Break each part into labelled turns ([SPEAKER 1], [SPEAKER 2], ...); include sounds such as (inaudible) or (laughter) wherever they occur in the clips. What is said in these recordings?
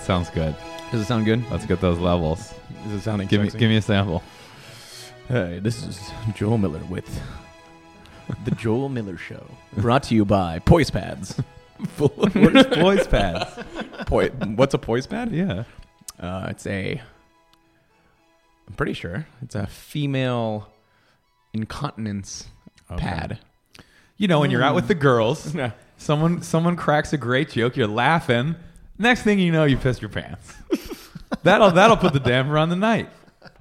[SPEAKER 1] Sounds good.
[SPEAKER 2] Does it sound good?
[SPEAKER 1] Let's get those levels.
[SPEAKER 2] Is it sounding
[SPEAKER 1] Give me,
[SPEAKER 2] sexy?
[SPEAKER 1] give me a (laughs) sample.
[SPEAKER 2] Hey, this is Joel Miller with the Joel Miller Show, (laughs) brought to you by Poise Pads. (laughs) Full of
[SPEAKER 1] What is poise pads?
[SPEAKER 2] poi- What's a Poise pad?
[SPEAKER 1] (laughs) Yeah.
[SPEAKER 2] Uh, it's a. I'm pretty sure it's a female incontinence pad.
[SPEAKER 1] You know, when you're out with the girls,
[SPEAKER 2] Yeah.
[SPEAKER 1] someone someone cracks a great joke, you're laughing. Next thing you know, you pissed your (laughs) pants. that'll that'll put the damper on the night.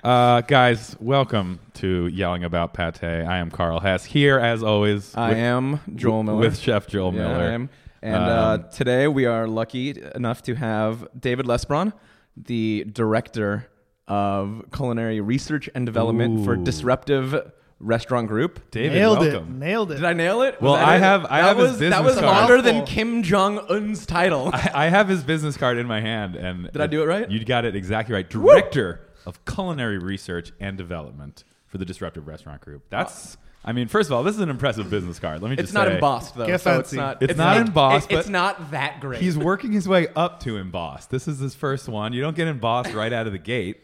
[SPEAKER 1] Uh, guys, welcome to Yelling About Pate. I am Carl Hess here as always
[SPEAKER 2] I
[SPEAKER 1] with,
[SPEAKER 2] am Joel Miller
[SPEAKER 1] with Chef Joel
[SPEAKER 2] Yeah,
[SPEAKER 1] Miller. Um,
[SPEAKER 2] I am. And uh, today we are lucky enough to have David Lesbron, the director of culinary research and development for
[SPEAKER 1] Ooh.
[SPEAKER 2] Disruptive Restaurant Group.
[SPEAKER 1] David,
[SPEAKER 3] Nailed
[SPEAKER 1] welcome.
[SPEAKER 3] it. Nailed it.
[SPEAKER 2] Did I nail it? Was
[SPEAKER 1] Well,
[SPEAKER 2] that
[SPEAKER 1] I
[SPEAKER 2] it?
[SPEAKER 1] have- I
[SPEAKER 2] that
[SPEAKER 1] have his
[SPEAKER 2] was, That
[SPEAKER 1] business
[SPEAKER 2] was
[SPEAKER 1] card.
[SPEAKER 2] longer than
[SPEAKER 3] Mouthful.
[SPEAKER 2] Kim Jong Un's title.
[SPEAKER 1] I, I have his business card in my hand, and
[SPEAKER 2] Did I do it right?
[SPEAKER 1] You got it exactly right. Director of Culinary Research and Development for the Disruptive Restaurant Group. That's, I mean, first of all, this is an impressive business card. Let me
[SPEAKER 2] It's
[SPEAKER 1] just
[SPEAKER 2] not
[SPEAKER 1] say,
[SPEAKER 2] embossed though,
[SPEAKER 3] Guess
[SPEAKER 2] so it's
[SPEAKER 3] fancy.
[SPEAKER 2] not.
[SPEAKER 1] It's not
[SPEAKER 2] it-
[SPEAKER 1] embossed,
[SPEAKER 2] it- It's
[SPEAKER 1] but-
[SPEAKER 2] not that great.
[SPEAKER 1] He's working his way up to emboss. This is his first one. You don't get embossed right out of the gate.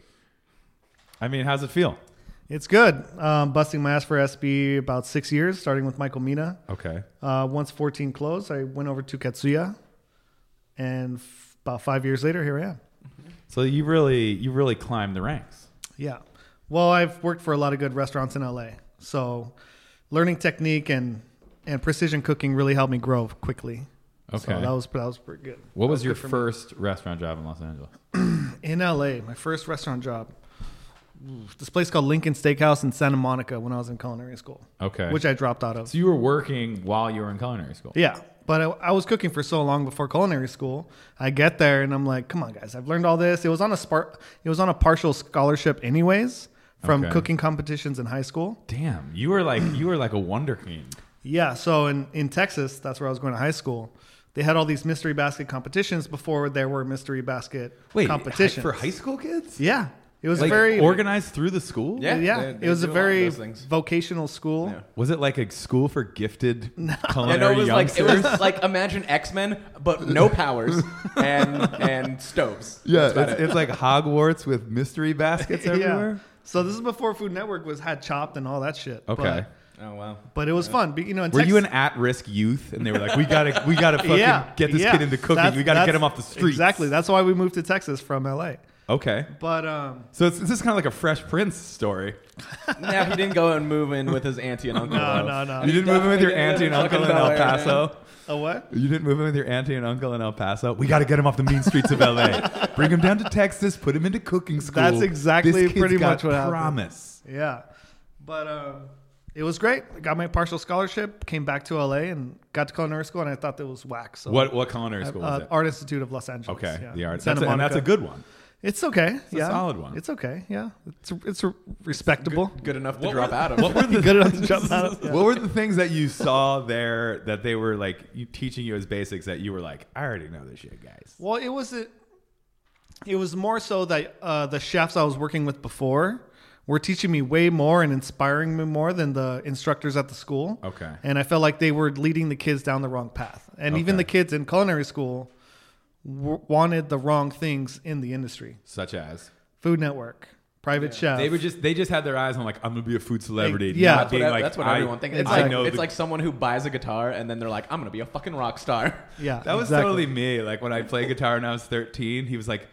[SPEAKER 1] I mean, how's it feel?
[SPEAKER 3] It's good. Um, busting my ass for SB about six years, starting with Michael Mina.
[SPEAKER 1] Okay.
[SPEAKER 3] Uh, once 14 closed, I went over to Katsuya, and f- about five years later, here I am.
[SPEAKER 1] So you really, you really climbed the ranks.
[SPEAKER 3] Yeah. Well, I've worked for a lot of good restaurants in LA, so learning technique and and precision cooking really helped me grow quickly.
[SPEAKER 1] Okay.
[SPEAKER 3] So that was that was pretty good.
[SPEAKER 1] what was
[SPEAKER 3] That
[SPEAKER 1] your
[SPEAKER 3] good for me.
[SPEAKER 1] first restaurant job in Los Angeles?
[SPEAKER 3] in LA, my first restaurant job. This place called Lincoln Steakhouse in Santa Monica when I was in culinary school,
[SPEAKER 1] Okay.
[SPEAKER 3] which I dropped out of.
[SPEAKER 1] so you were working while you were in culinary school.
[SPEAKER 3] Yeah, but I, I was cooking for so long before culinary school. I get there and I'm like, "Come on, guys! I've learned all this." It was on a spark. It was on a partial scholarship, anyways, from
[SPEAKER 1] Okay.
[SPEAKER 3] cooking competitions in high school.
[SPEAKER 1] Damn, you were like, you were like a wonder king.
[SPEAKER 3] Yeah, so in, in Texas, that's where I was going to high school. They had all these mystery basket competitions before there were mystery basket competitions.
[SPEAKER 1] hi- for high school kids?
[SPEAKER 3] yeah, it was
[SPEAKER 1] Like
[SPEAKER 3] very
[SPEAKER 1] organized through the school?
[SPEAKER 3] Yeah,
[SPEAKER 2] Yeah. they- they
[SPEAKER 3] it was a
[SPEAKER 2] do a lot of
[SPEAKER 3] very
[SPEAKER 2] those things.
[SPEAKER 3] vocational school.
[SPEAKER 2] Yeah.
[SPEAKER 1] Was it like a school for (laughs) gifted
[SPEAKER 2] I
[SPEAKER 1] culinary
[SPEAKER 2] know it was like
[SPEAKER 1] youngsters?
[SPEAKER 2] it was like imagine X Men, but no
[SPEAKER 1] (laughs)
[SPEAKER 2] powers and and stoves. That's about
[SPEAKER 1] yeah, it's,
[SPEAKER 2] it.
[SPEAKER 1] it's like Hogwarts with mystery (laughs) baskets
[SPEAKER 3] Yeah.
[SPEAKER 1] everywhere.
[SPEAKER 3] So this is before Food Network was had chopped and all that shit.
[SPEAKER 1] Okay.
[SPEAKER 3] But,
[SPEAKER 2] oh wow.
[SPEAKER 3] but it was fun. Be- You know, in
[SPEAKER 1] Were you an
[SPEAKER 3] Texas-
[SPEAKER 1] at-risk youth? And they were like, "We gotta, we (laughs) gotta fucking
[SPEAKER 3] yeah,
[SPEAKER 1] get this
[SPEAKER 3] yeah.
[SPEAKER 1] kid into cooking.
[SPEAKER 3] That's-
[SPEAKER 1] we gotta get
[SPEAKER 3] that's-
[SPEAKER 1] him off the streets."
[SPEAKER 3] Exactly. That's why we moved to Texas from LA.
[SPEAKER 1] okay.
[SPEAKER 3] But um,
[SPEAKER 1] So it's, this is kind of like a Fresh Prince story.
[SPEAKER 2] Now he didn't go and move in with his auntie and uncle.
[SPEAKER 3] no,
[SPEAKER 2] though.
[SPEAKER 3] no, no.
[SPEAKER 1] You didn't move in with your
[SPEAKER 2] definitely
[SPEAKER 1] auntie and
[SPEAKER 2] didn't
[SPEAKER 1] uncle in
[SPEAKER 2] fucking
[SPEAKER 1] El
[SPEAKER 2] know, man.
[SPEAKER 1] Paso.
[SPEAKER 3] a what?
[SPEAKER 1] You didn't move in with your auntie and uncle in El Paso. We got to get him off the mean streets of LA. Bring him down to Texas. Put him into cooking school.
[SPEAKER 3] That's exactly
[SPEAKER 1] This kid's
[SPEAKER 3] pretty
[SPEAKER 1] got
[SPEAKER 3] much what happened.
[SPEAKER 1] promise.
[SPEAKER 3] Yeah. But um, it was great. I got my partial scholarship, came back to LA, and got to culinary school, and I thought that was whack. So
[SPEAKER 1] What what culinary school
[SPEAKER 3] uh,
[SPEAKER 1] is it?
[SPEAKER 3] Art Institute of Los Angeles.
[SPEAKER 1] okay,
[SPEAKER 3] yeah.
[SPEAKER 1] the art.
[SPEAKER 3] Santa
[SPEAKER 1] That's a, and that's a
[SPEAKER 3] Monica.
[SPEAKER 1] good one.
[SPEAKER 3] It's okay. It's
[SPEAKER 1] a solid one.
[SPEAKER 3] It's okay. Yeah. It's it's respectable.
[SPEAKER 2] Good enough to
[SPEAKER 1] What
[SPEAKER 2] drop
[SPEAKER 1] were-
[SPEAKER 2] out of.
[SPEAKER 1] What
[SPEAKER 3] (laughs)
[SPEAKER 1] were the
[SPEAKER 3] Good enough to jump out of.
[SPEAKER 1] (laughs) What were the things that you saw there that they were like you, teaching you as basics that you were like, I already know this shit, guys.
[SPEAKER 3] Well, it was a, it was more so that uh, the chefs I was working with before were teaching me way more and inspiring me more than the instructors at the school.
[SPEAKER 1] Okay.
[SPEAKER 3] And I felt like they were leading the kids down the wrong path. And even
[SPEAKER 1] Okay.
[SPEAKER 3] the kids in culinary school w- wanted the wrong things in the industry.
[SPEAKER 1] Such as
[SPEAKER 3] Food Network, private
[SPEAKER 2] Uh,
[SPEAKER 3] chef.
[SPEAKER 1] they were just they just had their eyes on like I'm gonna be a food celebrity.
[SPEAKER 3] Yeah.
[SPEAKER 1] not
[SPEAKER 3] That's
[SPEAKER 2] That's what,
[SPEAKER 1] being like
[SPEAKER 2] that's what
[SPEAKER 1] I-
[SPEAKER 2] everyone thinks. It's,
[SPEAKER 1] I
[SPEAKER 2] like,
[SPEAKER 1] know
[SPEAKER 2] it's
[SPEAKER 1] the-
[SPEAKER 2] like someone who buys a guitar and then they're like, I'm gonna be a fucking rock star. (laughs)
[SPEAKER 3] yeah.
[SPEAKER 1] That was
[SPEAKER 3] exactly.
[SPEAKER 1] totally me. Like when I played guitar when I was 13, he was like,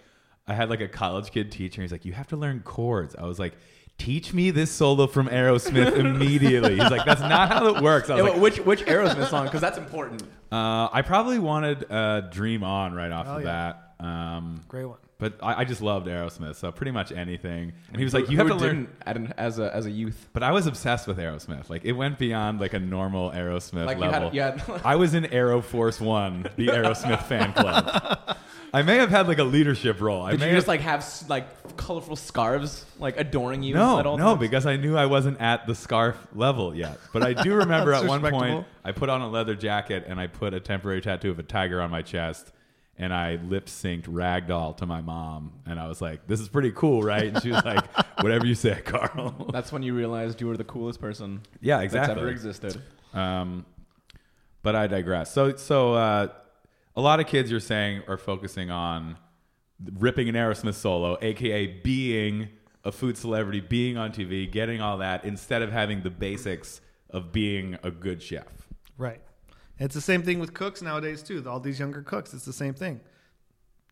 [SPEAKER 1] I had like a college kid teacher. He's like, you have to learn chords. I was like, teach me this solo from
[SPEAKER 2] (laughs)
[SPEAKER 1] Aerosmith immediately. He's like, that's not how it works. I was
[SPEAKER 2] Yeah,
[SPEAKER 1] like,
[SPEAKER 2] but which which Aerosmith song? Because that's important.
[SPEAKER 1] uh, I probably wanted uh, Dream On right
[SPEAKER 2] Oh,
[SPEAKER 1] off the
[SPEAKER 3] yeah.
[SPEAKER 1] bat. Um,
[SPEAKER 3] great one.
[SPEAKER 1] but I, I just loved Aerosmith, so pretty much anything. And he was like, you have
[SPEAKER 2] Who
[SPEAKER 1] to learn.
[SPEAKER 2] didn't at an, as a as a youth.
[SPEAKER 1] But I was obsessed with Aerosmith. Like it went beyond like a normal Aerosmith
[SPEAKER 2] Like, you had- (laughs)
[SPEAKER 1] level.
[SPEAKER 2] you had-
[SPEAKER 1] I was in Aero Force One, the Aerosmith fan club. I may have had like a leadership role. I
[SPEAKER 2] Did
[SPEAKER 1] may
[SPEAKER 2] you just
[SPEAKER 1] have,
[SPEAKER 2] like have s- like colorful scarves like adoring you?
[SPEAKER 1] no,
[SPEAKER 2] at all
[SPEAKER 1] no,
[SPEAKER 2] times?
[SPEAKER 1] because I knew I wasn't at the scarf level yet. But I
[SPEAKER 2] (laughs)
[SPEAKER 1] do remember
[SPEAKER 3] That's
[SPEAKER 1] at one point
[SPEAKER 3] respectable.
[SPEAKER 1] I put on a leather jacket and I put a temporary tattoo of a tiger on my chest. And I lip synced Ragdoll to my mom, and I was like, "This is pretty cool, right?" And she was like, "Whatever you say, Carl." (laughs)
[SPEAKER 2] that's when you realized you were the coolest person.
[SPEAKER 1] yeah,
[SPEAKER 2] That's
[SPEAKER 1] exactly.
[SPEAKER 2] ever existed.
[SPEAKER 1] Um, but I digress. So, so uh, a lot of kids you're saying are focusing on ripping an Aerosmith solo, aka being a food celebrity, being on TV, getting all that, instead of having the basics of being a good chef.
[SPEAKER 3] Right. It's the same thing with cooks nowadays too. All these younger cooks, it's the same thing.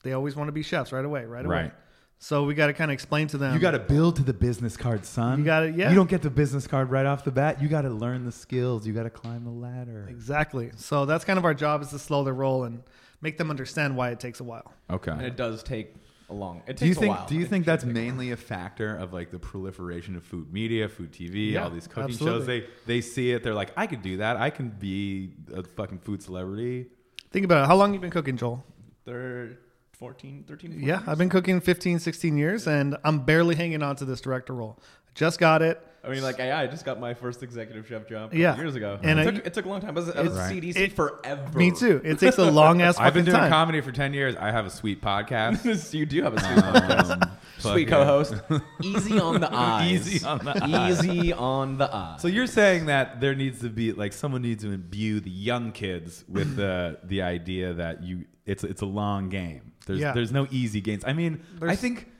[SPEAKER 3] They always want to be chefs right away, right away.
[SPEAKER 1] Right.
[SPEAKER 3] So we got to kind of explain to them.
[SPEAKER 1] You got to build to the business card, son.
[SPEAKER 3] Um, You gotta- yeah.
[SPEAKER 1] You don't get the business card right off the bat. You got to learn the skills. You got to climb the ladder.
[SPEAKER 3] exactly. So that's kind of our job is to slow their roll and make them understand why it takes a while.
[SPEAKER 2] and
[SPEAKER 1] Okay.
[SPEAKER 2] it does take a long. It takes
[SPEAKER 1] Do you
[SPEAKER 2] a
[SPEAKER 1] think?
[SPEAKER 2] while.
[SPEAKER 1] Do you think that's mainly a factor of like the proliferation of food media, food TV,
[SPEAKER 3] Yeah,
[SPEAKER 1] all these cooking shows?
[SPEAKER 3] absolutely.
[SPEAKER 1] They they see it. They're like, I could do that. I can be a fucking food celebrity.
[SPEAKER 3] Think about it. How long you been cooking, Joel?
[SPEAKER 2] They're 14, 13, 14
[SPEAKER 3] Yeah, I've been cooking 15, 16 years and I'm barely hanging on to this director role. I just got it.
[SPEAKER 2] I mean, like, I, I just got my first executive chef job a couple
[SPEAKER 3] Yeah.
[SPEAKER 2] years ago.
[SPEAKER 3] And
[SPEAKER 2] it,
[SPEAKER 3] I-
[SPEAKER 2] took, it took a long time. I was, I was
[SPEAKER 1] Right.
[SPEAKER 2] CDC
[SPEAKER 3] It-
[SPEAKER 2] forever.
[SPEAKER 3] Me too. It takes
[SPEAKER 2] (laughs)
[SPEAKER 3] a long
[SPEAKER 1] (laughs)
[SPEAKER 3] ass
[SPEAKER 1] I've been
[SPEAKER 3] fucking
[SPEAKER 1] doing
[SPEAKER 3] time.
[SPEAKER 1] comedy for ten years. I have a sweet podcast.
[SPEAKER 2] you do have a sweet,
[SPEAKER 1] Um,
[SPEAKER 2] sweet
[SPEAKER 1] fuck yeah.
[SPEAKER 2] co-host. (laughs) Easy on
[SPEAKER 3] (laughs)
[SPEAKER 2] the eyes.
[SPEAKER 1] Easy on the
[SPEAKER 2] Easy on the eyes.
[SPEAKER 1] So you're saying that there needs to be like someone needs to imbue the young kids with
[SPEAKER 3] (clears throat)
[SPEAKER 1] the the idea that you it's it's a long game. There's
[SPEAKER 3] Yeah.
[SPEAKER 1] there's no easy gains. I mean, I
[SPEAKER 3] There's-
[SPEAKER 1] think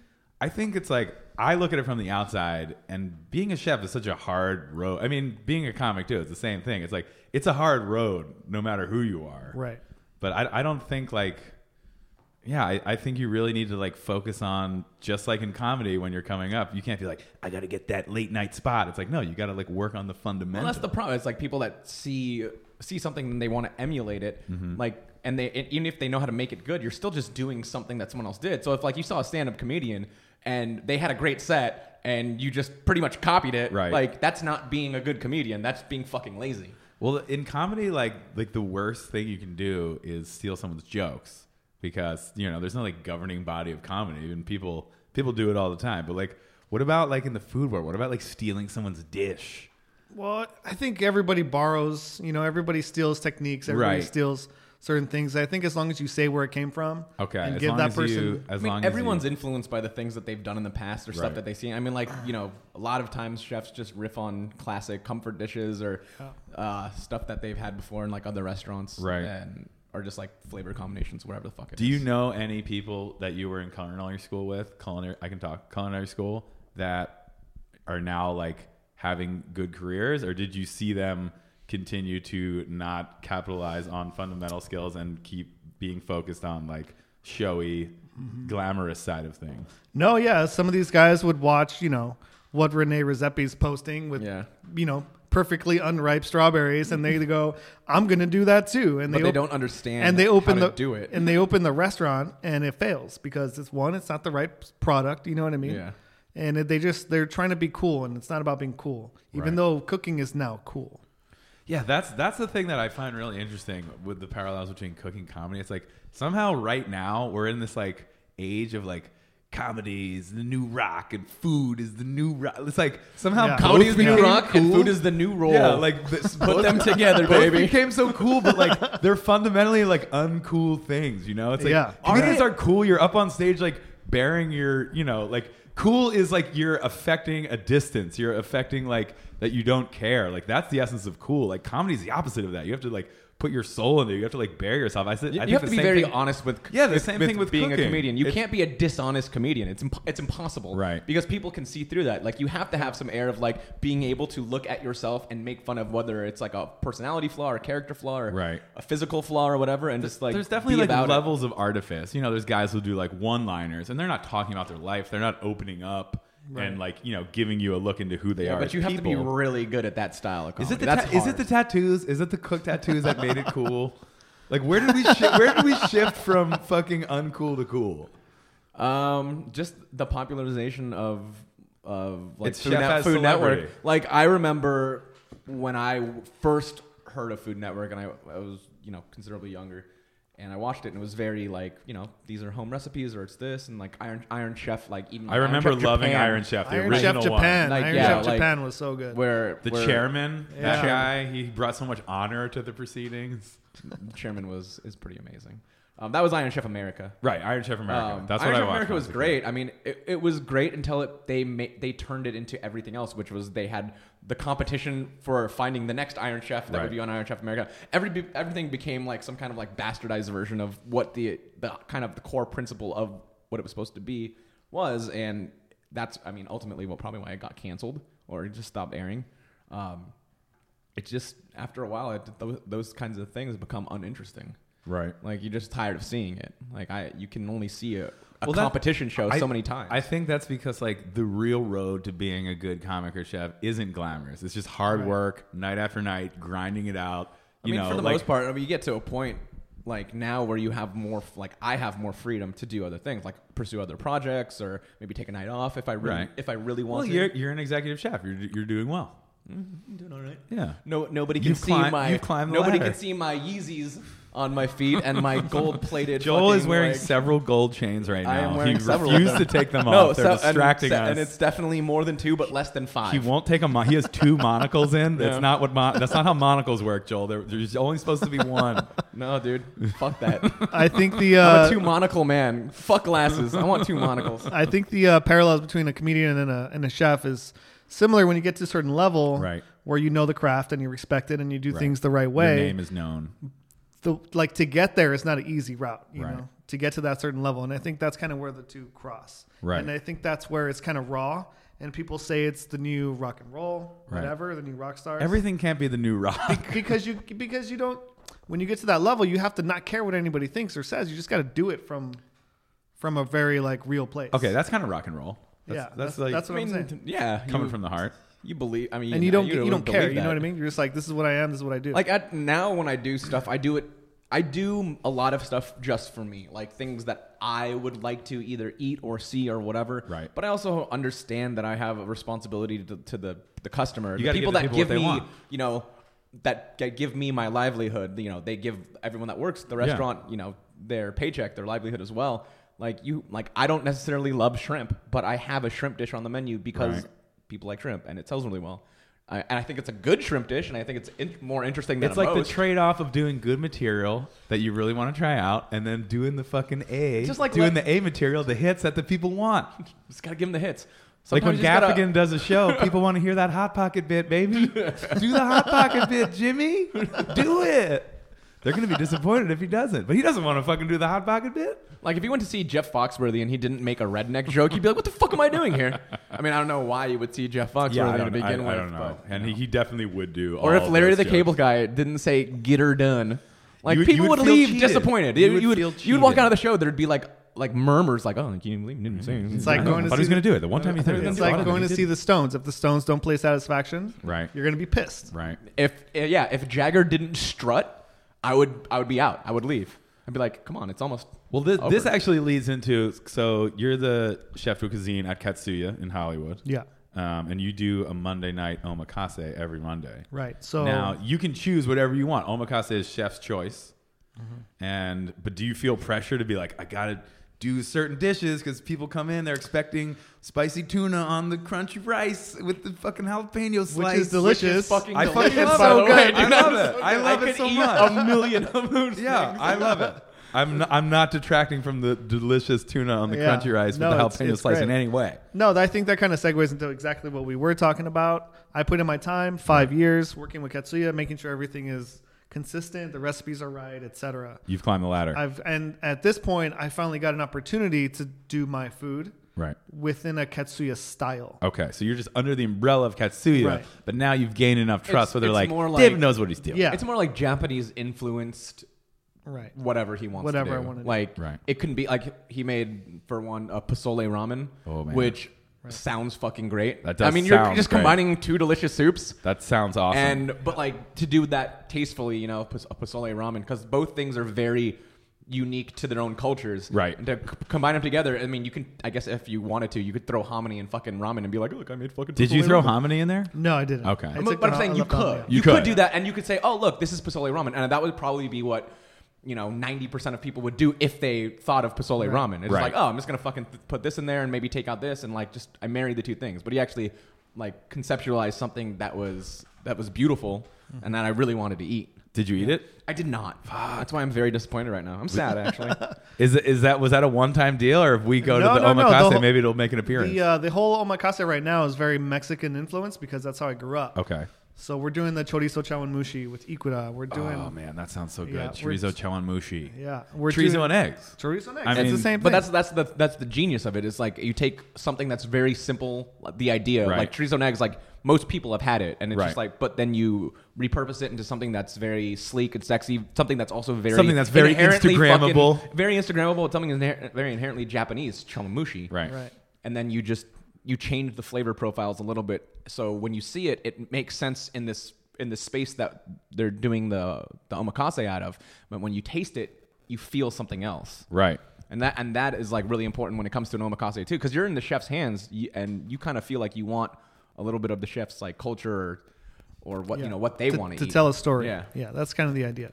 [SPEAKER 1] I think it's like I look at it from the outside and being a chef is such a hard road. I mean, being a comic too, it's the same thing. It's like it's a hard road no matter who you are.
[SPEAKER 3] Right.
[SPEAKER 1] But I I don't think like yeah, I, I think you really need to like focus on just like in comedy when you're coming up, you can't be like, I gotta get that late night spot. It's like, no, you gotta like work on the fundamentals.
[SPEAKER 2] Well, that's the problem. It's like people that see see something and they want to emulate it,
[SPEAKER 1] Mm-hmm.
[SPEAKER 2] like, and they and even if they know how to make it good, you're still just doing something that someone else did. So if like you saw a stand up comedian and they had a great set and you just pretty much copied it,
[SPEAKER 1] Right.
[SPEAKER 2] Like that's not being a good comedian. That's being fucking lazy.
[SPEAKER 1] Well, in comedy, like like the worst thing you can do is steal someone's jokes because you know there's no like governing body of comedy, and people people do it all the time. But like, what about like in the food world? What about like stealing someone's dish?
[SPEAKER 3] Well, I think everybody borrows, you know, everybody steals techniques, everybody
[SPEAKER 1] Right.
[SPEAKER 3] steals certain things. I think as long as you say where it came from
[SPEAKER 1] Okay,
[SPEAKER 3] and
[SPEAKER 1] as
[SPEAKER 3] give
[SPEAKER 1] long
[SPEAKER 3] that
[SPEAKER 1] as
[SPEAKER 3] person
[SPEAKER 1] you, as
[SPEAKER 2] I mean,
[SPEAKER 1] long
[SPEAKER 2] everyone's
[SPEAKER 1] as
[SPEAKER 2] influenced by the things that they've done in the past or stuff
[SPEAKER 1] Right.
[SPEAKER 2] that they see. I mean, like you know, a lot of times chefs just riff on classic comfort dishes or uh, stuff that they've had before in like other restaurants,
[SPEAKER 1] Right.
[SPEAKER 2] And or just like flavor combinations, whatever the fuck. it
[SPEAKER 1] Do
[SPEAKER 2] is.
[SPEAKER 1] you know any people that you were in culinary school with? Culinary, I can talk culinary school that are now like having good careers, or did you see them continue to not capitalize on fundamental skills and keep being focused on like showy,
[SPEAKER 2] Mm-hmm.
[SPEAKER 1] glamorous side of things?
[SPEAKER 3] No, yeah, some of these guys would watch, you know, what Rene Redzepi's posting with
[SPEAKER 2] Yeah.
[SPEAKER 3] you know, perfectly unripe strawberries and they go, "I'm going to do that too." And
[SPEAKER 2] But they
[SPEAKER 3] op-
[SPEAKER 2] don't understand.
[SPEAKER 3] and they open
[SPEAKER 2] how
[SPEAKER 3] the
[SPEAKER 2] to do it.
[SPEAKER 3] and they open the restaurant and it fails because it's one it's not the right product you know what i mean
[SPEAKER 2] Yeah.
[SPEAKER 3] and it- they just they're trying to be cool and it's not about being cool even
[SPEAKER 1] Right.
[SPEAKER 3] though cooking is now cool
[SPEAKER 1] Yeah, that's that's the thing that I find really interesting with the parallels between cooking and comedy. It's like somehow right now we're in this like age of like comedy is the new rock and food is the new rock. It's like somehow
[SPEAKER 3] Yeah.
[SPEAKER 2] Comedy
[SPEAKER 1] both
[SPEAKER 2] is the new
[SPEAKER 1] became
[SPEAKER 2] rock, and
[SPEAKER 1] cool.
[SPEAKER 2] food is the new roll.
[SPEAKER 1] yeah, like (laughs) this,
[SPEAKER 2] put them together,
[SPEAKER 1] both
[SPEAKER 2] baby.
[SPEAKER 1] became so cool, but (laughs) like they're fundamentally like uncool things. You know, it's like
[SPEAKER 3] Yeah.
[SPEAKER 1] comedians are cool. You're up on stage like bearing your, you know, like cool is like you're affecting a distance. You're affecting like that you don't care. Like that's the essence of cool. Like comedy's the opposite of that. You have to like put your soul into it. You have to like bear yourself. I, said
[SPEAKER 2] You,
[SPEAKER 1] I
[SPEAKER 2] you
[SPEAKER 1] think
[SPEAKER 2] have
[SPEAKER 1] the
[SPEAKER 2] to be
[SPEAKER 1] same
[SPEAKER 2] very
[SPEAKER 1] thing-
[SPEAKER 2] honest with
[SPEAKER 1] Yeah, the
[SPEAKER 2] with-
[SPEAKER 1] same
[SPEAKER 2] with
[SPEAKER 1] thing with
[SPEAKER 2] being
[SPEAKER 1] cooking.
[SPEAKER 2] a comedian. You
[SPEAKER 1] It's-
[SPEAKER 2] can't be a dishonest comedian. It's imp- it's impossible,
[SPEAKER 1] Right.
[SPEAKER 2] Because people can see through that. Like you have to have some air of like being able to look at yourself and make fun of whether it's like a personality flaw or a character flaw or
[SPEAKER 1] Right.
[SPEAKER 2] a physical flaw or whatever, and just like
[SPEAKER 1] there's definitely
[SPEAKER 2] be
[SPEAKER 1] like
[SPEAKER 2] about it.
[SPEAKER 1] levels of artifice. You know, there's guys who do like one liners and they're not talking about their life. They're not opening up and like, you know, giving you a look into who they are.
[SPEAKER 2] But
[SPEAKER 1] as
[SPEAKER 2] you have to be
[SPEAKER 1] people.
[SPEAKER 2] really good at that style of comedy.
[SPEAKER 1] Is it the
[SPEAKER 2] That's
[SPEAKER 1] ta- is it
[SPEAKER 2] hard.
[SPEAKER 1] the tattoos? Is it the cook tattoos that made it cool? Like where did we shi- where did we shift from fucking uncool to cool?
[SPEAKER 2] Um, just the popularization of of like
[SPEAKER 1] It's
[SPEAKER 2] Food,
[SPEAKER 1] Chef
[SPEAKER 2] Net-
[SPEAKER 1] as
[SPEAKER 2] Food
[SPEAKER 1] Celebrity.
[SPEAKER 2] Network. Like I remember when I first heard of Food Network, and I, I was you know considerably younger, and I watched it, and it was very like you know these are home recipes, or it's this, and like Iron Iron Chef, like even
[SPEAKER 1] I remember
[SPEAKER 2] Iron Chef
[SPEAKER 1] loving
[SPEAKER 2] Japan,
[SPEAKER 1] Iron Chef, the
[SPEAKER 3] iron chef
[SPEAKER 1] original one.
[SPEAKER 3] japan
[SPEAKER 2] Like,
[SPEAKER 3] iron
[SPEAKER 2] yeah,
[SPEAKER 3] chef
[SPEAKER 2] like-
[SPEAKER 3] japan was so good
[SPEAKER 2] where
[SPEAKER 1] The
[SPEAKER 2] where
[SPEAKER 1] chairman, that
[SPEAKER 3] Yeah.
[SPEAKER 1] guy, he brought so much honor to the proceedings.
[SPEAKER 2] the chairman was is pretty amazing. Um, that was Iron Chef America.
[SPEAKER 1] Right, Iron Chef America.
[SPEAKER 2] Um,
[SPEAKER 1] That's
[SPEAKER 2] Iron
[SPEAKER 1] what
[SPEAKER 2] Chef
[SPEAKER 1] I watched.
[SPEAKER 2] America
[SPEAKER 1] when
[SPEAKER 2] was
[SPEAKER 1] I a kid.
[SPEAKER 2] great. I mean, it, it was great until it, they ma- they turned it into everything else, which was they had the competition for finding the next Iron Chef that
[SPEAKER 1] Right.
[SPEAKER 2] would be on Iron Chef America. Every be- everything became like some kind of like bastardized version of what the the kind of the core principle of what it was supposed to be was, and that's I mean ultimately what probably why it got canceled or it just stopped airing. Um, it just after a while, it, those, those kinds of things become uninteresting.
[SPEAKER 1] Right.
[SPEAKER 2] Like you're just tired of seeing it. Like I, you can only see a, a
[SPEAKER 1] Well, that-
[SPEAKER 2] competition show
[SPEAKER 1] I-
[SPEAKER 2] so many times.
[SPEAKER 1] I think that's because like the real road to being a good comic or chef isn't glamorous. It's just hard work, night after night, grinding it out.
[SPEAKER 2] I
[SPEAKER 1] You
[SPEAKER 2] mean,
[SPEAKER 1] know,
[SPEAKER 2] for the
[SPEAKER 1] like,
[SPEAKER 2] most part, I mean, you get to a point like now where you have more, f- like I have more freedom to do other things, like pursue other projects or maybe take a night off if I really,
[SPEAKER 1] Right.
[SPEAKER 2] if I really want
[SPEAKER 1] Well,
[SPEAKER 2] to.
[SPEAKER 1] you're, you're an executive chef. You're you're doing well.
[SPEAKER 2] Mm, doing all right.
[SPEAKER 1] Yeah.
[SPEAKER 2] No, nobody can
[SPEAKER 1] You've
[SPEAKER 2] see
[SPEAKER 1] clim-
[SPEAKER 2] my
[SPEAKER 1] you've climbed the
[SPEAKER 2] nobody
[SPEAKER 1] ladder.
[SPEAKER 2] can see my Yeezys on my feet
[SPEAKER 1] (laughs)
[SPEAKER 2] and my gold plated.
[SPEAKER 1] Joel is wearing
[SPEAKER 2] like,
[SPEAKER 1] several gold chains right now.
[SPEAKER 2] I am wearing
[SPEAKER 1] he
[SPEAKER 2] several of
[SPEAKER 1] refused
[SPEAKER 2] them.
[SPEAKER 1] to take them
[SPEAKER 2] (laughs) no,
[SPEAKER 1] off. They're
[SPEAKER 2] so- and-
[SPEAKER 1] distracting
[SPEAKER 2] so-
[SPEAKER 1] us.
[SPEAKER 2] and it's definitely more than two, but less than five.
[SPEAKER 1] He won't take a. Mon- he has
[SPEAKER 2] (laughs)
[SPEAKER 1] two monocles in. That's
[SPEAKER 2] Yeah.
[SPEAKER 1] not what. Mon- that's
[SPEAKER 2] (laughs)
[SPEAKER 1] not how monocles work, Joel. There, there's only supposed to be one.
[SPEAKER 2] no, dude, fuck that.
[SPEAKER 1] (laughs)
[SPEAKER 3] I think the
[SPEAKER 2] I'm a
[SPEAKER 3] uh,
[SPEAKER 2] two monocle man. Fuck glasses. I want two monocles.
[SPEAKER 3] I think the uh, parallels between a comedian and a, and a chef is similar when you get to a certain level
[SPEAKER 1] Right.
[SPEAKER 3] where you know the craft and you respect it and you do
[SPEAKER 1] Right.
[SPEAKER 3] things the right
[SPEAKER 1] Your
[SPEAKER 3] way.
[SPEAKER 1] name is known.
[SPEAKER 3] the like to get there is not an easy route, you
[SPEAKER 1] Right.
[SPEAKER 3] know, to get to that certain level. And I think that's kind of where the two cross.
[SPEAKER 1] Right.
[SPEAKER 3] And I think that's where it's kind of raw. And people say it's the new rock and roll,
[SPEAKER 1] Right.
[SPEAKER 3] whatever, the new rock stars.
[SPEAKER 1] Everything can't be the new rock.
[SPEAKER 3] (laughs) because you because you don't when you get to that level, you have to not care what anybody thinks or says. You just got to do it from from a very like real place.
[SPEAKER 1] Okay, that's kind of rock and roll. That's,
[SPEAKER 3] yeah,
[SPEAKER 1] that's, like
[SPEAKER 3] that's what
[SPEAKER 2] I mean,
[SPEAKER 3] am saying.
[SPEAKER 2] yeah,
[SPEAKER 1] coming
[SPEAKER 2] you-
[SPEAKER 1] from the heart.
[SPEAKER 2] You believe, I mean,
[SPEAKER 3] And you don't you,
[SPEAKER 2] really
[SPEAKER 3] don't care.
[SPEAKER 2] believe
[SPEAKER 3] You know
[SPEAKER 2] that.
[SPEAKER 3] what I mean? You're just like this is what I am. This is what I do.
[SPEAKER 2] Like at, now, when I do stuff, I do it. I do a lot of stuff just for me, like things that I would like to either eat or see or whatever.
[SPEAKER 1] Right.
[SPEAKER 2] But I also understand that I have a responsibility to, to the the customer, the
[SPEAKER 1] gotta give
[SPEAKER 2] people
[SPEAKER 1] the
[SPEAKER 2] that
[SPEAKER 1] people
[SPEAKER 2] give
[SPEAKER 1] what they
[SPEAKER 2] me,
[SPEAKER 1] want.
[SPEAKER 2] you know, that g- give me my livelihood. You know, they give everyone that works at the restaurant, you know, their paycheck, their livelihood as well. Like you, like I don't necessarily love shrimp, but I have a shrimp dish on the menu because
[SPEAKER 1] Right.
[SPEAKER 2] people like shrimp, and it sells really well. I, and I think it's a good shrimp dish, and I think it's in, more interesting than
[SPEAKER 1] It's like the
[SPEAKER 2] most.
[SPEAKER 1] trade off of doing good material that you really want to try out and then doing the fucking A.
[SPEAKER 2] Just like
[SPEAKER 1] doing
[SPEAKER 2] let-
[SPEAKER 1] the A material, the hits that the people want.
[SPEAKER 2] just gotta give them the hits.
[SPEAKER 1] like when
[SPEAKER 2] Sometimes you just gotta-
[SPEAKER 1] Gaffigan does a show, people want to hear that Hot Pocket bit, (laughs) baby. Do the Hot Pocket bit, Jimmy. Do it. They're going to be disappointed if he doesn't. But he doesn't want to fucking do the Hot Pocket bit.
[SPEAKER 2] like if you went to see Jeff Foxworthy and he didn't make a redneck joke, you'd be like, "What the fuck am I doing here?" I mean, I don't know why you would see Jeff Foxworthy to begin with, but
[SPEAKER 1] and he, he definitely would do.
[SPEAKER 2] (laughs) or if Larry the
[SPEAKER 1] Cable
[SPEAKER 2] Cable Guy didn't say "get her done," like
[SPEAKER 1] You would- you
[SPEAKER 2] people
[SPEAKER 1] would
[SPEAKER 2] would,
[SPEAKER 1] feel
[SPEAKER 2] leave
[SPEAKER 1] cheated.
[SPEAKER 2] disappointed.
[SPEAKER 1] You
[SPEAKER 2] You,
[SPEAKER 1] would
[SPEAKER 2] you would
[SPEAKER 1] feel
[SPEAKER 2] you would walk
[SPEAKER 1] cheated.
[SPEAKER 2] out of the show. There'd be like like murmurs, like "Oh, you didn't believe, didn't say." anything."
[SPEAKER 3] It's like
[SPEAKER 2] I
[SPEAKER 3] going
[SPEAKER 1] I
[SPEAKER 3] to
[SPEAKER 1] thought he was
[SPEAKER 3] see-
[SPEAKER 1] going to do it. The one time he thought he
[SPEAKER 3] it's
[SPEAKER 1] was
[SPEAKER 3] like going to see the Stones. If the Stones don't play satisfaction,
[SPEAKER 1] Right.
[SPEAKER 3] you're gonna be pissed.
[SPEAKER 1] Right.
[SPEAKER 2] if uh, yeah, if Jagger didn't strut, I would I would be out. I would leave. I'd be like, "Come on, it's almost."
[SPEAKER 1] Well, this,
[SPEAKER 2] over."
[SPEAKER 1] this actually leads into so you're the chef de cuisine at Katsuya in Hollywood.
[SPEAKER 3] Yeah.
[SPEAKER 1] Um, and you do a Monday night omakase every Monday.
[SPEAKER 3] Right. So
[SPEAKER 1] Now you can choose whatever you want. Omakase is chef's choice.
[SPEAKER 3] Mm-hmm.
[SPEAKER 1] And but do you feel pressure to be like I gotta do certain dishes because people come in they're expecting spicy tuna on the crunchy rice with the fucking jalapeno slice,
[SPEAKER 3] which is delicious.
[SPEAKER 2] fucking
[SPEAKER 1] I fucking
[SPEAKER 2] delicious,
[SPEAKER 1] love
[SPEAKER 2] by
[SPEAKER 1] it.
[SPEAKER 2] the way,
[SPEAKER 1] I
[SPEAKER 2] dude.
[SPEAKER 1] love
[SPEAKER 2] That's
[SPEAKER 1] it.
[SPEAKER 2] so
[SPEAKER 1] I
[SPEAKER 2] good.
[SPEAKER 1] love it
[SPEAKER 2] could
[SPEAKER 1] so
[SPEAKER 2] eat
[SPEAKER 1] much.
[SPEAKER 2] A million of those.
[SPEAKER 1] Yeah, I love it. I'm not, I'm not detracting from the delicious tuna on the
[SPEAKER 3] Yeah.
[SPEAKER 1] crunchy rice
[SPEAKER 3] No,
[SPEAKER 1] with the
[SPEAKER 3] it's-
[SPEAKER 1] jalapeno
[SPEAKER 3] it's
[SPEAKER 1] slice
[SPEAKER 3] great.
[SPEAKER 1] in any way.
[SPEAKER 3] No, I think that kind of segues into exactly what we were talking about. I put in my time, five years working with Katsuya, making sure everything is consistent, the recipes are right, etc.
[SPEAKER 1] You've climbed the ladder,
[SPEAKER 3] I've and at this point, I finally got an opportunity to do my food
[SPEAKER 1] right?
[SPEAKER 3] within a Katsuya style.
[SPEAKER 1] Okay, so you're just under the umbrella of Katsuya,
[SPEAKER 3] Right.
[SPEAKER 1] but now you've gained enough trust
[SPEAKER 2] It's-
[SPEAKER 1] where they're
[SPEAKER 2] it's
[SPEAKER 1] like,
[SPEAKER 2] more like-
[SPEAKER 1] Dave knows what he's doing.
[SPEAKER 3] Yeah.
[SPEAKER 2] It's more like Japanese influenced
[SPEAKER 3] Right.
[SPEAKER 2] whatever he wants
[SPEAKER 3] Whatever
[SPEAKER 2] to do.
[SPEAKER 3] I wanna do.
[SPEAKER 2] Like
[SPEAKER 1] Right.
[SPEAKER 2] it couldn't be like he made for one a pasole ramen,
[SPEAKER 1] Oh, man.
[SPEAKER 2] which sounds fucking great.
[SPEAKER 1] That does
[SPEAKER 2] I mean,
[SPEAKER 1] sound
[SPEAKER 2] you're just
[SPEAKER 1] great.
[SPEAKER 2] combining two delicious soups.
[SPEAKER 1] that sounds awesome.
[SPEAKER 2] And but like to do that tastefully, you know, pas- a pasole ramen because both things are very unique to their own cultures.
[SPEAKER 1] Right.
[SPEAKER 2] And to c- combine them together, I mean, you can. I guess if you wanted to, you could throw hominy and fucking ramen and be like, look, I made fucking.
[SPEAKER 1] Did you
[SPEAKER 2] pasole
[SPEAKER 1] throw
[SPEAKER 2] ramen."
[SPEAKER 1] hominy in there?
[SPEAKER 3] No, I didn't.
[SPEAKER 1] Okay.
[SPEAKER 3] I
[SPEAKER 1] But-
[SPEAKER 3] took
[SPEAKER 2] but
[SPEAKER 3] the-
[SPEAKER 2] I'm saying
[SPEAKER 3] the
[SPEAKER 2] you
[SPEAKER 3] ramen.
[SPEAKER 2] could.
[SPEAKER 1] You
[SPEAKER 2] You,
[SPEAKER 1] could.
[SPEAKER 2] could do that, and you could say, "Oh, look, this is pasole ramen," and that would probably be what you know, ninety percent of people would do if they thought of pasole
[SPEAKER 3] Right.
[SPEAKER 2] ramen. It's
[SPEAKER 1] Right.
[SPEAKER 2] like, oh, I'm just gonna fucking th- put this in there and maybe take out this, and like just I marry the two things. But he actually like conceptualized something that was that was beautiful and that I really wanted to eat.
[SPEAKER 1] Did you eat it?
[SPEAKER 2] I did not. That's why I'm very disappointed right now.
[SPEAKER 1] (laughs)
[SPEAKER 2] I'm sad actually.
[SPEAKER 1] Is it is that was that a one time deal, or if we go
[SPEAKER 3] No,
[SPEAKER 1] to the
[SPEAKER 3] no, no, the
[SPEAKER 1] omakase,
[SPEAKER 3] whole-
[SPEAKER 1] maybe it'll make an appearance?
[SPEAKER 3] The uh, the whole omakase right now is very Mexican influence because that's how I grew up.
[SPEAKER 1] okay,
[SPEAKER 3] So we're doing the chorizo chawanmushi with Ikuda. We're doing
[SPEAKER 1] Oh man, that sounds so good.
[SPEAKER 3] Yeah, we're-
[SPEAKER 1] Chorizo chawan mushi.
[SPEAKER 3] yeah, we're
[SPEAKER 1] Chorizo and
[SPEAKER 3] doing,
[SPEAKER 1] eggs.
[SPEAKER 3] chorizo and eggs.
[SPEAKER 1] I
[SPEAKER 3] it's
[SPEAKER 1] mean-
[SPEAKER 3] the same thing.
[SPEAKER 2] But that's that's the that's the genius of it. It's like you take something that's very simple, like the idea,
[SPEAKER 1] Right.
[SPEAKER 2] like chorizo and eggs. Like most people have had it, and it's
[SPEAKER 1] Right.
[SPEAKER 2] just like, but then you repurpose it into something that's very sleek and sexy, something that's also very
[SPEAKER 1] Something that's very
[SPEAKER 2] inherently fucking-
[SPEAKER 1] Instagrammable.
[SPEAKER 2] very Instagrammable, something inher- very inherently Japanese, chomamushi,
[SPEAKER 1] Right.
[SPEAKER 3] right.
[SPEAKER 2] and then you just you change the flavor profiles a little bit so when you see it it makes sense in this in the space that they're doing the the omakase out of but when you taste it you feel something else
[SPEAKER 1] Right.
[SPEAKER 2] and that and that is like really important when it comes to an omakase too because you're in the chef's hands y- and you kind of feel like you want a little bit of the chef's like culture or, or what
[SPEAKER 3] Yeah.
[SPEAKER 2] you know what they
[SPEAKER 3] to,
[SPEAKER 2] want
[SPEAKER 3] to
[SPEAKER 2] eat.
[SPEAKER 3] tell a story.
[SPEAKER 2] Yeah.
[SPEAKER 3] yeah, that's kind of the idea.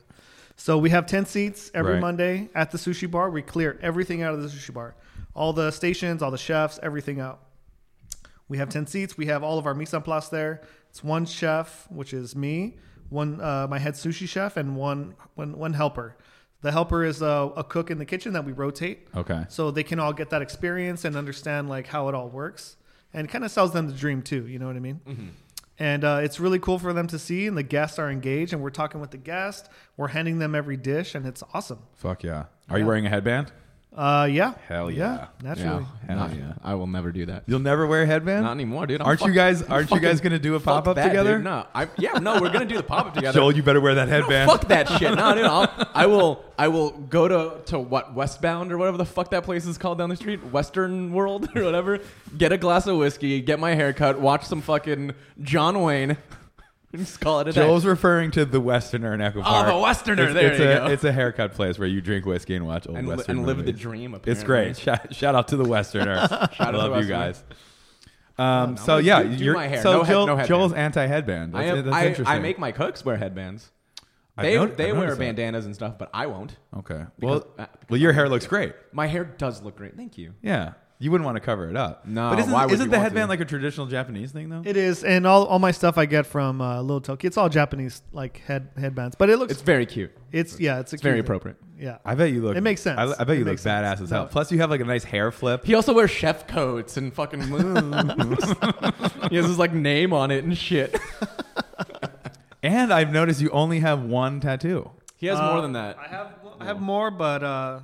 [SPEAKER 3] So we have ten seats every
[SPEAKER 1] Right.
[SPEAKER 3] Monday at the sushi bar. We clear everything out of the sushi bar, all the stations, all the chefs, everything out. We have ten seats. We have all of our mise en place there. It's one chef, which is me, one uh, my head sushi chef, and one one one helper. The helper is uh, a, a cook in the kitchen that we rotate.
[SPEAKER 1] Okay.
[SPEAKER 3] So they can all get that experience and understand like how it all works, and kind of sells them the dream too. You know what I mean?
[SPEAKER 2] Mm-hmm.
[SPEAKER 3] And uh, it's really cool for them to see, and the guests are engaged, and we're talking with the guest. We're handing them every dish, and it's awesome.
[SPEAKER 1] Fuck yeah. Are you wearing a headband?
[SPEAKER 3] Uh, yeah.
[SPEAKER 1] Hell yeah.
[SPEAKER 3] naturally.
[SPEAKER 1] Hell
[SPEAKER 2] Not-
[SPEAKER 1] yeah.
[SPEAKER 2] i will never do that
[SPEAKER 1] You'll never wear a headband?
[SPEAKER 2] not anymore dude I'm
[SPEAKER 1] aren't you
[SPEAKER 2] fuck-
[SPEAKER 1] guys
[SPEAKER 2] I'm
[SPEAKER 1] aren't you guys
[SPEAKER 2] fucking-
[SPEAKER 1] gonna do a
[SPEAKER 2] fuck
[SPEAKER 1] pop up
[SPEAKER 2] that,
[SPEAKER 1] together?
[SPEAKER 2] dude. no I, yeah no we're gonna do
[SPEAKER 1] (laughs)
[SPEAKER 2] the pop-up together
[SPEAKER 1] Joel, you better wear that
[SPEAKER 2] No,
[SPEAKER 1] headband.
[SPEAKER 2] fuck that shit. No,
[SPEAKER 1] (laughs)
[SPEAKER 2] dude, I'll, I will. I will go to to what Westbound or whatever the fuck that place is called down the street, Western World or whatever. Get a glass of whiskey, get my hair cut, watch some fucking John Wayne, (laughs) and just call it a
[SPEAKER 1] Joel's
[SPEAKER 2] day.
[SPEAKER 1] referring to the Westerner in Echo
[SPEAKER 2] Oh,
[SPEAKER 1] Park.
[SPEAKER 2] the Westerner.
[SPEAKER 1] It's,
[SPEAKER 2] there
[SPEAKER 1] it's
[SPEAKER 2] you
[SPEAKER 1] a,
[SPEAKER 2] go.
[SPEAKER 1] It's a haircut place where you drink whiskey and watch old
[SPEAKER 2] and, li-
[SPEAKER 1] Western
[SPEAKER 2] and live the
[SPEAKER 1] movies.
[SPEAKER 2] dream. Apparently.
[SPEAKER 1] It's great. Shout, shout out to the
[SPEAKER 2] (laughs)
[SPEAKER 1] Westerner. I
[SPEAKER 2] out to
[SPEAKER 1] love you
[SPEAKER 2] Westerner.
[SPEAKER 1] guys. Um, so yeah,
[SPEAKER 2] do- do
[SPEAKER 1] you're,
[SPEAKER 2] my hair.
[SPEAKER 1] so
[SPEAKER 2] No head-
[SPEAKER 1] Joel,
[SPEAKER 2] no headband.
[SPEAKER 1] Joel's anti-headband.
[SPEAKER 2] I,
[SPEAKER 1] That's,
[SPEAKER 2] am,
[SPEAKER 1] that's
[SPEAKER 2] I,
[SPEAKER 1] interesting.
[SPEAKER 2] I make my cooks wear headbands.
[SPEAKER 1] I've
[SPEAKER 2] They
[SPEAKER 1] noti-
[SPEAKER 2] they
[SPEAKER 1] I've
[SPEAKER 2] wear
[SPEAKER 1] noticed that.
[SPEAKER 2] bandanas and stuff, but I won't.
[SPEAKER 1] Okay. Well,
[SPEAKER 2] uh,
[SPEAKER 1] well, your hair looks great.
[SPEAKER 2] My hair does look great. Thank you.
[SPEAKER 1] Yeah, you wouldn't want to cover it up.
[SPEAKER 2] No,
[SPEAKER 1] but isn't,
[SPEAKER 2] why would
[SPEAKER 1] isn't
[SPEAKER 2] you
[SPEAKER 1] the
[SPEAKER 2] want
[SPEAKER 1] headband
[SPEAKER 2] to?
[SPEAKER 1] like a traditional Japanese thing though?
[SPEAKER 3] It is, and all, all my stuff I get from uh, Little Tokyo. It's all Japanese like head headbands, but it looks
[SPEAKER 2] It's
[SPEAKER 3] it's,
[SPEAKER 2] very cute.
[SPEAKER 3] yeah, it's, a
[SPEAKER 2] It's very
[SPEAKER 3] cute thing.
[SPEAKER 2] appropriate.
[SPEAKER 3] Yeah,
[SPEAKER 1] I bet you look.
[SPEAKER 3] It makes sense.
[SPEAKER 1] I, I bet you
[SPEAKER 3] It
[SPEAKER 1] look
[SPEAKER 3] makes sense.
[SPEAKER 1] badass as hell. Plus, you have like a nice hair flip.
[SPEAKER 2] He also wears chef coats and fucking moves.
[SPEAKER 1] (laughs)
[SPEAKER 2] he has his like name on it and shit.
[SPEAKER 1] And I've noticed you only have one tattoo.
[SPEAKER 2] He has
[SPEAKER 3] Uh,
[SPEAKER 2] more than that.
[SPEAKER 3] I have I have more, but uh,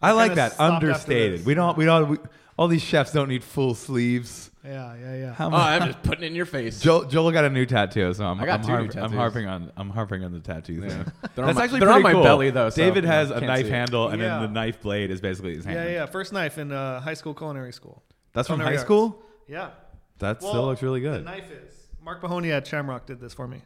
[SPEAKER 1] I like
[SPEAKER 3] kinda
[SPEAKER 1] that.
[SPEAKER 3] stopped after
[SPEAKER 1] Understated.
[SPEAKER 3] this.
[SPEAKER 1] We don't. We don't. We, all these chefs don't need full sleeves.
[SPEAKER 3] yeah, yeah, yeah.
[SPEAKER 1] How
[SPEAKER 2] oh,
[SPEAKER 1] much?
[SPEAKER 2] I'm just putting it in your face.
[SPEAKER 1] Joel, Joel got a new tattoo, so I'm,
[SPEAKER 2] I got
[SPEAKER 1] I'm,
[SPEAKER 2] two new
[SPEAKER 1] harp- I'm
[SPEAKER 2] tattoos.
[SPEAKER 1] harping on I'm harping on the tattoo thing.
[SPEAKER 2] Yeah. They're on
[SPEAKER 1] That's
[SPEAKER 2] my-
[SPEAKER 1] actually
[SPEAKER 2] they're on
[SPEAKER 1] pretty
[SPEAKER 2] my
[SPEAKER 1] cool.
[SPEAKER 2] belly, though, so,
[SPEAKER 1] David
[SPEAKER 2] you know,
[SPEAKER 1] has a
[SPEAKER 2] can't
[SPEAKER 1] knife
[SPEAKER 2] see it.
[SPEAKER 1] handle, and
[SPEAKER 3] Yeah.
[SPEAKER 1] then the knife blade is basically his hand.
[SPEAKER 3] Yeah, Oh, yeah. First knife in uh, high school culinary school.
[SPEAKER 1] That's from
[SPEAKER 3] Culinary
[SPEAKER 1] high
[SPEAKER 3] arts.
[SPEAKER 1] school.
[SPEAKER 3] Yeah.
[SPEAKER 1] That still
[SPEAKER 3] Well,
[SPEAKER 1] looks really
[SPEAKER 3] The
[SPEAKER 1] good.
[SPEAKER 3] knife is. Mark Mahoney at Shamrock did this for me.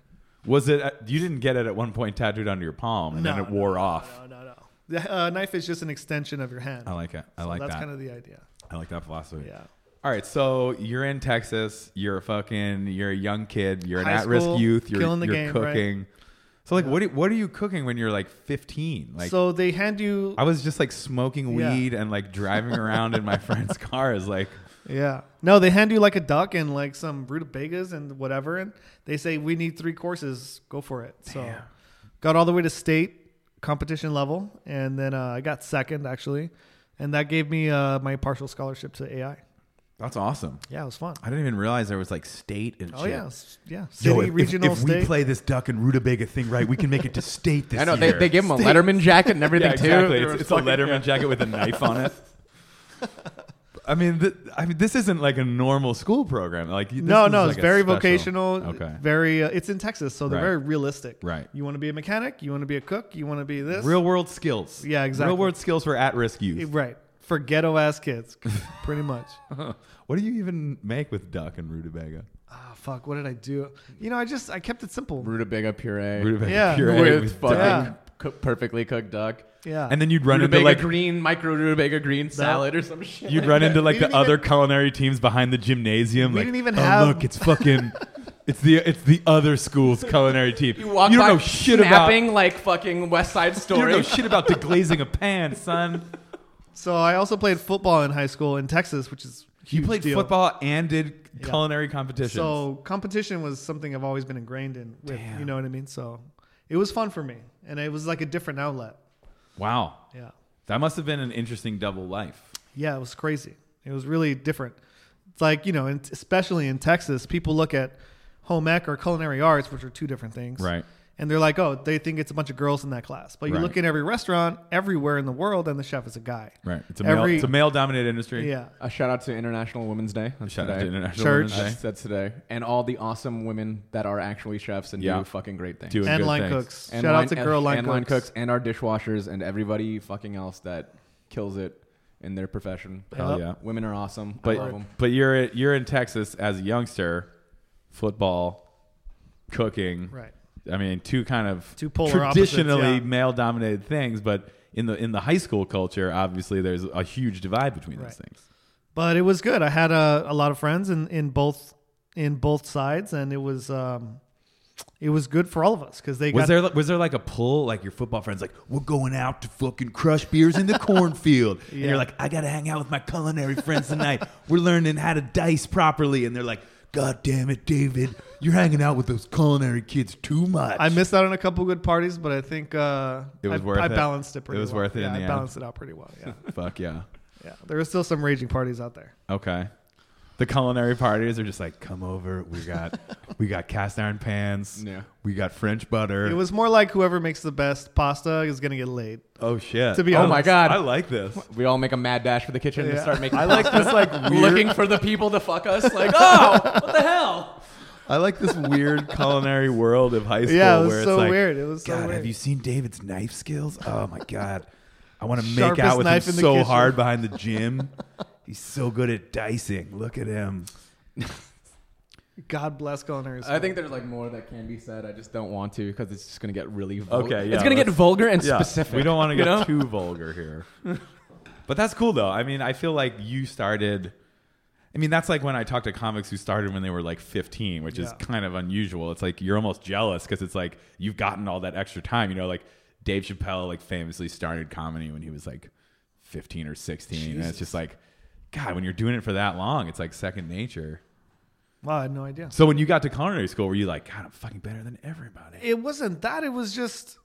[SPEAKER 1] Was it? at- You didn't get it at one point tattooed onto your palm, and then
[SPEAKER 3] No,
[SPEAKER 1] it
[SPEAKER 3] no,
[SPEAKER 1] wore
[SPEAKER 3] no,
[SPEAKER 1] off.
[SPEAKER 3] No, no, no. The uh, knife is just an extension of your hand.
[SPEAKER 1] I like it. I
[SPEAKER 3] So
[SPEAKER 1] like
[SPEAKER 3] that's
[SPEAKER 1] that.
[SPEAKER 3] kind of the idea.
[SPEAKER 1] I like that philosophy.
[SPEAKER 3] Yeah.
[SPEAKER 1] All right, so you're in Texas. You're a fucking. You're a young kid. You're an
[SPEAKER 3] High
[SPEAKER 1] at-risk
[SPEAKER 3] school,
[SPEAKER 1] youth. You're,
[SPEAKER 3] killing the
[SPEAKER 1] you're
[SPEAKER 3] game, right?
[SPEAKER 1] cooking. So like, what do, what are you cooking when you're like 15? Like,
[SPEAKER 3] so they hand you.
[SPEAKER 1] I was just like smoking
[SPEAKER 3] Yeah.
[SPEAKER 1] weed and like
[SPEAKER 3] (laughs)
[SPEAKER 1] driving around in my friend's cars. Like,
[SPEAKER 3] yeah. No, they hand you like a duck and like some rutabagas and whatever, and they say we need three courses. Go for it. So,
[SPEAKER 1] Damn.
[SPEAKER 3] got all the way to state competition level, and then uh, I got second actually, and that gave me uh, my partial scholarship to AI.
[SPEAKER 1] that's awesome.
[SPEAKER 3] Yeah, it was fun.
[SPEAKER 1] I didn't even realize there was like state and
[SPEAKER 3] Oh
[SPEAKER 1] shit.
[SPEAKER 3] yeah, s- yeah. City,
[SPEAKER 1] Yo, if- if-
[SPEAKER 3] regional,
[SPEAKER 1] if,
[SPEAKER 3] state.
[SPEAKER 1] we play this duck and rutabaga thing right, we can make it to
[SPEAKER 3] (laughs)
[SPEAKER 1] state this
[SPEAKER 2] I know they,
[SPEAKER 1] year.
[SPEAKER 2] they give him a Letterman jacket and
[SPEAKER 1] (laughs)
[SPEAKER 2] everything
[SPEAKER 1] yeah, exactly.
[SPEAKER 2] too.
[SPEAKER 1] It's, it's a Letterman jacket with a knife on (laughs) it. I mean, th- I mean, this isn't like a normal school program. Like, this
[SPEAKER 3] no,
[SPEAKER 1] is
[SPEAKER 3] no,
[SPEAKER 1] like
[SPEAKER 3] it's
[SPEAKER 1] a
[SPEAKER 3] very
[SPEAKER 1] special-
[SPEAKER 3] vocational.
[SPEAKER 1] Okay,
[SPEAKER 3] Very. Uh, it's in Texas, so they're
[SPEAKER 1] Right.
[SPEAKER 3] very realistic.
[SPEAKER 1] Right.
[SPEAKER 3] You want to be a mechanic. You want to be a cook. You want to be this.
[SPEAKER 1] real world skills.
[SPEAKER 3] Yeah, exactly.
[SPEAKER 1] Real world skills for at risk
[SPEAKER 3] Eh,
[SPEAKER 1] youth.
[SPEAKER 3] Right. For ghetto ass
[SPEAKER 1] (laughs)
[SPEAKER 3] kids, pretty much.
[SPEAKER 1] What do you even make with duck and rutabaga?
[SPEAKER 3] Ah, fuck. What did I do? You know, I just I kept it simple.
[SPEAKER 2] Rutabaga puree
[SPEAKER 1] Rutabaga
[SPEAKER 3] Yeah.
[SPEAKER 1] puree
[SPEAKER 2] with,
[SPEAKER 1] with
[SPEAKER 2] fucking
[SPEAKER 1] duck.
[SPEAKER 3] Yeah.
[SPEAKER 2] coo- perfectly cooked duck.
[SPEAKER 3] Yeah.
[SPEAKER 1] And then you'd run into
[SPEAKER 2] rutabaga
[SPEAKER 1] like
[SPEAKER 2] green, micro rutabaga green salad or some shit.
[SPEAKER 1] You'd run into like
[SPEAKER 3] We
[SPEAKER 1] the
[SPEAKER 3] didn't
[SPEAKER 1] other
[SPEAKER 3] even-
[SPEAKER 1] culinary teams behind the gymnasium.
[SPEAKER 3] We
[SPEAKER 1] like,
[SPEAKER 3] didn't even
[SPEAKER 1] "Oh,
[SPEAKER 3] have-
[SPEAKER 1] Look, it's fucking. it's the it's the other school's culinary team.
[SPEAKER 2] (laughs) You walk
[SPEAKER 1] don't
[SPEAKER 2] by
[SPEAKER 1] know shit
[SPEAKER 2] snapping like fucking West Side
[SPEAKER 1] about. (laughs) You don't
[SPEAKER 2] Story.
[SPEAKER 1] know shit about deglazing a pan, son.
[SPEAKER 3] so I also played football in high school in Texas, which is a
[SPEAKER 1] You
[SPEAKER 3] huge
[SPEAKER 1] played
[SPEAKER 3] deal.
[SPEAKER 1] football and did
[SPEAKER 3] Yeah.
[SPEAKER 1] culinary competitions.
[SPEAKER 3] So competition was something I've always been ingrained in. With,
[SPEAKER 1] Damn.
[SPEAKER 3] you know what I mean? So it was fun for me, and it was like a different outlet.
[SPEAKER 1] wow,
[SPEAKER 3] Yeah.
[SPEAKER 1] that must have been an interesting double life.
[SPEAKER 3] Yeah, it was crazy. It was really different. It's like you know, and especially in Texas, people look at home ec or culinary arts, which are two different things.
[SPEAKER 1] Right.
[SPEAKER 3] And they're like, oh, they think it's a bunch of girls in that class. But you
[SPEAKER 1] Right.
[SPEAKER 3] look in every restaurant everywhere in the world, and the chef is a guy.
[SPEAKER 1] Right. It's a
[SPEAKER 3] Every-
[SPEAKER 1] male. It's a male-dominated industry.
[SPEAKER 3] Yeah.
[SPEAKER 2] A shout out to International Women's Day. That's
[SPEAKER 1] Shout out
[SPEAKER 2] today.
[SPEAKER 1] to International
[SPEAKER 3] Church.
[SPEAKER 1] Women's
[SPEAKER 2] That's,
[SPEAKER 1] Day.
[SPEAKER 2] that's today. And all the awesome women that are actually chefs and
[SPEAKER 1] Yeah.
[SPEAKER 2] do fucking great things.
[SPEAKER 1] Doing
[SPEAKER 3] And
[SPEAKER 1] good
[SPEAKER 3] line
[SPEAKER 1] things.
[SPEAKER 3] cooks.
[SPEAKER 2] And
[SPEAKER 3] Shout
[SPEAKER 2] line-
[SPEAKER 3] out to girl
[SPEAKER 2] and,
[SPEAKER 3] line,
[SPEAKER 2] and
[SPEAKER 3] cooks.
[SPEAKER 2] line cooks and our dishwashers and everybody fucking else that kills it in their profession.
[SPEAKER 1] Hell
[SPEAKER 3] Yep.
[SPEAKER 1] yeah.
[SPEAKER 2] Women are awesome. I love
[SPEAKER 1] But
[SPEAKER 2] 'em.
[SPEAKER 1] but you're you're in Texas as a youngster, football, cooking.
[SPEAKER 3] Right.
[SPEAKER 1] I mean, two kind of
[SPEAKER 3] Two polar
[SPEAKER 1] traditionally
[SPEAKER 3] opposites, yeah.
[SPEAKER 1] male dominated things, but in the in the high school culture, obviously there's a huge divide between
[SPEAKER 3] Right.
[SPEAKER 1] those things.
[SPEAKER 3] But it was good. I had a, a lot of friends in, in both in both sides, and it was um, it was good for all of us because they
[SPEAKER 1] Was
[SPEAKER 3] got
[SPEAKER 1] there was there like a pull like your football friends like we're going out to fucking crush beers in (laughs) the cornfield and
[SPEAKER 3] Yeah.
[SPEAKER 1] you're like I gotta hang out with my culinary friends tonight we're learning how to dice properly and they're like God damn it David you're hanging out with those culinary kids too much
[SPEAKER 3] (laughs) I missed out on a couple good parties, but I think uh,
[SPEAKER 1] It was
[SPEAKER 3] I,
[SPEAKER 1] worth
[SPEAKER 3] I
[SPEAKER 1] it.
[SPEAKER 3] balanced it pretty
[SPEAKER 1] It was
[SPEAKER 3] well.
[SPEAKER 1] worth it in
[SPEAKER 3] Yeah,
[SPEAKER 1] the
[SPEAKER 3] I
[SPEAKER 1] end.
[SPEAKER 3] balanced it out pretty well.
[SPEAKER 1] (laughs)
[SPEAKER 3] Yeah,
[SPEAKER 1] fuck yeah
[SPEAKER 3] yeah. There were still some raging parties out there.
[SPEAKER 1] okay the culinary parties are just like come over we (laughs) got we got cast iron pans
[SPEAKER 2] Yeah.
[SPEAKER 1] we got French butter
[SPEAKER 3] It was more like whoever makes the best pasta is gonna get laid.
[SPEAKER 1] oh shit
[SPEAKER 3] To be
[SPEAKER 2] Oh
[SPEAKER 3] honest,
[SPEAKER 2] my God.
[SPEAKER 1] I like this
[SPEAKER 2] We all make a mad dash for the kitchen and
[SPEAKER 3] Yeah.
[SPEAKER 2] start making.
[SPEAKER 1] I like this
[SPEAKER 2] (laughs)
[SPEAKER 1] like weird
[SPEAKER 2] looking for the people to fuck us.
[SPEAKER 1] (laughs)
[SPEAKER 2] Like, oh, what the hell?
[SPEAKER 1] I like this weird culinary world of high school.
[SPEAKER 3] Yeah, it was
[SPEAKER 1] where
[SPEAKER 3] so
[SPEAKER 1] it's like,
[SPEAKER 3] weird. It was so
[SPEAKER 1] God,
[SPEAKER 3] weird.
[SPEAKER 1] have you seen David's knife skills? Oh my god, I want to make
[SPEAKER 3] Sharpest
[SPEAKER 1] out with him
[SPEAKER 3] knife in the
[SPEAKER 1] so
[SPEAKER 3] kitchen.
[SPEAKER 1] hard behind the gym. He's so good at dicing. Look at him.
[SPEAKER 3] God bless culinary. School.
[SPEAKER 2] I think there's like more that can be said. I just don't want to because it's just gonna get really. Vul-
[SPEAKER 1] Okay, yeah,
[SPEAKER 2] it's gonna get
[SPEAKER 1] let's-
[SPEAKER 2] vulgar and specific.
[SPEAKER 1] We don't want to
[SPEAKER 2] you
[SPEAKER 1] get
[SPEAKER 2] know?
[SPEAKER 1] too vulgar here.
[SPEAKER 2] (laughs)
[SPEAKER 1] but that's cool though. I mean, I feel like you started. I mean, that's like when I talk to comics who started when they were like 15, which is
[SPEAKER 3] Yeah.
[SPEAKER 1] kind of unusual. It's like you're almost jealous because it's like you've gotten all that extra time. You know, like Dave Chappelle, like famously started comedy when he was like 15 or 16, and it's just like, God, when you're doing it for that long, it's like second nature.
[SPEAKER 3] Wow, I had no idea.
[SPEAKER 1] So when you got to culinary school, were you like, God, I'm fucking better than everybody?
[SPEAKER 3] It wasn't that. It was just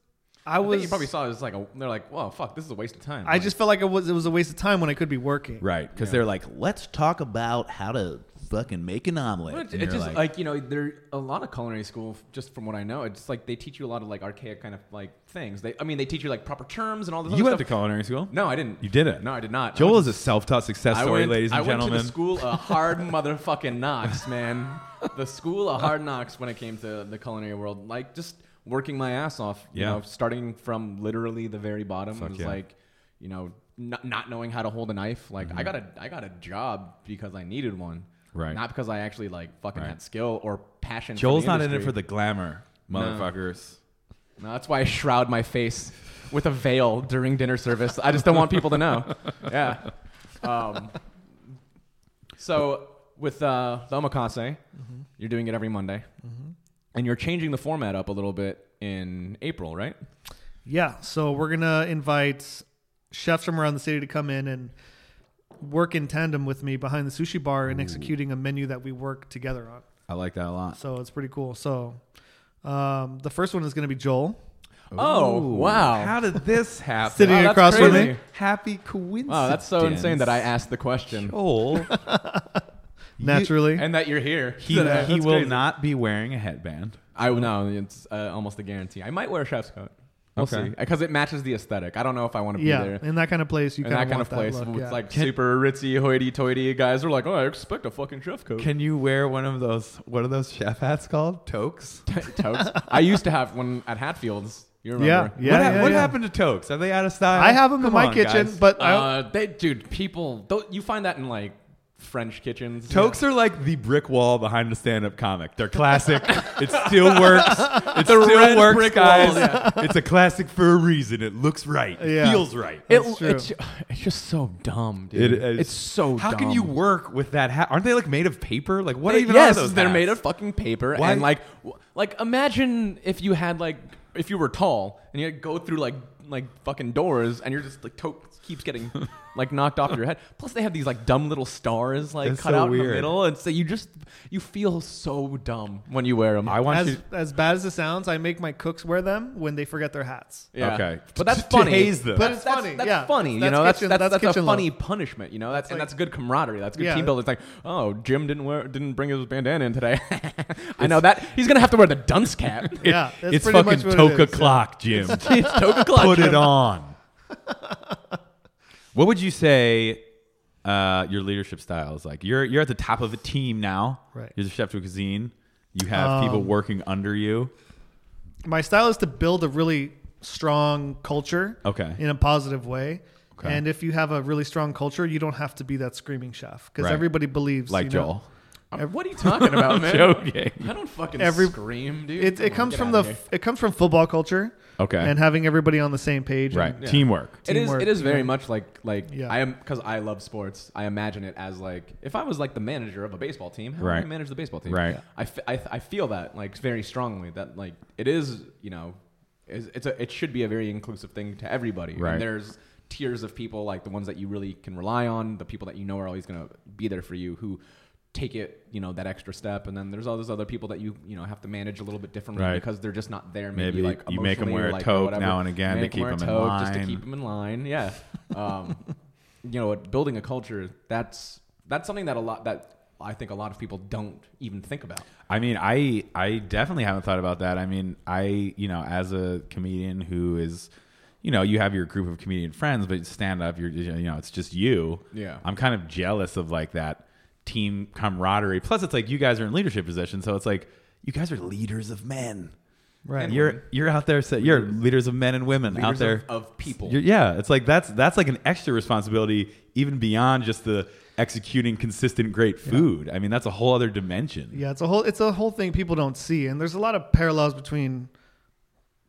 [SPEAKER 3] I
[SPEAKER 2] I
[SPEAKER 3] was.
[SPEAKER 2] think you probably saw it as like a, they're like, "Whoa, fuck, this is a waste of time."
[SPEAKER 3] I just felt like it was it was a waste of time when I could be working.
[SPEAKER 1] Right, because they're like,
[SPEAKER 4] let's talk about how to fucking make an omelet.
[SPEAKER 2] But
[SPEAKER 1] And
[SPEAKER 2] it
[SPEAKER 1] you're
[SPEAKER 2] just
[SPEAKER 1] like-
[SPEAKER 2] like, you know, there a lot of culinary school, just from what I know, it's just, like they teach you a lot of like archaic kind of like things. They, I mean, they teach you like proper terms and all this.
[SPEAKER 1] you
[SPEAKER 2] other
[SPEAKER 1] went to
[SPEAKER 2] stuff.
[SPEAKER 1] culinary school?
[SPEAKER 2] No, I didn't.
[SPEAKER 1] You didn't.
[SPEAKER 2] No, I did not.
[SPEAKER 1] Joel
[SPEAKER 2] I
[SPEAKER 1] is a self-taught success
[SPEAKER 2] I
[SPEAKER 1] story,
[SPEAKER 2] went,
[SPEAKER 1] ladies and
[SPEAKER 2] I went
[SPEAKER 1] gentlemen.
[SPEAKER 2] to the school
[SPEAKER 1] (laughs)
[SPEAKER 2] of hard motherfucking knocks, man. the school of hard knocks when it came to the culinary world, like just working my ass off. You
[SPEAKER 1] Yeah.
[SPEAKER 2] know, starting from literally the very bottom.
[SPEAKER 1] Fuck
[SPEAKER 2] it was
[SPEAKER 1] yeah.
[SPEAKER 2] like, you know, not, not knowing how to hold a knife. Like I got a I got a job because I needed one.
[SPEAKER 1] Mm-hmm. Right.
[SPEAKER 2] Not because I actually like fucking
[SPEAKER 1] Right.
[SPEAKER 2] had skill or passion. for
[SPEAKER 1] Joel's
[SPEAKER 2] the
[SPEAKER 1] not in it
[SPEAKER 2] industry.
[SPEAKER 1] for the glamour, motherfuckers.
[SPEAKER 2] No, that's why I shroud my face with a veil during dinner service. I just don't want people to know. Yeah. Um, so with uh, the omakase, you're doing it every Monday, and you're changing the format up a little bit in April, right?
[SPEAKER 3] Yeah. So we're gonna invite chefs from around the city to come in and work in tandem with me behind the sushi bar and executing a menu that we work together on.
[SPEAKER 1] I like that a lot.
[SPEAKER 3] So it's pretty cool. So um, the first one is gonna be Joel.
[SPEAKER 2] Oh wow!
[SPEAKER 1] How did this happen?
[SPEAKER 3] Sitting
[SPEAKER 2] Wow, Oh, that's
[SPEAKER 3] across from
[SPEAKER 2] crazy.
[SPEAKER 3] me.
[SPEAKER 1] Happy coincidence.
[SPEAKER 2] wow, that's so insane that I asked the question (laughs)
[SPEAKER 1] Joel.
[SPEAKER 3] Naturally.
[SPEAKER 2] and that you're here.
[SPEAKER 1] He,
[SPEAKER 2] Yeah,
[SPEAKER 1] he
[SPEAKER 2] that's
[SPEAKER 1] will
[SPEAKER 2] crazy.
[SPEAKER 1] not be wearing a headband.
[SPEAKER 2] I know it's uh, almost a guarantee. I might wear a chef's coat. We'll
[SPEAKER 1] Okay.
[SPEAKER 2] because it matches the aesthetic. I don't know if I want to
[SPEAKER 3] yeah.
[SPEAKER 2] be there.
[SPEAKER 3] In that kind of place you
[SPEAKER 2] in
[SPEAKER 3] kind
[SPEAKER 2] that
[SPEAKER 3] of
[SPEAKER 2] kind
[SPEAKER 3] want
[SPEAKER 2] of place
[SPEAKER 3] that look.
[SPEAKER 2] with
[SPEAKER 3] yeah.
[SPEAKER 2] like super ritzy hoity-toity guys are like, oh, I expect a fucking chef coat.
[SPEAKER 1] Can you wear one of those? What are those chef hats called? Toques.
[SPEAKER 2] Totes. I used to have one at Hatfields. You
[SPEAKER 3] yeah,
[SPEAKER 2] remember?
[SPEAKER 3] yeah,
[SPEAKER 1] what
[SPEAKER 3] yeah,
[SPEAKER 1] what
[SPEAKER 3] yeah.
[SPEAKER 1] happened to toques? Are they out of style?
[SPEAKER 3] I have them
[SPEAKER 1] Come
[SPEAKER 3] in my
[SPEAKER 1] on,
[SPEAKER 3] kitchen,
[SPEAKER 1] guys.
[SPEAKER 3] but I,
[SPEAKER 2] Uh, they, dude, people, tho- you find that in like French kitchens.
[SPEAKER 1] Toques are like the brick wall behind the stand-up comic. They're classic.
[SPEAKER 2] (laughs)
[SPEAKER 1] it still works. It still
[SPEAKER 2] red
[SPEAKER 1] works,
[SPEAKER 2] brick
[SPEAKER 1] guys.
[SPEAKER 2] wall, yeah.
[SPEAKER 1] It's a classic for a reason. It looks right. It
[SPEAKER 3] Yeah.
[SPEAKER 1] feels right.
[SPEAKER 2] It,
[SPEAKER 3] That's true.
[SPEAKER 2] it's, (laughs) it's just so dumb,
[SPEAKER 1] It
[SPEAKER 2] dude.
[SPEAKER 1] is.
[SPEAKER 2] It's so
[SPEAKER 1] How
[SPEAKER 2] dumb.
[SPEAKER 1] can you work with that hat? Aren't they like made of paper? Like what
[SPEAKER 2] They-
[SPEAKER 1] even
[SPEAKER 2] yes,
[SPEAKER 1] are those?
[SPEAKER 2] they're
[SPEAKER 1] hats?
[SPEAKER 2] made of fucking paper.
[SPEAKER 1] Why-
[SPEAKER 2] And like, w- like imagine if you had like, if you were tall and you had to go through like like fucking doors, and you're just like to- keeps getting (laughs) like knocked off your head. Plus, they have these like dumb little stars like
[SPEAKER 1] That's
[SPEAKER 2] cut
[SPEAKER 1] so
[SPEAKER 2] out in the
[SPEAKER 1] weird.
[SPEAKER 2] middle, and so you just you feel so dumb when you wear them.
[SPEAKER 1] I want you.
[SPEAKER 3] As, as bad as it sounds, I make my cooks wear them when they forget their hats.
[SPEAKER 2] Yeah.
[SPEAKER 1] Okay.
[SPEAKER 2] but that's
[SPEAKER 1] To
[SPEAKER 2] funny.
[SPEAKER 1] haze them.
[SPEAKER 3] But
[SPEAKER 2] That's-
[SPEAKER 3] it's
[SPEAKER 2] that's-
[SPEAKER 3] funny,
[SPEAKER 2] That's
[SPEAKER 3] yeah.
[SPEAKER 2] funny. You
[SPEAKER 3] That's
[SPEAKER 2] know, that's
[SPEAKER 3] kitchen-
[SPEAKER 2] that's,
[SPEAKER 3] that's
[SPEAKER 2] that's,
[SPEAKER 3] kitchen
[SPEAKER 2] a
[SPEAKER 3] love.
[SPEAKER 2] funny punishment. You know, that's and
[SPEAKER 3] like-
[SPEAKER 2] that's good camaraderie. That's good
[SPEAKER 3] Yeah.
[SPEAKER 2] team building. It's like, oh, Jim didn't wear, didn't bring his bandana in today. (laughs) I know that he's gonna have to wear the dunce cap. (laughs)
[SPEAKER 3] Yeah, that's
[SPEAKER 1] it's
[SPEAKER 3] pretty
[SPEAKER 1] fucking
[SPEAKER 3] much what it
[SPEAKER 1] Toka
[SPEAKER 3] is.
[SPEAKER 1] clock, Jim.
[SPEAKER 2] it's toga clutch.
[SPEAKER 1] Put it on. (laughs) what would you say uh, your leadership style is like? You're you're at the top of a team now.
[SPEAKER 3] Right.
[SPEAKER 1] You're the chef de cuisine. You have people working under you.
[SPEAKER 3] my style is to build a really strong culture
[SPEAKER 1] Okay.
[SPEAKER 3] in a positive way
[SPEAKER 1] Okay.
[SPEAKER 3] and if you have a really strong culture you don't have to be that screaming chef because
[SPEAKER 1] Right.
[SPEAKER 3] everybody believes
[SPEAKER 1] Like
[SPEAKER 3] you know?
[SPEAKER 1] Joel.
[SPEAKER 2] I'm- What are you talking about, man?
[SPEAKER 1] Joking.
[SPEAKER 2] I don't fucking
[SPEAKER 3] Every-
[SPEAKER 2] scream, dude.
[SPEAKER 3] it,
[SPEAKER 2] Come
[SPEAKER 3] it
[SPEAKER 2] on,
[SPEAKER 3] comes
[SPEAKER 2] get
[SPEAKER 3] from
[SPEAKER 2] outta
[SPEAKER 3] the
[SPEAKER 2] here.
[SPEAKER 3] f- it comes from football culture
[SPEAKER 1] Okay.
[SPEAKER 3] and having everybody on the same page
[SPEAKER 1] Right.
[SPEAKER 3] and,
[SPEAKER 1] Teamwork.
[SPEAKER 2] It is.
[SPEAKER 3] teamwork,
[SPEAKER 2] It is
[SPEAKER 3] you
[SPEAKER 2] very
[SPEAKER 3] know?
[SPEAKER 2] much like like
[SPEAKER 3] Yeah.
[SPEAKER 2] I am because I love sports. I imagine it as like if I was like the manager of a baseball team, how
[SPEAKER 1] Right.
[SPEAKER 2] would I manage the baseball team?
[SPEAKER 1] Right. Yeah.
[SPEAKER 2] I, f- I, I feel that like very strongly that like it is you know is, it's a it should be a very inclusive thing to everybody.
[SPEAKER 1] Right.
[SPEAKER 2] And there's tiers of people like the ones that you really can rely on, the people that you know are always going to be there for you who take it you know that extra step and then there's all those other people that you you know have to manage a little bit differently
[SPEAKER 1] Right.
[SPEAKER 2] because they're just not there
[SPEAKER 1] Maybe
[SPEAKER 2] maybe, like
[SPEAKER 1] you make 'em
[SPEAKER 2] emotionally
[SPEAKER 1] wear
[SPEAKER 2] or,
[SPEAKER 1] a
[SPEAKER 2] like, or
[SPEAKER 1] toque
[SPEAKER 2] whatever.
[SPEAKER 1] now and again to
[SPEAKER 2] Make 'em
[SPEAKER 1] keep
[SPEAKER 2] wear a
[SPEAKER 1] 'em in
[SPEAKER 2] toque just to
[SPEAKER 1] line.
[SPEAKER 2] keep them in
[SPEAKER 1] (laughs)
[SPEAKER 2] line. Yeah, um, you know, building a culture that's that's something that a lot that I think a lot of people don't even think about.
[SPEAKER 1] I mean, I I definitely haven't thought about that. I mean, I you know, as a comedian who is, you know, you have your group of comedian friends, but stand up, you're you know, it's just you.
[SPEAKER 2] Yeah.
[SPEAKER 1] I'm kind of jealous of like that team camaraderie. Plus, it's like you guys are in leadership positions, so it's like you guys are leaders of men.
[SPEAKER 3] right
[SPEAKER 2] And
[SPEAKER 1] You're you're out there. So you're leaders of men and women
[SPEAKER 2] Leaders
[SPEAKER 1] out there
[SPEAKER 2] of, of people.
[SPEAKER 1] You're- yeah, it's like that's that's like an extra responsibility, even beyond just the executing consistent great food. I mean, that's a whole other dimension.
[SPEAKER 3] yeah it's a whole it's a whole thing people don't see and there's a lot of parallels between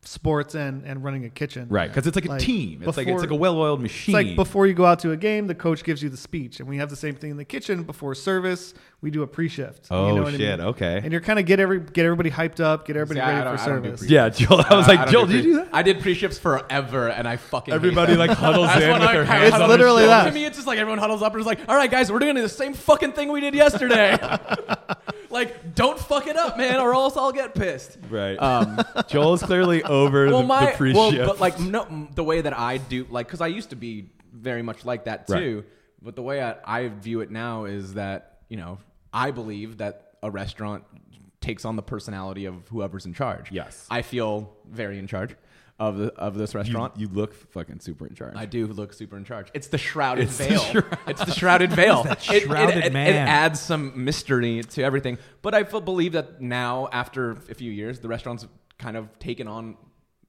[SPEAKER 3] sports and and running a kitchen
[SPEAKER 1] Right, because it's like a
[SPEAKER 3] Like,
[SPEAKER 1] team. It's like it's
[SPEAKER 3] before-
[SPEAKER 1] like a well-oiled
[SPEAKER 3] It's
[SPEAKER 1] machine.
[SPEAKER 3] like before you go out to a game, the coach gives you the speech, and we have the same thing in the kitchen before service. We do a pre-shift.
[SPEAKER 1] Oh,
[SPEAKER 3] what
[SPEAKER 1] shit, okay.
[SPEAKER 3] And you're kind of get every get everybody hyped up, get everybody
[SPEAKER 2] See, I
[SPEAKER 3] ready
[SPEAKER 2] don't-
[SPEAKER 3] for
[SPEAKER 2] I don't do
[SPEAKER 3] service.
[SPEAKER 2] pre-shift.
[SPEAKER 1] yeah, Joel. I was
[SPEAKER 2] I
[SPEAKER 1] like,
[SPEAKER 2] don't
[SPEAKER 1] Joel, did
[SPEAKER 2] pre-
[SPEAKER 1] you do that?
[SPEAKER 2] I did pre-shifts forever, and I fucking hate
[SPEAKER 1] Everybody
[SPEAKER 2] that.
[SPEAKER 1] like huddles
[SPEAKER 2] That's
[SPEAKER 1] in
[SPEAKER 2] what
[SPEAKER 1] with
[SPEAKER 2] I-
[SPEAKER 1] their
[SPEAKER 2] it's
[SPEAKER 1] hands. on their
[SPEAKER 3] literally
[SPEAKER 1] shoulders.
[SPEAKER 3] that.
[SPEAKER 2] To me, it's just like everyone huddles up and is like, "All right, guys, we're doing the same fucking thing we did yesterday. (laughs) like, don't fuck it up, man, or else I'll get pissed."
[SPEAKER 1] Right.
[SPEAKER 2] Um,
[SPEAKER 1] Joel's clearly
[SPEAKER 2] (laughs)
[SPEAKER 1] over
[SPEAKER 2] well,
[SPEAKER 1] the,
[SPEAKER 2] my
[SPEAKER 1] the pre-shift.
[SPEAKER 2] well, but like no, m- the way that I do, like, because I used to be very much like that
[SPEAKER 1] Right.
[SPEAKER 2] too. But the way I, I view it now is that you know I believe that a restaurant takes on the personality of whoever's in charge.
[SPEAKER 1] Yes.
[SPEAKER 2] I feel very in charge of the, of this
[SPEAKER 1] you,
[SPEAKER 2] restaurant.
[SPEAKER 1] you look fucking super in charge.
[SPEAKER 2] I do look super in charge. It's the shrouded
[SPEAKER 1] It's the
[SPEAKER 2] veil.
[SPEAKER 1] shroud-
[SPEAKER 2] it's the shrouded veil.
[SPEAKER 1] It's (laughs) that
[SPEAKER 2] It- it-
[SPEAKER 1] shrouded
[SPEAKER 2] it, it,
[SPEAKER 1] man.
[SPEAKER 2] adds some mystery to everything. But I feel, believe that now, after a few years, the restaurant's kind of taken on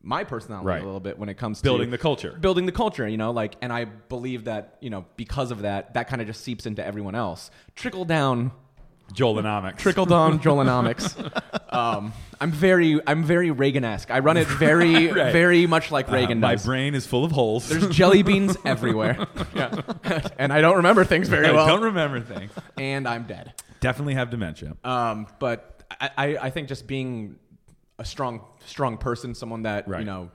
[SPEAKER 2] my personality
[SPEAKER 1] Right.
[SPEAKER 2] a little bit when it comes
[SPEAKER 1] Building
[SPEAKER 2] to
[SPEAKER 1] the culture.
[SPEAKER 2] building the culture. You know, like, and I believe that you know because of that, that kind of just seeps into everyone else. Trickle down
[SPEAKER 1] Joelonomics. (laughs)
[SPEAKER 2] trickle down Joelinomics. um, I'm very, I'm very Reagan-esque. I run it very,
[SPEAKER 1] (laughs) Right.
[SPEAKER 2] very much like
[SPEAKER 1] Uh,
[SPEAKER 2] (laughs) Reagan
[SPEAKER 1] my
[SPEAKER 2] does.
[SPEAKER 1] brain is full of holes. (laughs)
[SPEAKER 2] There's jelly beans everywhere. (laughs) and I don't remember things very
[SPEAKER 1] I
[SPEAKER 2] well.
[SPEAKER 1] don't remember things.
[SPEAKER 2] and I'm dead.
[SPEAKER 1] Definitely have dementia.
[SPEAKER 2] Um, but I, I, I think just being a strong, strong person, someone that,
[SPEAKER 1] Right.
[SPEAKER 2] you know,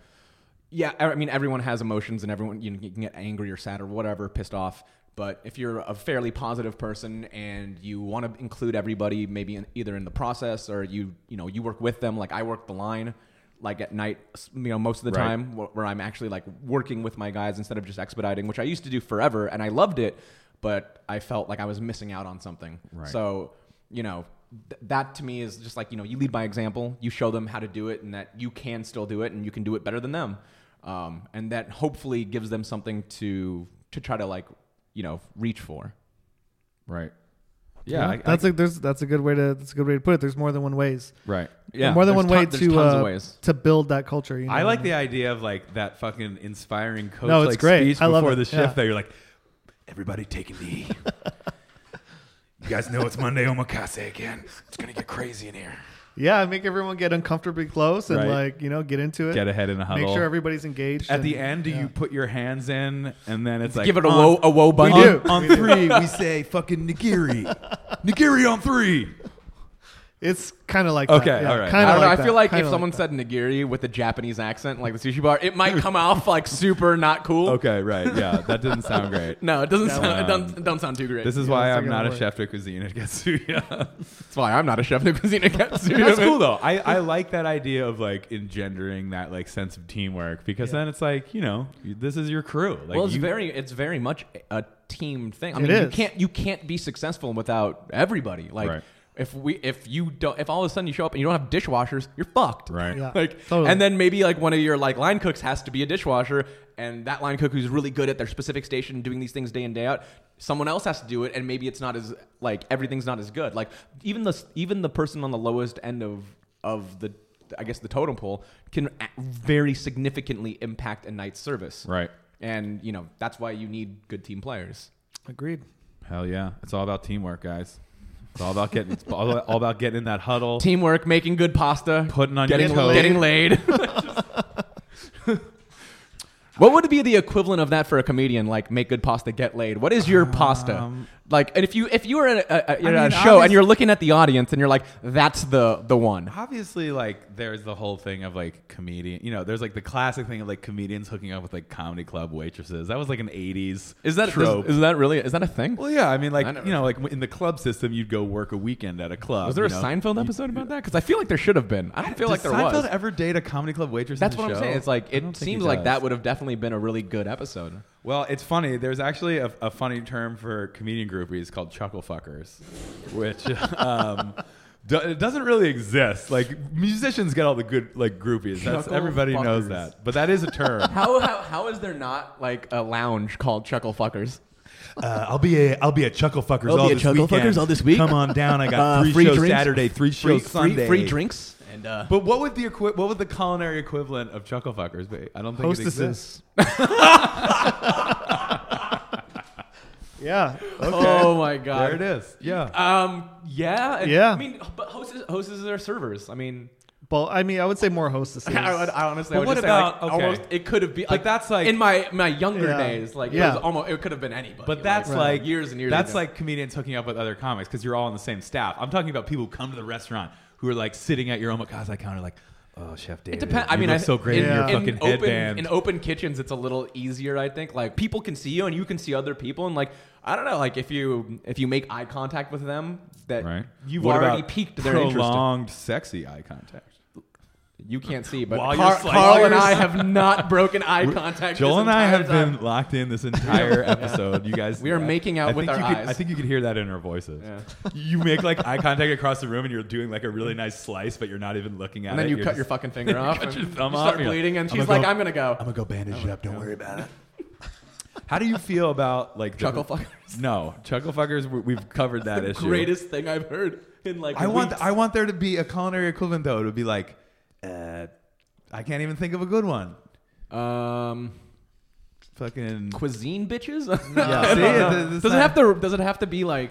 [SPEAKER 2] yeah, I I mean, everyone has emotions and everyone, you, know, you can get angry or sad or whatever, pissed off. But if you're a fairly positive person and you want to include everybody, maybe in, either in the process or you, you know, you work with them, like I work the line, like at night, s- you know, most of the
[SPEAKER 1] Right.
[SPEAKER 2] time wh- where I'm actually like working with my guys instead of just expediting, which I used to do forever and I loved it, but I felt like I was missing out on something.
[SPEAKER 1] Right.
[SPEAKER 2] So, you know, th- that to me is just like, you know, you lead by example, you show them how to do it and that you can still do it and you can do it better than them. Um, and that hopefully gives them something to to try to like, you know, reach for.
[SPEAKER 1] right. Yeah. I- I-
[SPEAKER 3] that's a there's that's a good way to that's a good way to put it. There's more than one ways.
[SPEAKER 1] right.
[SPEAKER 2] Yeah,
[SPEAKER 3] more than
[SPEAKER 2] there's
[SPEAKER 3] one way
[SPEAKER 2] ton- there's
[SPEAKER 3] to
[SPEAKER 2] tons
[SPEAKER 3] uh,
[SPEAKER 2] of ways.
[SPEAKER 3] to build that culture. You know?
[SPEAKER 1] I like the idea of like that fucking inspiring coach
[SPEAKER 3] No, it's
[SPEAKER 1] like
[SPEAKER 3] great.
[SPEAKER 1] speech
[SPEAKER 3] I love
[SPEAKER 1] before
[SPEAKER 3] it.
[SPEAKER 1] the shift
[SPEAKER 3] Yeah.
[SPEAKER 1] that you're like, everybody take a
[SPEAKER 3] (laughs)
[SPEAKER 1] knee. you guys know it's Monday omakase again. It's gonna get crazy in here.
[SPEAKER 3] yeah, make everyone get uncomfortably close and
[SPEAKER 1] Right.
[SPEAKER 3] like you know get into it.
[SPEAKER 1] Get ahead in a huddle.
[SPEAKER 3] Make sure everybody's engaged.
[SPEAKER 1] At
[SPEAKER 3] and-
[SPEAKER 1] the end, do
[SPEAKER 3] yeah.
[SPEAKER 1] you put your hands in and then it's like
[SPEAKER 2] Give it a
[SPEAKER 1] on-
[SPEAKER 2] woe, a woe
[SPEAKER 3] We
[SPEAKER 2] bun.
[SPEAKER 3] do.
[SPEAKER 1] (laughs) On, on three, we say fucking nigiri. nigiri on three.
[SPEAKER 3] It's kind of like
[SPEAKER 1] Okay,
[SPEAKER 3] that. Yeah,
[SPEAKER 1] all right.
[SPEAKER 2] I
[SPEAKER 3] Kind
[SPEAKER 2] don't
[SPEAKER 3] of
[SPEAKER 2] know.
[SPEAKER 3] like
[SPEAKER 2] I feel
[SPEAKER 3] that,
[SPEAKER 2] like
[SPEAKER 3] kinda
[SPEAKER 2] if someone
[SPEAKER 3] that.
[SPEAKER 2] said nigiri with a Japanese accent, like the sushi bar, it might come off like super not cool.
[SPEAKER 1] Okay, right. Yeah, that didn't sound great.
[SPEAKER 2] No, it doesn't.
[SPEAKER 3] That
[SPEAKER 2] Sound,
[SPEAKER 1] one-
[SPEAKER 2] it doesn't, it doesn't sound too great.
[SPEAKER 1] This is
[SPEAKER 3] Yeah,
[SPEAKER 1] why
[SPEAKER 3] that's
[SPEAKER 1] I'm
[SPEAKER 3] not
[SPEAKER 1] not a
[SPEAKER 3] gonna
[SPEAKER 1] chef de cuisine at (laughs) Katsuya.
[SPEAKER 2] That's why I'm not a chef in cuisine at Katsuya.
[SPEAKER 1] That's cool though. I, I like that idea of like engendering that like sense of teamwork because
[SPEAKER 3] Yeah.
[SPEAKER 1] then it's like you know you- this is your crew. Like
[SPEAKER 2] well, it's
[SPEAKER 1] you,
[SPEAKER 2] very it's very much a team thing. I
[SPEAKER 3] It
[SPEAKER 2] mean, you
[SPEAKER 3] is.
[SPEAKER 2] can't you can't be successful without everybody. Like
[SPEAKER 1] Right.
[SPEAKER 2] if we if you don't if all of a sudden you show up and you don't have dishwashers, you're fucked.
[SPEAKER 1] Right. Yeah,
[SPEAKER 2] (laughs) like
[SPEAKER 3] totally.
[SPEAKER 2] and then maybe like one of your like line cooks has to be a dishwasher and that line cook who's really good at their specific station doing these things day in day out someone else has to do it and maybe it's not as like everything's not as good like even the even the person on the lowest end of of the i guess the totem pole can a- very significantly impact a night's service
[SPEAKER 1] right.
[SPEAKER 2] and you know that's why you need good team players.
[SPEAKER 3] Agreed.
[SPEAKER 1] Hell yeah, it's all about teamwork, guys. It's all about getting it's all, all about getting in that huddle,
[SPEAKER 2] Teamwork, making good pasta,
[SPEAKER 1] putting on
[SPEAKER 2] getting
[SPEAKER 1] your toes.
[SPEAKER 2] getting laid. what would be the equivalent of that for a comedian? Like make good pasta, get laid. What is your pasta?
[SPEAKER 1] Um,
[SPEAKER 2] Like, and if you if you were at a, a, you're at a
[SPEAKER 1] mean,
[SPEAKER 2] show
[SPEAKER 1] obvious-
[SPEAKER 2] and you're looking at the audience and you're like, that's the the one.
[SPEAKER 1] Obviously, like there's the whole thing of like comedian. You know, there's like the classic thing of like comedians hooking up with like comedy club waitresses. That was like an '80s
[SPEAKER 2] Is that
[SPEAKER 1] trope?
[SPEAKER 2] is, is that really is that a thing?
[SPEAKER 1] well, yeah. I mean, like
[SPEAKER 2] I never-
[SPEAKER 1] you know, like in the club system, you'd go work a weekend at a club.
[SPEAKER 2] Was there a
[SPEAKER 1] you know?
[SPEAKER 2] Seinfeld
[SPEAKER 1] You-
[SPEAKER 2] episode about that? Because I feel like there should have been. I don't feel like
[SPEAKER 1] Does
[SPEAKER 2] there
[SPEAKER 1] Seinfeld
[SPEAKER 2] was.
[SPEAKER 1] ever date a comedy club waitress? in
[SPEAKER 2] That's
[SPEAKER 1] the
[SPEAKER 2] what I'm
[SPEAKER 1] show?
[SPEAKER 2] saying. It's like
[SPEAKER 1] I don't
[SPEAKER 2] it
[SPEAKER 1] think he
[SPEAKER 2] seems like
[SPEAKER 1] does.
[SPEAKER 2] that would have definitely been a really good episode.
[SPEAKER 1] Well, it's funny. There's actually a, a funny term for comedian groupies called chuckle fuckers, which (laughs) um, do, it doesn't really exist. Like musicians get all the good like groupies. That's
[SPEAKER 2] Chuckle
[SPEAKER 1] everybody knows
[SPEAKER 2] fuckers.
[SPEAKER 1] that, but that is a term.
[SPEAKER 2] How, how how is there not like a lounge called Chuckle Fuckers?
[SPEAKER 1] Uh, I'll be a I'll be a chuckle fuckers
[SPEAKER 4] I'll be a Chuckle Fuckers all this week.
[SPEAKER 1] on down. I
[SPEAKER 2] (laughs)
[SPEAKER 4] Uh, free drinks.
[SPEAKER 1] three
[SPEAKER 2] Free, free, free drinks and uh,
[SPEAKER 1] But what would the equi- what would the culinary equivalent of chuckle fuckers be? I don't think it exists.
[SPEAKER 3] Hostesses. (laughs) yeah.
[SPEAKER 2] oh my
[SPEAKER 1] There
[SPEAKER 2] god,
[SPEAKER 1] it is. Yeah.
[SPEAKER 2] Um, yeah, and-
[SPEAKER 3] Yeah.
[SPEAKER 2] I mean, but hostesses, hostesses are servers. I mean,
[SPEAKER 3] Well, I mean, I would say more hostesses.
[SPEAKER 2] (laughs) I, would, I honestly,
[SPEAKER 1] But
[SPEAKER 2] I would
[SPEAKER 1] what
[SPEAKER 2] just
[SPEAKER 1] about-
[SPEAKER 2] say, like,
[SPEAKER 1] okay.
[SPEAKER 2] almost it could have been like
[SPEAKER 1] that's like-
[SPEAKER 2] in my my younger
[SPEAKER 3] Yeah.
[SPEAKER 2] days, like
[SPEAKER 3] Yeah.
[SPEAKER 2] it was almost it could have been anybody.
[SPEAKER 1] But that's
[SPEAKER 2] for
[SPEAKER 1] like,
[SPEAKER 2] years and years.
[SPEAKER 1] That's
[SPEAKER 2] ago.
[SPEAKER 1] like comedians hooking up with other comics because you're all on the same staff. I'm talking about people who come to the restaurant who are like sitting at your omakase counter, like, oh, Chef David,
[SPEAKER 2] It depends. I
[SPEAKER 1] you
[SPEAKER 2] mean,
[SPEAKER 1] look
[SPEAKER 2] I,
[SPEAKER 1] so great
[SPEAKER 2] in,
[SPEAKER 1] in your
[SPEAKER 3] Yeah.
[SPEAKER 2] in
[SPEAKER 1] fucking
[SPEAKER 2] open,
[SPEAKER 1] headband.
[SPEAKER 2] In open kitchens, it's a little easier, I think. Like people can see you, and you can see other people, and like I don't know, like if you if you make eye contact with them, that
[SPEAKER 1] right?
[SPEAKER 2] you've
[SPEAKER 1] What
[SPEAKER 2] already
[SPEAKER 1] about
[SPEAKER 2] piqued their interest.
[SPEAKER 1] prolonged sexy eye contact.
[SPEAKER 2] You can't see, but
[SPEAKER 1] While
[SPEAKER 2] Car-
[SPEAKER 1] you're slicing-
[SPEAKER 2] Carl and
[SPEAKER 1] while
[SPEAKER 2] I
[SPEAKER 1] you're-
[SPEAKER 2] have
[SPEAKER 1] (laughs)
[SPEAKER 2] not broken eye (laughs) contact.
[SPEAKER 1] Joel
[SPEAKER 2] this
[SPEAKER 1] and I
[SPEAKER 2] entire
[SPEAKER 1] have
[SPEAKER 2] time.
[SPEAKER 1] been locked in
[SPEAKER 2] (laughs)
[SPEAKER 1] this entire episode. You guys,
[SPEAKER 2] We are making out
[SPEAKER 1] I
[SPEAKER 2] with
[SPEAKER 1] think
[SPEAKER 2] our
[SPEAKER 1] you could-
[SPEAKER 2] eyes.
[SPEAKER 1] I think you could hear that in our voices.
[SPEAKER 2] Yeah.
[SPEAKER 1] (laughs) You make like eye contact across the room, and you're doing like a really nice slice, but you're not even looking at
[SPEAKER 2] And
[SPEAKER 1] it.
[SPEAKER 2] then you
[SPEAKER 1] You're
[SPEAKER 2] cut
[SPEAKER 1] just-
[SPEAKER 2] your
[SPEAKER 1] (laughs)
[SPEAKER 2] fucking finger off.
[SPEAKER 1] cut
[SPEAKER 2] and
[SPEAKER 1] your thumb
[SPEAKER 2] you
[SPEAKER 1] off,
[SPEAKER 2] start
[SPEAKER 1] you're like,
[SPEAKER 2] bleeding, and
[SPEAKER 1] "I'm
[SPEAKER 2] she's
[SPEAKER 1] gonna
[SPEAKER 2] like,
[SPEAKER 1] go-
[SPEAKER 2] "I'm gonna go."
[SPEAKER 4] I'm gonna go bandage it up. Don't worry about it.
[SPEAKER 1] (laughs) How do you feel about like the-
[SPEAKER 2] Chuckle fuckers.
[SPEAKER 1] No, chuckle fuckers. we- We've covered
[SPEAKER 2] (laughs)
[SPEAKER 1] that issue.
[SPEAKER 2] Greatest thing I've heard in like
[SPEAKER 1] I want
[SPEAKER 2] weeks.
[SPEAKER 1] I want there to be a culinary equivalent though. To be like, uh, I can't even think of a good one.
[SPEAKER 2] um
[SPEAKER 1] Fucking
[SPEAKER 2] cuisine bitches. (laughs)
[SPEAKER 4] Yeah.
[SPEAKER 1] See, it- it's
[SPEAKER 2] does it
[SPEAKER 1] not-
[SPEAKER 2] have to? Does it have to be like?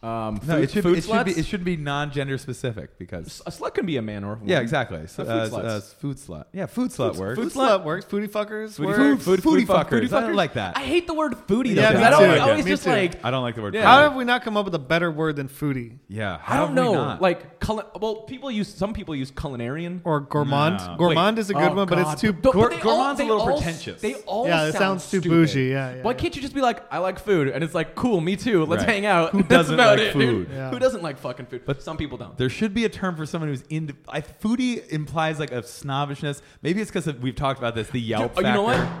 [SPEAKER 2] Um,
[SPEAKER 1] no,
[SPEAKER 2] food-
[SPEAKER 1] it should,
[SPEAKER 2] food
[SPEAKER 1] it should be
[SPEAKER 2] sluts?
[SPEAKER 1] it should be non-gender specific because
[SPEAKER 2] a slut can be a man or a woman.
[SPEAKER 1] yeah, exactly. So,
[SPEAKER 2] mm-hmm. food
[SPEAKER 1] uh, s-
[SPEAKER 2] sluts.
[SPEAKER 1] uh, s- food slut. Yeah, food slut works.
[SPEAKER 3] Food slut works. Foodie fuckers
[SPEAKER 1] Foodie
[SPEAKER 3] works.
[SPEAKER 1] fuck- food-
[SPEAKER 2] Foodie
[SPEAKER 1] foodie
[SPEAKER 2] fuck-
[SPEAKER 1] fuckers.
[SPEAKER 2] foodie
[SPEAKER 1] I don't like that.
[SPEAKER 2] I hate the word foodie though.
[SPEAKER 3] Yeah,
[SPEAKER 2] because
[SPEAKER 1] me
[SPEAKER 2] I don't,
[SPEAKER 1] too.
[SPEAKER 2] I always
[SPEAKER 3] Me
[SPEAKER 2] just
[SPEAKER 3] too.
[SPEAKER 2] like
[SPEAKER 1] I don't like the word.
[SPEAKER 2] Yeah.
[SPEAKER 1] foodie.
[SPEAKER 3] How have we not come up with a better word than foodie
[SPEAKER 1] yeah,
[SPEAKER 2] I
[SPEAKER 1] how
[SPEAKER 2] don't
[SPEAKER 1] have we
[SPEAKER 2] know.
[SPEAKER 1] not?
[SPEAKER 2] Like cul- well, people use some people use culinarian.
[SPEAKER 3] or gourmand?
[SPEAKER 1] No.
[SPEAKER 3] Gourmand is a good
[SPEAKER 2] Oh,
[SPEAKER 3] one, but
[SPEAKER 2] God.
[SPEAKER 3] it's too.
[SPEAKER 2] But- but they all-
[SPEAKER 1] gourmand's a
[SPEAKER 2] they
[SPEAKER 1] little
[SPEAKER 2] all-
[SPEAKER 1] pretentious.
[SPEAKER 2] They all
[SPEAKER 3] Yeah, it
[SPEAKER 2] sound
[SPEAKER 3] sounds too
[SPEAKER 2] stupid.
[SPEAKER 3] bougie. Yeah, yeah,
[SPEAKER 2] Why
[SPEAKER 3] yeah.
[SPEAKER 2] can't you just be like, I like food, and it's like, cool, me too. Let's
[SPEAKER 1] Right.
[SPEAKER 2] hang out.
[SPEAKER 1] Who
[SPEAKER 2] (laughs) That's
[SPEAKER 1] doesn't
[SPEAKER 2] about
[SPEAKER 1] like
[SPEAKER 2] it, dude.
[SPEAKER 1] food?
[SPEAKER 3] Yeah.
[SPEAKER 2] Who doesn't like fucking food?
[SPEAKER 1] But-
[SPEAKER 2] But some people don't.
[SPEAKER 1] There should be a term for someone who's into. I, foodie implies like a snobbishness. Maybe it's because we've talked about this. The Yelp.
[SPEAKER 2] Oh, you know what?
[SPEAKER 1] factor.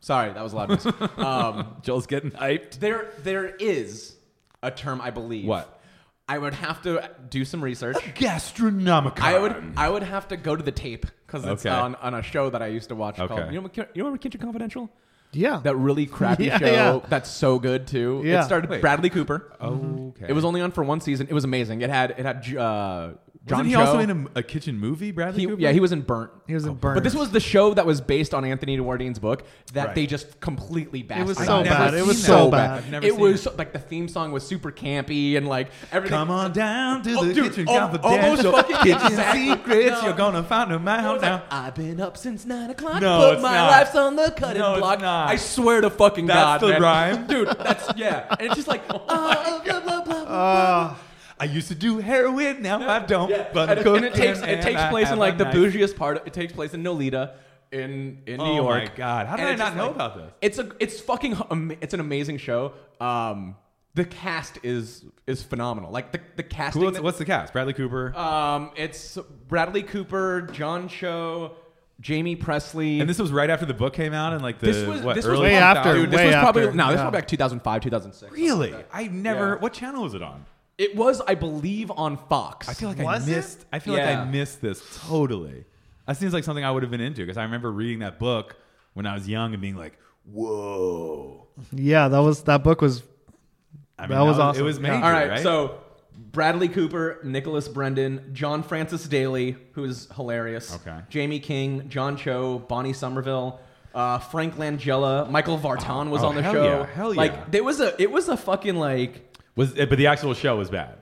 [SPEAKER 2] Sorry, that was loud. noise.
[SPEAKER 3] (laughs)
[SPEAKER 2] um,
[SPEAKER 1] Joel's getting hyped.
[SPEAKER 2] there, there is a term I believe.
[SPEAKER 1] What?
[SPEAKER 2] I would have to do some research.
[SPEAKER 1] Gastronomical.
[SPEAKER 2] I would I would have to go to the tape because it's
[SPEAKER 1] Okay.
[SPEAKER 2] on, on a show that I used to watch
[SPEAKER 1] Okay.
[SPEAKER 2] called you know you remember Kitchen Confidential
[SPEAKER 3] Yeah.
[SPEAKER 2] that
[SPEAKER 1] (laughs)
[SPEAKER 2] really crappy
[SPEAKER 3] Yeah,
[SPEAKER 2] show
[SPEAKER 3] yeah.
[SPEAKER 2] that's so good too
[SPEAKER 3] Yeah.
[SPEAKER 2] it started
[SPEAKER 1] Wait.
[SPEAKER 2] Bradley Cooper
[SPEAKER 1] Okay.
[SPEAKER 2] it was only on for one season it was amazing it had it had uh, John
[SPEAKER 1] Wasn't he
[SPEAKER 2] Cho.
[SPEAKER 1] also in a, a kitchen movie, Bradley
[SPEAKER 2] He-
[SPEAKER 1] Cooper?
[SPEAKER 2] yeah he was in Burnt
[SPEAKER 3] He was in
[SPEAKER 2] but
[SPEAKER 3] Burnt.
[SPEAKER 2] this was the show that was based on Anthony Wardine's book that
[SPEAKER 1] Right.
[SPEAKER 2] they just completely bastardized.
[SPEAKER 3] was
[SPEAKER 1] so
[SPEAKER 2] I've
[SPEAKER 1] bad.
[SPEAKER 2] never
[SPEAKER 1] It
[SPEAKER 2] seen
[SPEAKER 1] was
[SPEAKER 2] that.
[SPEAKER 1] so bad. I've never
[SPEAKER 2] it
[SPEAKER 1] seen
[SPEAKER 2] was so- like the theme song was super campy and like everything.
[SPEAKER 1] Come on down to
[SPEAKER 2] Oh,
[SPEAKER 1] the
[SPEAKER 2] dude,
[SPEAKER 1] kitchen
[SPEAKER 2] al-
[SPEAKER 1] confidential
[SPEAKER 2] almost fucking
[SPEAKER 1] kitchen
[SPEAKER 2] exactly.
[SPEAKER 1] secrets.
[SPEAKER 2] No.
[SPEAKER 1] You're gonna find them
[SPEAKER 2] I
[SPEAKER 1] out
[SPEAKER 2] was
[SPEAKER 1] now.
[SPEAKER 2] like, I've been up since nine o'clock.
[SPEAKER 1] No,
[SPEAKER 2] put
[SPEAKER 1] it's
[SPEAKER 2] my
[SPEAKER 1] not.
[SPEAKER 2] life's on the cutting
[SPEAKER 1] No, it's
[SPEAKER 2] block.
[SPEAKER 1] not.
[SPEAKER 2] I swear to fucking
[SPEAKER 1] That's
[SPEAKER 2] God,
[SPEAKER 1] the
[SPEAKER 2] (laughs) man.
[SPEAKER 1] rhyme? (laughs)
[SPEAKER 2] "Ah, dude. That's yeah. And it's just like, oh, blah, blah, blah, blah, blah.
[SPEAKER 3] Uh,
[SPEAKER 1] I used to do heroin, now I don't. But
[SPEAKER 2] and,
[SPEAKER 1] I'm
[SPEAKER 2] it-
[SPEAKER 1] cocaine
[SPEAKER 2] and it takes it
[SPEAKER 1] and
[SPEAKER 2] takes
[SPEAKER 1] I
[SPEAKER 2] place
[SPEAKER 1] have
[SPEAKER 2] in
[SPEAKER 1] a
[SPEAKER 2] like the
[SPEAKER 1] knife.
[SPEAKER 2] bougiest part. It takes place in Nolita, in in
[SPEAKER 1] Oh
[SPEAKER 2] New York.
[SPEAKER 1] my God. How did
[SPEAKER 2] And
[SPEAKER 1] I
[SPEAKER 2] it's
[SPEAKER 1] not
[SPEAKER 2] just
[SPEAKER 1] know
[SPEAKER 2] like-
[SPEAKER 1] about this?
[SPEAKER 2] It's a it's fucking h- ama- it's an amazing show. Um, the cast is is phenomenal. Like the the casting.
[SPEAKER 1] What's,
[SPEAKER 2] that-
[SPEAKER 1] what's the cast? Bradley Cooper.
[SPEAKER 2] um, it's Bradley Cooper, John Cho, Jamie Presley.
[SPEAKER 1] and this was right after the book came out, and like the
[SPEAKER 2] this was
[SPEAKER 1] what,
[SPEAKER 2] this was
[SPEAKER 1] early
[SPEAKER 3] Way after.
[SPEAKER 1] 2000s?
[SPEAKER 2] Dude, this
[SPEAKER 3] way
[SPEAKER 2] was probably
[SPEAKER 3] after.
[SPEAKER 2] no, this was
[SPEAKER 3] Yeah.
[SPEAKER 2] probably like 2005, 2006.
[SPEAKER 1] Really? I never.
[SPEAKER 2] Yeah.
[SPEAKER 1] What channel was it on?
[SPEAKER 2] It was, I believe, on Fox.
[SPEAKER 1] I feel like
[SPEAKER 3] Was
[SPEAKER 1] I
[SPEAKER 3] it?
[SPEAKER 1] missed. I feel like I
[SPEAKER 2] Yeah.
[SPEAKER 1] missed this totally. That seems like something I would have been into because I remember reading that book when I was young and being like, "Whoa!"
[SPEAKER 3] Yeah, that was that book was
[SPEAKER 1] I mean,
[SPEAKER 3] That was awesome.
[SPEAKER 1] It was
[SPEAKER 3] Yeah.
[SPEAKER 1] major.
[SPEAKER 2] All right,
[SPEAKER 1] right.
[SPEAKER 2] so Bradley Cooper, Nicholas Brendan, John Francis Daly, who is hilarious.
[SPEAKER 1] Okay.
[SPEAKER 2] Jamie King, John Cho, Bonnie Somerville, uh, Frank Langella, Michael Vartan was
[SPEAKER 1] Oh,
[SPEAKER 2] on the
[SPEAKER 1] hell
[SPEAKER 2] show.
[SPEAKER 1] yeah, hell yeah.
[SPEAKER 2] Like there was a, it was a fucking like,
[SPEAKER 1] was it, but the actual show was bad.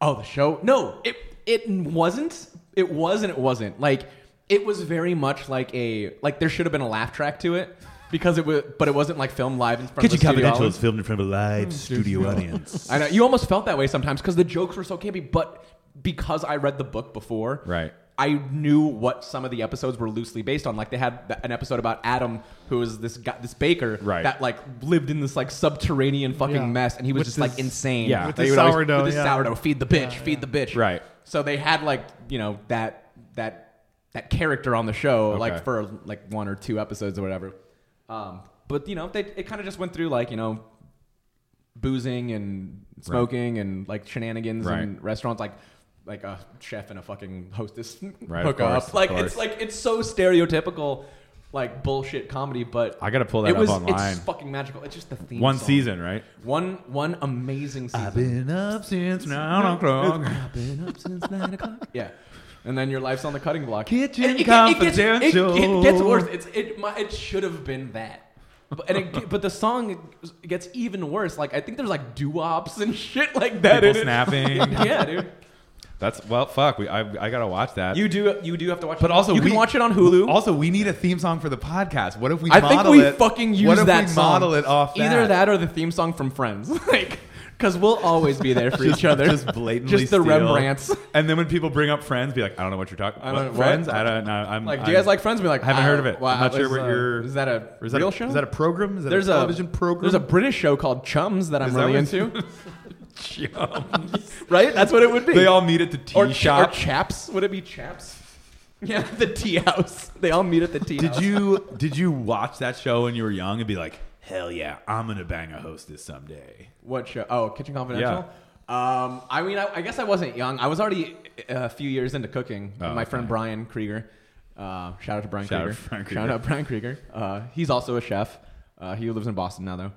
[SPEAKER 2] oh, the show. No, it it wasn't. It was and it wasn't. Like it was very much like a like there should have been a laugh track to it because it was, but it wasn't like filmed live in front of the studio audience.
[SPEAKER 4] filmed in front of a
[SPEAKER 1] Mm.
[SPEAKER 4] live
[SPEAKER 1] (laughs)
[SPEAKER 4] studio audience.
[SPEAKER 2] (laughs) I know you almost felt that way sometimes because the jokes were so campy, but because I read the book before,
[SPEAKER 1] Right.
[SPEAKER 2] I knew what some of the episodes were loosely based on. Like they had th- an episode about Adam, who was this guy, this baker,
[SPEAKER 1] Right.
[SPEAKER 2] that like lived in this like subterranean fucking
[SPEAKER 3] Yeah.
[SPEAKER 2] mess, and he was
[SPEAKER 3] With
[SPEAKER 2] just
[SPEAKER 3] his-
[SPEAKER 2] like insane.
[SPEAKER 1] Yeah. With
[SPEAKER 2] They
[SPEAKER 3] his
[SPEAKER 2] would always-
[SPEAKER 3] sourdough,
[SPEAKER 2] with his
[SPEAKER 3] yeah.
[SPEAKER 2] sourdough, feed the bitch, feed the bitch.
[SPEAKER 1] Right.
[SPEAKER 2] So they had like you know that that that character on the show
[SPEAKER 1] Okay.
[SPEAKER 2] like for like one or two episodes or whatever. Um, but you know they it kind of just went through like you know boozing and smoking and like shenanigans
[SPEAKER 1] Right.
[SPEAKER 2] and restaurants like like a chef and a fucking hostess (laughs)
[SPEAKER 1] Right, of
[SPEAKER 2] hook
[SPEAKER 1] course,
[SPEAKER 2] up like
[SPEAKER 1] of course.
[SPEAKER 2] it's like it's so stereotypical like bullshit comedy but
[SPEAKER 1] I gotta pull that
[SPEAKER 2] it
[SPEAKER 1] up
[SPEAKER 2] was
[SPEAKER 1] online.
[SPEAKER 2] it's fucking magical it's just the theme
[SPEAKER 1] One
[SPEAKER 2] song.
[SPEAKER 1] season, right?
[SPEAKER 2] one one amazing
[SPEAKER 4] I've
[SPEAKER 2] season
[SPEAKER 4] been up since
[SPEAKER 1] No,
[SPEAKER 4] nine
[SPEAKER 1] no, no.
[SPEAKER 4] o'clock. I've been up since nine o'clock.
[SPEAKER 2] yeah and then your life's on the cutting block
[SPEAKER 1] Kitchen
[SPEAKER 2] And get- Gets, it,
[SPEAKER 1] Confidential.
[SPEAKER 2] it gets worse it's it mi- it should have been that but, and it, ge- but the song gets even worse like I think there's like doo-wops and shit like that
[SPEAKER 1] People
[SPEAKER 2] in it.
[SPEAKER 1] snapping.
[SPEAKER 2] (laughs) yeah dude
[SPEAKER 1] That's well, fuck. We, I, I gotta watch that.
[SPEAKER 2] You do you do have to watch
[SPEAKER 1] But
[SPEAKER 2] it.
[SPEAKER 1] also,
[SPEAKER 2] you
[SPEAKER 1] we,
[SPEAKER 2] can watch it on Hulu.
[SPEAKER 1] Also, we need a theme song for the podcast. What if we?
[SPEAKER 2] I
[SPEAKER 1] model
[SPEAKER 2] think we
[SPEAKER 1] it,
[SPEAKER 2] fucking use
[SPEAKER 1] what if
[SPEAKER 2] that
[SPEAKER 1] we
[SPEAKER 2] song.
[SPEAKER 1] model it off
[SPEAKER 2] Either that or the theme song from Friends. (laughs) like cuz we'll always be there for each
[SPEAKER 1] (laughs)
[SPEAKER 2] other.
[SPEAKER 1] Just blatantly
[SPEAKER 2] Just the
[SPEAKER 1] steal.
[SPEAKER 2] Rembrandts.
[SPEAKER 1] And then when people bring up Friends, be like, I don't know what you're talking.
[SPEAKER 2] I
[SPEAKER 1] about.
[SPEAKER 2] don't-
[SPEAKER 1] Friends?
[SPEAKER 2] what?
[SPEAKER 1] I don't know. I'm
[SPEAKER 2] Like do
[SPEAKER 1] I'm-
[SPEAKER 2] you guys like Friends? Be like
[SPEAKER 1] I haven't heard of
[SPEAKER 2] don't-
[SPEAKER 1] it. I'm not sure
[SPEAKER 2] is,
[SPEAKER 1] what
[SPEAKER 2] uh,
[SPEAKER 1] your-
[SPEAKER 2] Is that a
[SPEAKER 1] Is that
[SPEAKER 2] real
[SPEAKER 1] a,
[SPEAKER 2] show?
[SPEAKER 1] Is that a program? Is that
[SPEAKER 2] there's
[SPEAKER 1] a
[SPEAKER 2] a
[SPEAKER 1] television program? (laughs)
[SPEAKER 2] There's a (laughs) British show called Chums that I'm
[SPEAKER 1] Is that
[SPEAKER 2] really
[SPEAKER 1] what-
[SPEAKER 2] (laughs) into. right? That's what it would be.
[SPEAKER 1] They all meet at the tea
[SPEAKER 2] or,
[SPEAKER 1] shop.
[SPEAKER 2] or Chaps? Would it be Chaps? (laughs) Yeah, the tea house. They all meet at the tea house.
[SPEAKER 1] did you did you watch that show when you were young and be like, hell yeah, I'm gonna bang a hostess someday?
[SPEAKER 2] What show? Oh, Kitchen Confidential. Um, I mean, I, I guess I wasn't young. I was already uh, a few years into cooking.
[SPEAKER 1] Oh,
[SPEAKER 2] my friend
[SPEAKER 1] okay.
[SPEAKER 2] Brian Krieger. Uh, shout out to Brian
[SPEAKER 1] Shout out
[SPEAKER 2] Krieger.
[SPEAKER 1] to Brian
[SPEAKER 2] Shout
[SPEAKER 1] Krieger.
[SPEAKER 2] out Brian Krieger. Uh, he's also a chef. Uh, he lives in Boston now, though.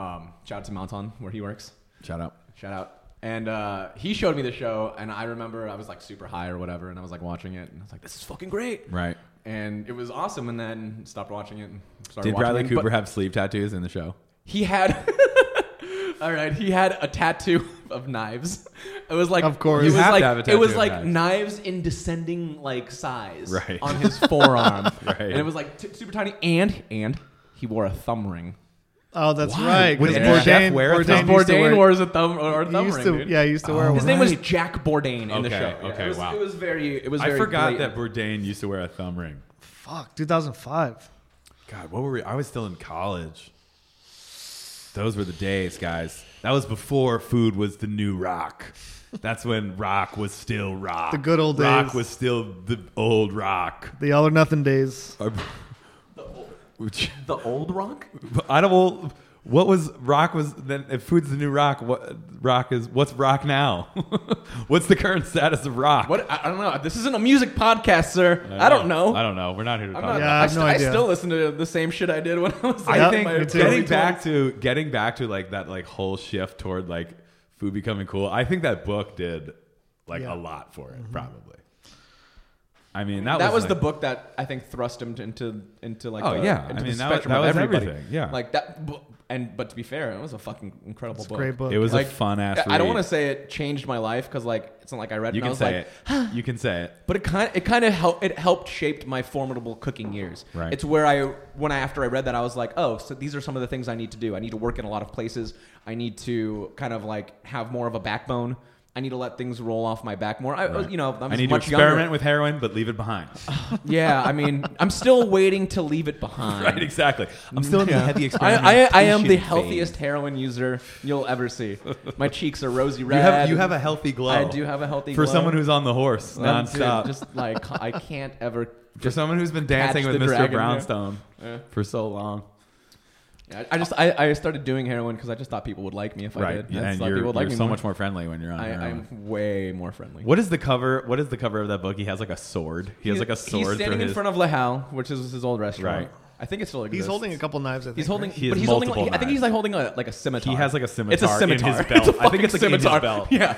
[SPEAKER 2] Um, shout out to Mounton where he works.
[SPEAKER 1] Shout out.
[SPEAKER 2] Shout out. And uh, he showed me the show, and I remember I was like super high or whatever, and I was like watching it, and I was like, "This is fucking great!"
[SPEAKER 1] Right.
[SPEAKER 2] And it was awesome. And then stopped watching it. And started
[SPEAKER 1] Did
[SPEAKER 2] watching
[SPEAKER 1] Bradley
[SPEAKER 2] it,
[SPEAKER 1] Cooper
[SPEAKER 2] but-
[SPEAKER 1] have sleeve tattoos in the show?
[SPEAKER 2] he had. (laughs) all right, he had a tattoo (laughs) of knives. It was like
[SPEAKER 3] Of course.
[SPEAKER 2] it
[SPEAKER 3] You
[SPEAKER 2] was
[SPEAKER 1] have to
[SPEAKER 2] like
[SPEAKER 1] have a
[SPEAKER 2] it was
[SPEAKER 1] tattoo of
[SPEAKER 2] like
[SPEAKER 1] knives.
[SPEAKER 2] knives. in descending like size
[SPEAKER 1] Right.
[SPEAKER 2] on his forearm,
[SPEAKER 1] Right.
[SPEAKER 2] and it was like t- super tiny. And and he wore a thumb ring.
[SPEAKER 3] Oh, that's
[SPEAKER 1] Why?
[SPEAKER 3] right. 'cause
[SPEAKER 1] Would any chef wear a
[SPEAKER 3] Bourdain,
[SPEAKER 1] thumb-
[SPEAKER 3] Bourdain, used to
[SPEAKER 2] Bourdain
[SPEAKER 3] wear-
[SPEAKER 2] wears a thumb or a
[SPEAKER 3] he
[SPEAKER 2] thumb
[SPEAKER 3] used
[SPEAKER 2] ring.
[SPEAKER 3] to-
[SPEAKER 2] dude.
[SPEAKER 3] yeah, he used to wear
[SPEAKER 1] Oh.
[SPEAKER 2] His
[SPEAKER 3] one.
[SPEAKER 2] name was
[SPEAKER 1] Right.
[SPEAKER 2] Jack Bourdain in the
[SPEAKER 1] Okay,
[SPEAKER 2] show. Yeah,
[SPEAKER 1] okay,
[SPEAKER 2] it was,
[SPEAKER 1] wow.
[SPEAKER 2] It was very. It was.
[SPEAKER 1] I
[SPEAKER 2] very
[SPEAKER 1] forgot
[SPEAKER 2] blatant.
[SPEAKER 1] that Bourdain used to wear a thumb ring.
[SPEAKER 3] Fuck, 2005.
[SPEAKER 1] God, what were we? I was still in college. Those were the days, guys. That was before food was the new rock. That's when rock was still rock.
[SPEAKER 3] The good old
[SPEAKER 1] rock
[SPEAKER 3] days.
[SPEAKER 1] was still the old
[SPEAKER 2] (laughs)
[SPEAKER 1] rock.
[SPEAKER 3] The all or nothing days.
[SPEAKER 1] Which-
[SPEAKER 2] the old rock.
[SPEAKER 1] (laughs) I don't. Well, what was rock was then? If food's the new rock, what rock is? What's rock now? (laughs) what's the current status of rock?
[SPEAKER 2] What I, I don't know. This isn't a music podcast, sir. I don't know.
[SPEAKER 1] Uh, I don't know. We're not here to
[SPEAKER 2] I'm
[SPEAKER 1] talk.
[SPEAKER 2] not,
[SPEAKER 1] about
[SPEAKER 3] Yeah, I
[SPEAKER 2] I,
[SPEAKER 3] have
[SPEAKER 2] st-
[SPEAKER 3] no
[SPEAKER 2] I
[SPEAKER 3] idea.
[SPEAKER 2] still listen to the same shit I did when I was.
[SPEAKER 1] I
[SPEAKER 3] Yep,
[SPEAKER 1] think
[SPEAKER 3] me too.
[SPEAKER 1] getting
[SPEAKER 3] Early
[SPEAKER 1] back to getting back to like that like whole shift toward like food becoming cool. I think that book did like
[SPEAKER 3] Yeah.
[SPEAKER 1] a lot for it, probably. I mean, that,
[SPEAKER 2] that was,
[SPEAKER 1] like-
[SPEAKER 2] the book that I think thrust him to- into into like
[SPEAKER 1] Oh,
[SPEAKER 2] the-
[SPEAKER 1] yeah.
[SPEAKER 2] into
[SPEAKER 1] I mean,
[SPEAKER 2] the
[SPEAKER 1] that was-
[SPEAKER 2] spectrum
[SPEAKER 1] that
[SPEAKER 2] of
[SPEAKER 1] was
[SPEAKER 2] everybody.
[SPEAKER 1] everything, yeah.
[SPEAKER 2] like that bu- and but to be fair it was a fucking incredible
[SPEAKER 3] It's a
[SPEAKER 2] book
[SPEAKER 3] great book.
[SPEAKER 1] It was
[SPEAKER 2] like
[SPEAKER 1] a fun ass.
[SPEAKER 2] I, I don't want to say it changed my life because like it's not like I read
[SPEAKER 1] You
[SPEAKER 2] it and I
[SPEAKER 1] can
[SPEAKER 2] was
[SPEAKER 1] say
[SPEAKER 2] like
[SPEAKER 1] it. You can say it.
[SPEAKER 2] but it kind it kind of helped it helped shaped my formidable cooking years.
[SPEAKER 1] Right.
[SPEAKER 2] It's where I when I after I read that I was like, oh, so these are some of the things I need to do. I need to work in a lot of places. I need to kind of like have more of a backbone. I need to let things roll off my back more. I, you know, I'm
[SPEAKER 1] I need to
[SPEAKER 2] much
[SPEAKER 1] experiment
[SPEAKER 2] younger.
[SPEAKER 1] with heroin, but leave it
[SPEAKER 2] (laughs)
[SPEAKER 1] behind.
[SPEAKER 2] Yeah, I mean, I'm still waiting to leave it
[SPEAKER 1] (laughs)
[SPEAKER 2] behind.
[SPEAKER 1] right, exactly. I'm still in the heavy experiment.
[SPEAKER 2] I, I, I am the
[SPEAKER 4] Experimentation
[SPEAKER 2] healthiest heroin user you'll ever see. My cheeks are rosy
[SPEAKER 1] you
[SPEAKER 2] red.
[SPEAKER 1] have you have a healthy glow.
[SPEAKER 2] I do have a healthy
[SPEAKER 1] for
[SPEAKER 2] glow.
[SPEAKER 1] someone who's on the horse
[SPEAKER 2] I'm- dude,
[SPEAKER 1] nonstop.
[SPEAKER 2] Just like I can't ever.
[SPEAKER 1] for someone who's been dancing
[SPEAKER 2] catch
[SPEAKER 1] with
[SPEAKER 2] the
[SPEAKER 1] Mr.
[SPEAKER 2] dragon there.
[SPEAKER 1] Brownstone
[SPEAKER 2] Yeah.
[SPEAKER 1] for so long.
[SPEAKER 2] I I just I, I started doing heroin because I just thought people would like me if I
[SPEAKER 1] Right,
[SPEAKER 2] did.
[SPEAKER 1] yeah,
[SPEAKER 2] I just
[SPEAKER 1] and
[SPEAKER 2] thought
[SPEAKER 1] you're,
[SPEAKER 2] people would like
[SPEAKER 1] you're
[SPEAKER 2] me
[SPEAKER 1] so much more friendly when you're on
[SPEAKER 2] I,
[SPEAKER 1] heroin.
[SPEAKER 2] I'm way more friendly.
[SPEAKER 1] What is the cover? What is the cover of that book? He has like a sword. He has like a sword.
[SPEAKER 2] He's standing
[SPEAKER 1] through
[SPEAKER 2] in
[SPEAKER 1] his-
[SPEAKER 2] front of Lahal, which is his old restaurant.
[SPEAKER 1] Right.
[SPEAKER 2] I think it still exists.
[SPEAKER 3] He's holding a couple knives. I think,
[SPEAKER 2] He's holding.
[SPEAKER 3] right?
[SPEAKER 1] He has
[SPEAKER 2] but he's holding.
[SPEAKER 1] multiple
[SPEAKER 2] Like, I think he's like holding a like a scimitar.
[SPEAKER 1] He has, like, a
[SPEAKER 2] It's a
[SPEAKER 1] scimitar in his
[SPEAKER 2] scimitar.
[SPEAKER 1] belt.
[SPEAKER 2] It's (laughs) a
[SPEAKER 1] I think
[SPEAKER 2] fucking
[SPEAKER 1] it's, like, in his
[SPEAKER 2] scimitar.
[SPEAKER 1] belt.
[SPEAKER 2] Yeah.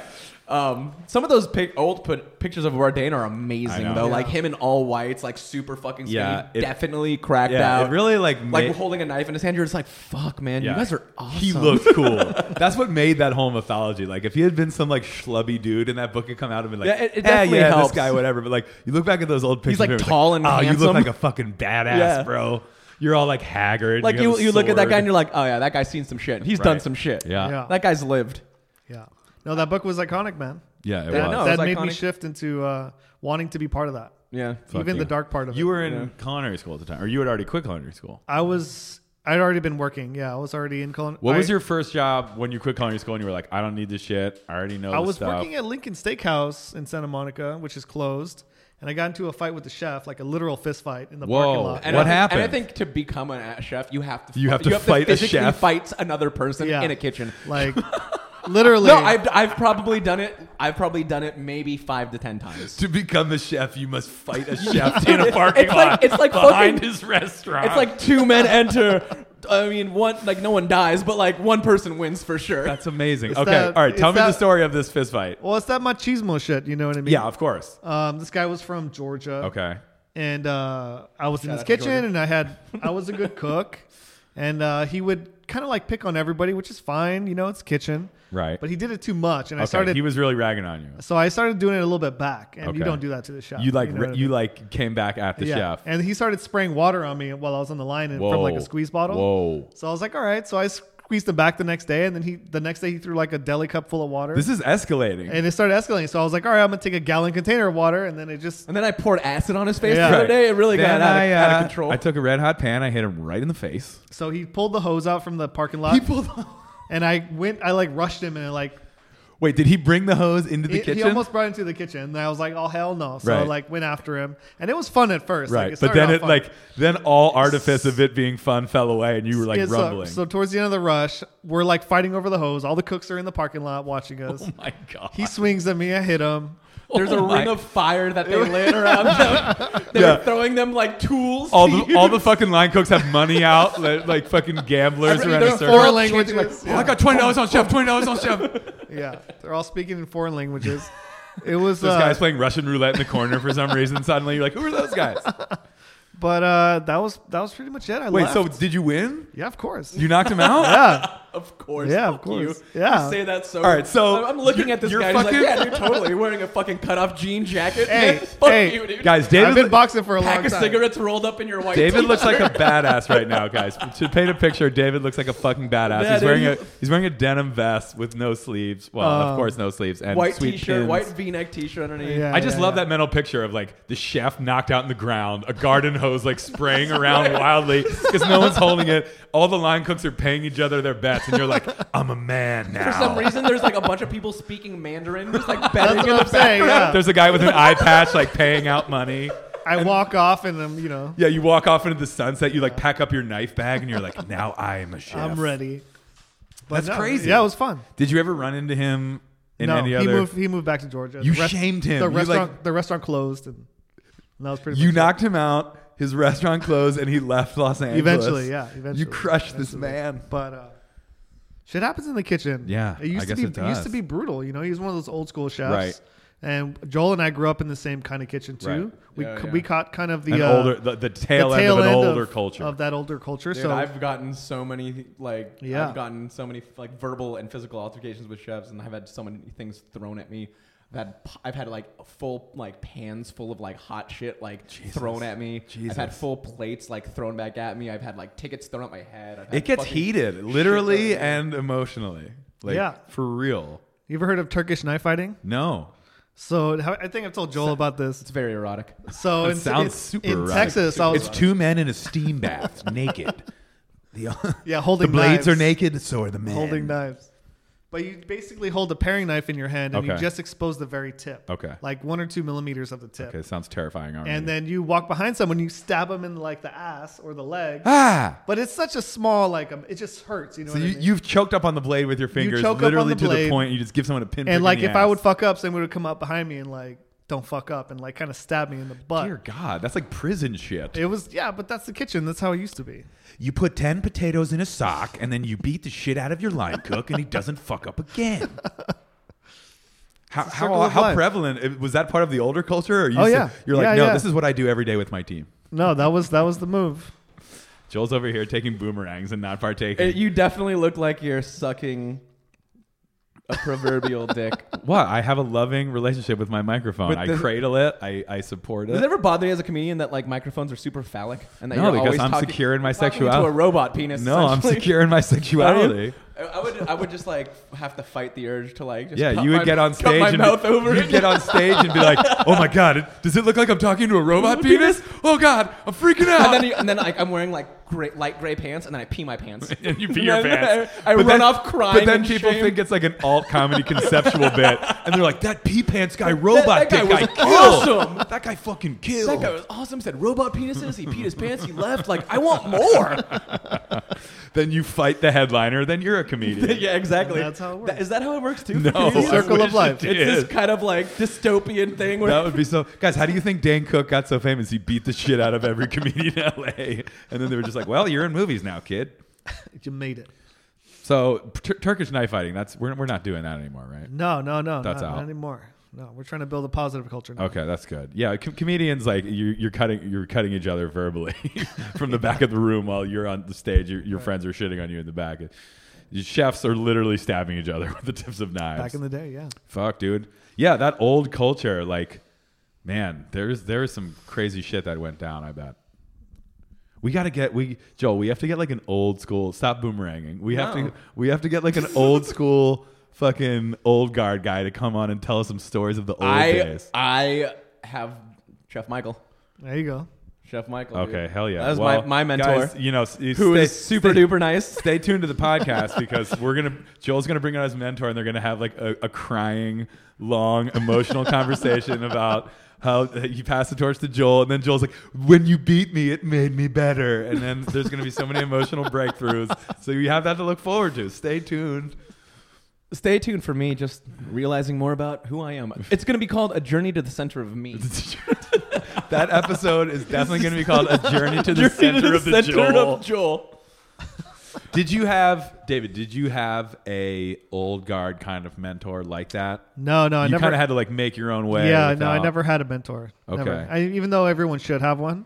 [SPEAKER 2] Um, some of those pic- old put- pictures of Warden are amazing
[SPEAKER 1] know.
[SPEAKER 2] though.
[SPEAKER 1] Yeah.
[SPEAKER 2] Like him in all whites, like super fucking skinny,
[SPEAKER 1] Yeah, it-
[SPEAKER 2] definitely cracked
[SPEAKER 1] yeah,
[SPEAKER 2] out.
[SPEAKER 1] it really like
[SPEAKER 2] like
[SPEAKER 1] ma-
[SPEAKER 2] holding a knife in his hand. You're just like, fuck, man,
[SPEAKER 1] yeah.
[SPEAKER 2] you guys are awesome.
[SPEAKER 1] He
[SPEAKER 2] (laughs)
[SPEAKER 1] looked cool. That's what made that whole mythology. Like if he had been some like schlubby dude, and that book had come out and been like,
[SPEAKER 2] Yeah, it- it
[SPEAKER 1] "Eh,
[SPEAKER 2] definitely
[SPEAKER 1] yeah,
[SPEAKER 2] helps.
[SPEAKER 1] this guy, whatever. But like, you look back at those old pictures.
[SPEAKER 2] He's, like,
[SPEAKER 1] of him,
[SPEAKER 2] tall and
[SPEAKER 1] oh, you
[SPEAKER 2] handsome."
[SPEAKER 1] look like a fucking badass,
[SPEAKER 2] Yeah.
[SPEAKER 1] bro. You're all like haggard.
[SPEAKER 2] Like
[SPEAKER 1] have
[SPEAKER 2] you,
[SPEAKER 1] a
[SPEAKER 2] you look at that
[SPEAKER 1] sword.
[SPEAKER 2] guy and you're like, oh yeah, that guy's seen some shit. He's done
[SPEAKER 1] Right.
[SPEAKER 2] some shit.
[SPEAKER 1] yeah,
[SPEAKER 3] Yeah.
[SPEAKER 1] yeah,
[SPEAKER 2] that guy's lived.
[SPEAKER 3] Yeah. No, that book was iconic, man.
[SPEAKER 1] it
[SPEAKER 2] Yeah,
[SPEAKER 1] was.
[SPEAKER 2] no, it
[SPEAKER 3] that
[SPEAKER 2] was
[SPEAKER 3] made me
[SPEAKER 2] iconic.
[SPEAKER 3] shift into uh, wanting to be part of that.
[SPEAKER 2] Yeah,
[SPEAKER 1] Fuck
[SPEAKER 3] even
[SPEAKER 1] you.
[SPEAKER 3] the dark part of
[SPEAKER 1] You
[SPEAKER 3] it.
[SPEAKER 1] were in culinary school at the time, or you had already quit culinary school.
[SPEAKER 3] I was. I'd already been working. Yeah, I was already in culinary.
[SPEAKER 1] What was
[SPEAKER 3] I-
[SPEAKER 1] your first job when you quit culinary school and you were like, I don't need this shit. I already know.
[SPEAKER 3] I
[SPEAKER 1] this
[SPEAKER 3] was
[SPEAKER 1] stuff.
[SPEAKER 3] working at Lincoln Steakhouse in Santa Monica, which is closed, and I got into a fight with the chef, like a literal fist fight in the
[SPEAKER 1] Whoa.
[SPEAKER 3] parking lot.
[SPEAKER 2] And
[SPEAKER 1] What
[SPEAKER 2] I think,
[SPEAKER 1] happened?
[SPEAKER 2] And I think to become a chef, you have to
[SPEAKER 1] You have to fight a
[SPEAKER 2] physically
[SPEAKER 1] chef?
[SPEAKER 2] fight another person
[SPEAKER 3] Yeah.
[SPEAKER 2] in a kitchen.
[SPEAKER 3] (laughs) like
[SPEAKER 1] (laughs)
[SPEAKER 3] literally.
[SPEAKER 2] No, I've, I've probably done it. I've probably done it maybe five to ten times.
[SPEAKER 1] To become a chef, you must fight
[SPEAKER 3] (laughs)
[SPEAKER 1] a chef in a parking
[SPEAKER 2] It's like-
[SPEAKER 1] lot
[SPEAKER 2] it's like
[SPEAKER 1] behind
[SPEAKER 2] fucking-
[SPEAKER 1] his restaurant.
[SPEAKER 2] It's like two men enter. I mean, one like no one dies, but like one person wins for sure.
[SPEAKER 1] (laughs) that's amazing.
[SPEAKER 3] It's
[SPEAKER 1] Okay,
[SPEAKER 3] that-
[SPEAKER 1] all right. Tell
[SPEAKER 3] it's
[SPEAKER 1] me the
[SPEAKER 3] that-
[SPEAKER 1] story of this fist fight.
[SPEAKER 3] well, it's that machismo shit. You know what I mean?
[SPEAKER 1] Yeah, of course.
[SPEAKER 3] Um, this guy was from Georgia.
[SPEAKER 1] Okay.
[SPEAKER 3] and uh, I was in
[SPEAKER 2] Shout
[SPEAKER 3] his
[SPEAKER 2] out to
[SPEAKER 3] kitchen,
[SPEAKER 2] Jordan.
[SPEAKER 3] and I had I was
[SPEAKER 1] (laughs)
[SPEAKER 3] a good cook, and uh, he would kind of like pick on everybody, which is fine, you know, it's kitchen,
[SPEAKER 1] Right.
[SPEAKER 3] But he did it too much, and I
[SPEAKER 1] Okay.
[SPEAKER 3] started.
[SPEAKER 1] he was really ragging on you.
[SPEAKER 3] so I started doing it a little bit back, and you
[SPEAKER 1] Okay.
[SPEAKER 3] don't do that to the chef.
[SPEAKER 1] You like
[SPEAKER 3] know
[SPEAKER 1] re-
[SPEAKER 3] what I
[SPEAKER 1] you
[SPEAKER 3] mean?
[SPEAKER 1] like came back at the
[SPEAKER 3] yeah.
[SPEAKER 1] chef.
[SPEAKER 3] And he started spraying water on me while I was on the line, and from like
[SPEAKER 1] Whoa.
[SPEAKER 3] a squeeze bottle.
[SPEAKER 1] Whoa.
[SPEAKER 3] So I was like, all right. So I squeezed him back the next day, and then he the next day he threw like a deli cup full of water.
[SPEAKER 1] This is escalating.
[SPEAKER 3] and it started escalating. So I was like, all right, I'm gonna take a gallon container of water, and then it just
[SPEAKER 2] and then I poured acid on his face
[SPEAKER 3] Yeah.
[SPEAKER 2] the other
[SPEAKER 1] Right.
[SPEAKER 2] day. It really
[SPEAKER 1] Then
[SPEAKER 2] got out,
[SPEAKER 1] I,
[SPEAKER 2] of, out
[SPEAKER 1] uh,
[SPEAKER 2] of control.
[SPEAKER 1] I took a red hot pan. I hit him right in the face.
[SPEAKER 3] so he pulled the hose out from the parking lot. and I went, I like rushed him and like
[SPEAKER 1] Wait, did he bring the hose into the
[SPEAKER 3] he-
[SPEAKER 1] kitchen?
[SPEAKER 3] he almost brought him to the kitchen. And I was like, oh hell no! So I
[SPEAKER 1] Right.
[SPEAKER 3] like went after him, and it was fun at first.
[SPEAKER 1] right,
[SPEAKER 3] like, it
[SPEAKER 1] but
[SPEAKER 3] started
[SPEAKER 1] then
[SPEAKER 3] off
[SPEAKER 1] it
[SPEAKER 3] fun.
[SPEAKER 1] like then all artifice of it being fun fell away, and you were like
[SPEAKER 3] Yeah, so-
[SPEAKER 1] rumbling.
[SPEAKER 3] uh, (laughs) So, towards the end of the rush, we're like fighting over the hose. All the cooks are in the parking lot watching us.
[SPEAKER 1] oh my god!
[SPEAKER 3] he swings at me. I hit him.
[SPEAKER 2] There's
[SPEAKER 1] Oh
[SPEAKER 2] a
[SPEAKER 1] my-
[SPEAKER 2] ring of fire that they
[SPEAKER 1] (laughs)
[SPEAKER 2] lit around them. They
[SPEAKER 1] Yeah.
[SPEAKER 2] were throwing them like tools.
[SPEAKER 3] (laughs)
[SPEAKER 1] all
[SPEAKER 2] to
[SPEAKER 1] the all the
[SPEAKER 2] use.
[SPEAKER 1] fucking line cooks have money out, like, like fucking gamblers
[SPEAKER 2] Every-
[SPEAKER 1] around
[SPEAKER 2] they're
[SPEAKER 1] a circle.
[SPEAKER 3] Foreign
[SPEAKER 2] all
[SPEAKER 3] languages.
[SPEAKER 2] changing, like,
[SPEAKER 1] Oh, I got twenty dollars on chef. Twenty dollars on chef. This
[SPEAKER 3] yeah. yeah, they're all speaking in foreign
[SPEAKER 1] (laughs)
[SPEAKER 3] languages. It was uh,
[SPEAKER 1] guy's playing Russian roulette in the corner for some
[SPEAKER 3] (laughs)
[SPEAKER 1] reason. Suddenly, you're like, who are those guys?
[SPEAKER 3] but uh, that was that was pretty much it. I
[SPEAKER 1] Wait,
[SPEAKER 3] left.
[SPEAKER 1] so did you win?
[SPEAKER 3] yeah, of course.
[SPEAKER 1] You knocked him out.
[SPEAKER 3] yeah,
[SPEAKER 2] (laughs) Of course.
[SPEAKER 3] Yeah,
[SPEAKER 2] fuck
[SPEAKER 3] of course.
[SPEAKER 2] You.
[SPEAKER 3] Yeah.
[SPEAKER 2] You say that so.
[SPEAKER 1] All right, so
[SPEAKER 2] I'm, I'm looking
[SPEAKER 1] you're-
[SPEAKER 2] at this
[SPEAKER 1] you're
[SPEAKER 2] guy. He's like,
[SPEAKER 1] fucking-
[SPEAKER 2] yeah, dude, totally. You're wearing a fucking cut-off jean jacket.
[SPEAKER 3] Hey,
[SPEAKER 2] man. (laughs) fuck
[SPEAKER 3] hey,
[SPEAKER 2] you, dude.
[SPEAKER 1] Guys,
[SPEAKER 3] I've been
[SPEAKER 1] David,
[SPEAKER 3] boxing for a long
[SPEAKER 2] pack
[SPEAKER 3] time.
[SPEAKER 2] of cigarettes rolled up in your white.
[SPEAKER 1] David
[SPEAKER 2] tee.
[SPEAKER 1] looks like a badass right now, guys. To paint a picture, David looks like a fucking badass.
[SPEAKER 2] Yeah,
[SPEAKER 1] he's
[SPEAKER 2] dude,
[SPEAKER 1] wearing a
[SPEAKER 2] you-
[SPEAKER 1] he's wearing a denim vest with no sleeves. Well,
[SPEAKER 3] Uh,
[SPEAKER 1] of course, no sleeves and
[SPEAKER 2] white
[SPEAKER 1] sweet
[SPEAKER 2] t-shirt,
[SPEAKER 1] pins.
[SPEAKER 2] white V-neck t-shirt underneath.
[SPEAKER 3] Yeah.
[SPEAKER 1] I just love that mental picture of like the chef knocked out in the ground, a garden hose like spraying
[SPEAKER 3] (laughs)
[SPEAKER 1] around wildly because no one's holding it. All the line cooks are paying each other their bets, and you're like, I'm a
[SPEAKER 3] (laughs)
[SPEAKER 1] man now.
[SPEAKER 2] For some reason, there's like a bunch of people speaking Mandarin,
[SPEAKER 1] (laughs)
[SPEAKER 2] just like betting
[SPEAKER 3] That's
[SPEAKER 2] in
[SPEAKER 3] what
[SPEAKER 2] the
[SPEAKER 3] I'm saying. Yeah.
[SPEAKER 1] There's a guy with an eye patch like paying out money.
[SPEAKER 3] I walk off and I'm, you know,
[SPEAKER 1] Yeah, you walk off into the sunset, you like pack up your knife bag, and you're like, now I am a chef.
[SPEAKER 3] I'm ready. But
[SPEAKER 1] That's
[SPEAKER 3] no,
[SPEAKER 1] crazy.
[SPEAKER 3] Yeah, it was fun.
[SPEAKER 1] Did you ever run into him in
[SPEAKER 3] no,
[SPEAKER 1] any
[SPEAKER 3] he
[SPEAKER 1] other?
[SPEAKER 3] moved. He moved back to Georgia.
[SPEAKER 1] You
[SPEAKER 3] The rest-
[SPEAKER 1] shamed him.
[SPEAKER 3] The
[SPEAKER 1] You,
[SPEAKER 3] restaurant.
[SPEAKER 1] like-
[SPEAKER 3] the restaurant closed, and that was pretty.
[SPEAKER 1] You
[SPEAKER 3] much it.
[SPEAKER 1] knocked him out. His restaurant closed, and he left Los Angeles.
[SPEAKER 3] Eventually, yeah, eventually.
[SPEAKER 1] You crushed this
[SPEAKER 3] Eventually.
[SPEAKER 1] man.
[SPEAKER 3] But uh, shit happens in the kitchen.
[SPEAKER 1] Yeah,
[SPEAKER 3] it used
[SPEAKER 1] I guess
[SPEAKER 3] to be.
[SPEAKER 1] it
[SPEAKER 3] used to
[SPEAKER 1] does.
[SPEAKER 3] be brutal. You know, he was one of those old school chefs.
[SPEAKER 1] Right.
[SPEAKER 3] And Joel and I grew up in the same kind of kitchen too.
[SPEAKER 1] Right.
[SPEAKER 3] We
[SPEAKER 2] Yeah,
[SPEAKER 3] ca-
[SPEAKER 2] yeah.
[SPEAKER 3] we caught kind of the
[SPEAKER 1] An
[SPEAKER 3] uh,
[SPEAKER 1] older, the, the tail,
[SPEAKER 3] the
[SPEAKER 1] end of an
[SPEAKER 3] end
[SPEAKER 1] older culture.
[SPEAKER 3] of that older culture.
[SPEAKER 2] Dude,
[SPEAKER 3] so
[SPEAKER 2] I've gotten so many like
[SPEAKER 3] Yeah.
[SPEAKER 2] I've gotten so many like verbal and physical altercations with chefs, and I've had so many things thrown at me that p- I've had like full like pans full of like hot shit like thrown at me.
[SPEAKER 1] Jesus.
[SPEAKER 2] I've had full plates like thrown back at me. I've had like tickets thrown at my head. I've had
[SPEAKER 1] it gets
[SPEAKER 2] fucking
[SPEAKER 1] heated,
[SPEAKER 2] shit
[SPEAKER 1] literally
[SPEAKER 2] thrown at
[SPEAKER 1] and
[SPEAKER 2] me.
[SPEAKER 1] emotionally. Like,
[SPEAKER 3] Yeah.
[SPEAKER 1] for real.
[SPEAKER 3] You ever heard of Turkish knife fighting?
[SPEAKER 1] No.
[SPEAKER 3] So (laughs) how- I think I've told Joel about this.
[SPEAKER 2] It's very erotic.
[SPEAKER 3] So
[SPEAKER 1] It
[SPEAKER 3] in,
[SPEAKER 1] sounds
[SPEAKER 3] in-
[SPEAKER 1] super
[SPEAKER 3] in
[SPEAKER 1] erotic.
[SPEAKER 3] Texas, I was
[SPEAKER 1] it's two men in a steam bath, (laughs) naked. The,
[SPEAKER 3] yeah
[SPEAKER 1] the
[SPEAKER 3] holding
[SPEAKER 1] blades
[SPEAKER 3] knives.
[SPEAKER 1] are naked, so are the men.
[SPEAKER 3] holding knives. But you basically hold a paring knife in your hand and you
[SPEAKER 1] Okay.
[SPEAKER 3] just expose the very tip.
[SPEAKER 1] Okay.
[SPEAKER 3] Like one or two millimeters of the tip.
[SPEAKER 1] Okay, sounds terrifying already.
[SPEAKER 3] And then you walk behind someone, you stab them in like the ass or the leg.
[SPEAKER 1] ah,
[SPEAKER 3] But it's such a small, like, um, it just hurts. You know
[SPEAKER 1] so
[SPEAKER 3] what
[SPEAKER 1] you,
[SPEAKER 3] I mean?
[SPEAKER 1] you've choked up on the blade with your fingers,
[SPEAKER 3] choke up on
[SPEAKER 1] literally
[SPEAKER 3] the
[SPEAKER 1] to the
[SPEAKER 3] blade.
[SPEAKER 1] point you just give someone a pin.
[SPEAKER 3] and like, if I would fuck up, someone would come up behind me and like, don't fuck up and like kind of stab me in the butt.
[SPEAKER 1] dear God, that's like prison shit.
[SPEAKER 3] It was, yeah, but that's the kitchen. That's how it used to be.
[SPEAKER 1] You put 10 potatoes in a sock and then you beat the shit out of your line cook and he doesn't fuck up
[SPEAKER 3] (laughs)
[SPEAKER 1] again. How,
[SPEAKER 3] circle
[SPEAKER 1] how,
[SPEAKER 3] of
[SPEAKER 1] how
[SPEAKER 3] life.
[SPEAKER 1] prevalent was that part of the older culture? Or you
[SPEAKER 3] Oh,
[SPEAKER 1] said-
[SPEAKER 3] yeah.
[SPEAKER 1] You're like,
[SPEAKER 3] Yeah,
[SPEAKER 1] no,
[SPEAKER 3] yeah.
[SPEAKER 1] this is what I do every day with my team.
[SPEAKER 3] No, that was, that was the move.
[SPEAKER 1] Joel's over here taking boomerangs and not partaking.
[SPEAKER 2] It- you definitely look like you're sucking a (laughs) proverbial dick.
[SPEAKER 1] what? I have a loving relationship with my microphone.
[SPEAKER 2] But
[SPEAKER 1] I
[SPEAKER 2] the-
[SPEAKER 1] cradle it, I, I support it.
[SPEAKER 2] Does it ever bother you as a comedian that like microphones are super phallic and that
[SPEAKER 1] No,
[SPEAKER 2] you're
[SPEAKER 1] because
[SPEAKER 2] always
[SPEAKER 1] I'm
[SPEAKER 2] talking,
[SPEAKER 1] secure in my
[SPEAKER 2] talking
[SPEAKER 1] sexuality.
[SPEAKER 2] To a robot penis.
[SPEAKER 1] no, I'm
[SPEAKER 2] essentially?
[SPEAKER 1] secure in my sexuality.
[SPEAKER 2] I I would, I would just like have to fight the urge to like. Just
[SPEAKER 1] Yeah,
[SPEAKER 2] cut
[SPEAKER 1] you would
[SPEAKER 2] my-
[SPEAKER 1] get on
[SPEAKER 2] (laughs) cut
[SPEAKER 1] stage
[SPEAKER 2] my
[SPEAKER 1] and
[SPEAKER 2] mouth over
[SPEAKER 1] you'd
[SPEAKER 2] it. (laughs)
[SPEAKER 1] get on stage and be like, "Oh my god, it, does it look like I'm talking to a
[SPEAKER 2] (laughs)
[SPEAKER 1] robot penis? Oh god, I'm freaking (laughs) out!"
[SPEAKER 2] and then, you, and then like, I'm wearing like gray, light gray pants, and then I pee
[SPEAKER 1] (laughs)
[SPEAKER 2] my pants.
[SPEAKER 1] and you pee
[SPEAKER 2] (laughs) And
[SPEAKER 1] your
[SPEAKER 2] then
[SPEAKER 1] pants.
[SPEAKER 2] I, I
[SPEAKER 1] But
[SPEAKER 2] run
[SPEAKER 1] then-
[SPEAKER 2] off crying.
[SPEAKER 1] But then
[SPEAKER 2] in
[SPEAKER 1] people
[SPEAKER 2] shame.
[SPEAKER 1] think it's like an alt
[SPEAKER 2] (laughs)
[SPEAKER 1] comedy conceptual bit, and they're like, "That pee pants guy, robot
[SPEAKER 2] that guy
[SPEAKER 1] dick
[SPEAKER 2] was
[SPEAKER 1] guy, killed.
[SPEAKER 2] awesome."
[SPEAKER 1] That guy fucking killed."
[SPEAKER 2] that guy was awesome. Said robot penises. He peed his pants. He left. Like I
[SPEAKER 1] (laughs)
[SPEAKER 2] want more. (laughs)
[SPEAKER 1] then you fight the headliner. Then
[SPEAKER 2] (laughs)
[SPEAKER 1] you're a comedian.
[SPEAKER 2] yeah, exactly.
[SPEAKER 3] That's how it works.
[SPEAKER 2] That, is that how it works too?
[SPEAKER 1] No,
[SPEAKER 2] for comedians?
[SPEAKER 1] I
[SPEAKER 3] circle of
[SPEAKER 1] wish it
[SPEAKER 3] life.
[SPEAKER 1] did.
[SPEAKER 2] It's this kind of like dystopian thing where
[SPEAKER 1] that would be so. Guys, how do you think Dan Cook got so famous? He beat the shit out of every comedian in LA, and then they were just like, "Well, you're in movies now, kid."
[SPEAKER 3] You made it.
[SPEAKER 1] So Tur- Turkish knife fighting. That's we're, we're not doing that anymore, right?
[SPEAKER 3] No, no, no.
[SPEAKER 1] That's
[SPEAKER 3] not,
[SPEAKER 1] out.
[SPEAKER 3] not anymore. No, we're trying to build a positive culture now.
[SPEAKER 1] Okay, that's good. Yeah, com- comedians like you, you're cutting you're cutting each other verbally (laughs) from the back of the room while you're on the stage. Your, your friends are shitting on you in the back. Your chefs are literally stabbing each other (laughs) with the tips of knives.
[SPEAKER 3] Back in the day, yeah.
[SPEAKER 1] Fuck, dude. Yeah, that old culture. Like, man, there's there is some crazy shit that went down. I bet. We gotta get we Joel. We have to get like an old school. Stop boomeranging. We have
[SPEAKER 2] No.
[SPEAKER 1] to we have to get like an old school fucking old guard guy to come on and tell us some stories of the old
[SPEAKER 2] I
[SPEAKER 1] days.
[SPEAKER 2] I have Chef Michael.
[SPEAKER 3] There you go.
[SPEAKER 2] Chef Michael. dude.
[SPEAKER 1] Okay, hell yeah.
[SPEAKER 2] That was
[SPEAKER 1] Well,
[SPEAKER 2] my, my mentor,
[SPEAKER 1] guys, you know, s- you
[SPEAKER 2] who
[SPEAKER 1] stay,
[SPEAKER 2] is super
[SPEAKER 1] stay,
[SPEAKER 2] duper nice.
[SPEAKER 1] (laughs) Stay tuned to the podcast because we're gonna Joel's gonna bring on his mentor and they're gonna have like a, a crying, long, emotional
[SPEAKER 2] (laughs)
[SPEAKER 1] conversation about how he passed the torch to Joel and then Joel's like, "When you beat me, it made me better." And then there's gonna be so many emotional breakthroughs. So you have that to look forward to. Stay tuned.
[SPEAKER 2] Stay tuned for me just realizing more about who I am. It's going to be called A Journey to the Center
[SPEAKER 1] (laughs)
[SPEAKER 2] of Me.
[SPEAKER 1] that episode is definitely gonna be called "A Journey to the
[SPEAKER 2] Journey
[SPEAKER 1] Center of the
[SPEAKER 2] Center
[SPEAKER 1] Joel."
[SPEAKER 2] of Joel.
[SPEAKER 1] Did you have David? Did you have a old guard kind of mentor like that?
[SPEAKER 3] No, no, I
[SPEAKER 1] you
[SPEAKER 3] Uh, never
[SPEAKER 1] kind of had to like make your own way.
[SPEAKER 3] Yeah, no,
[SPEAKER 1] without-
[SPEAKER 3] I never had a mentor. Never.
[SPEAKER 1] Okay.
[SPEAKER 3] I, even though everyone should have one.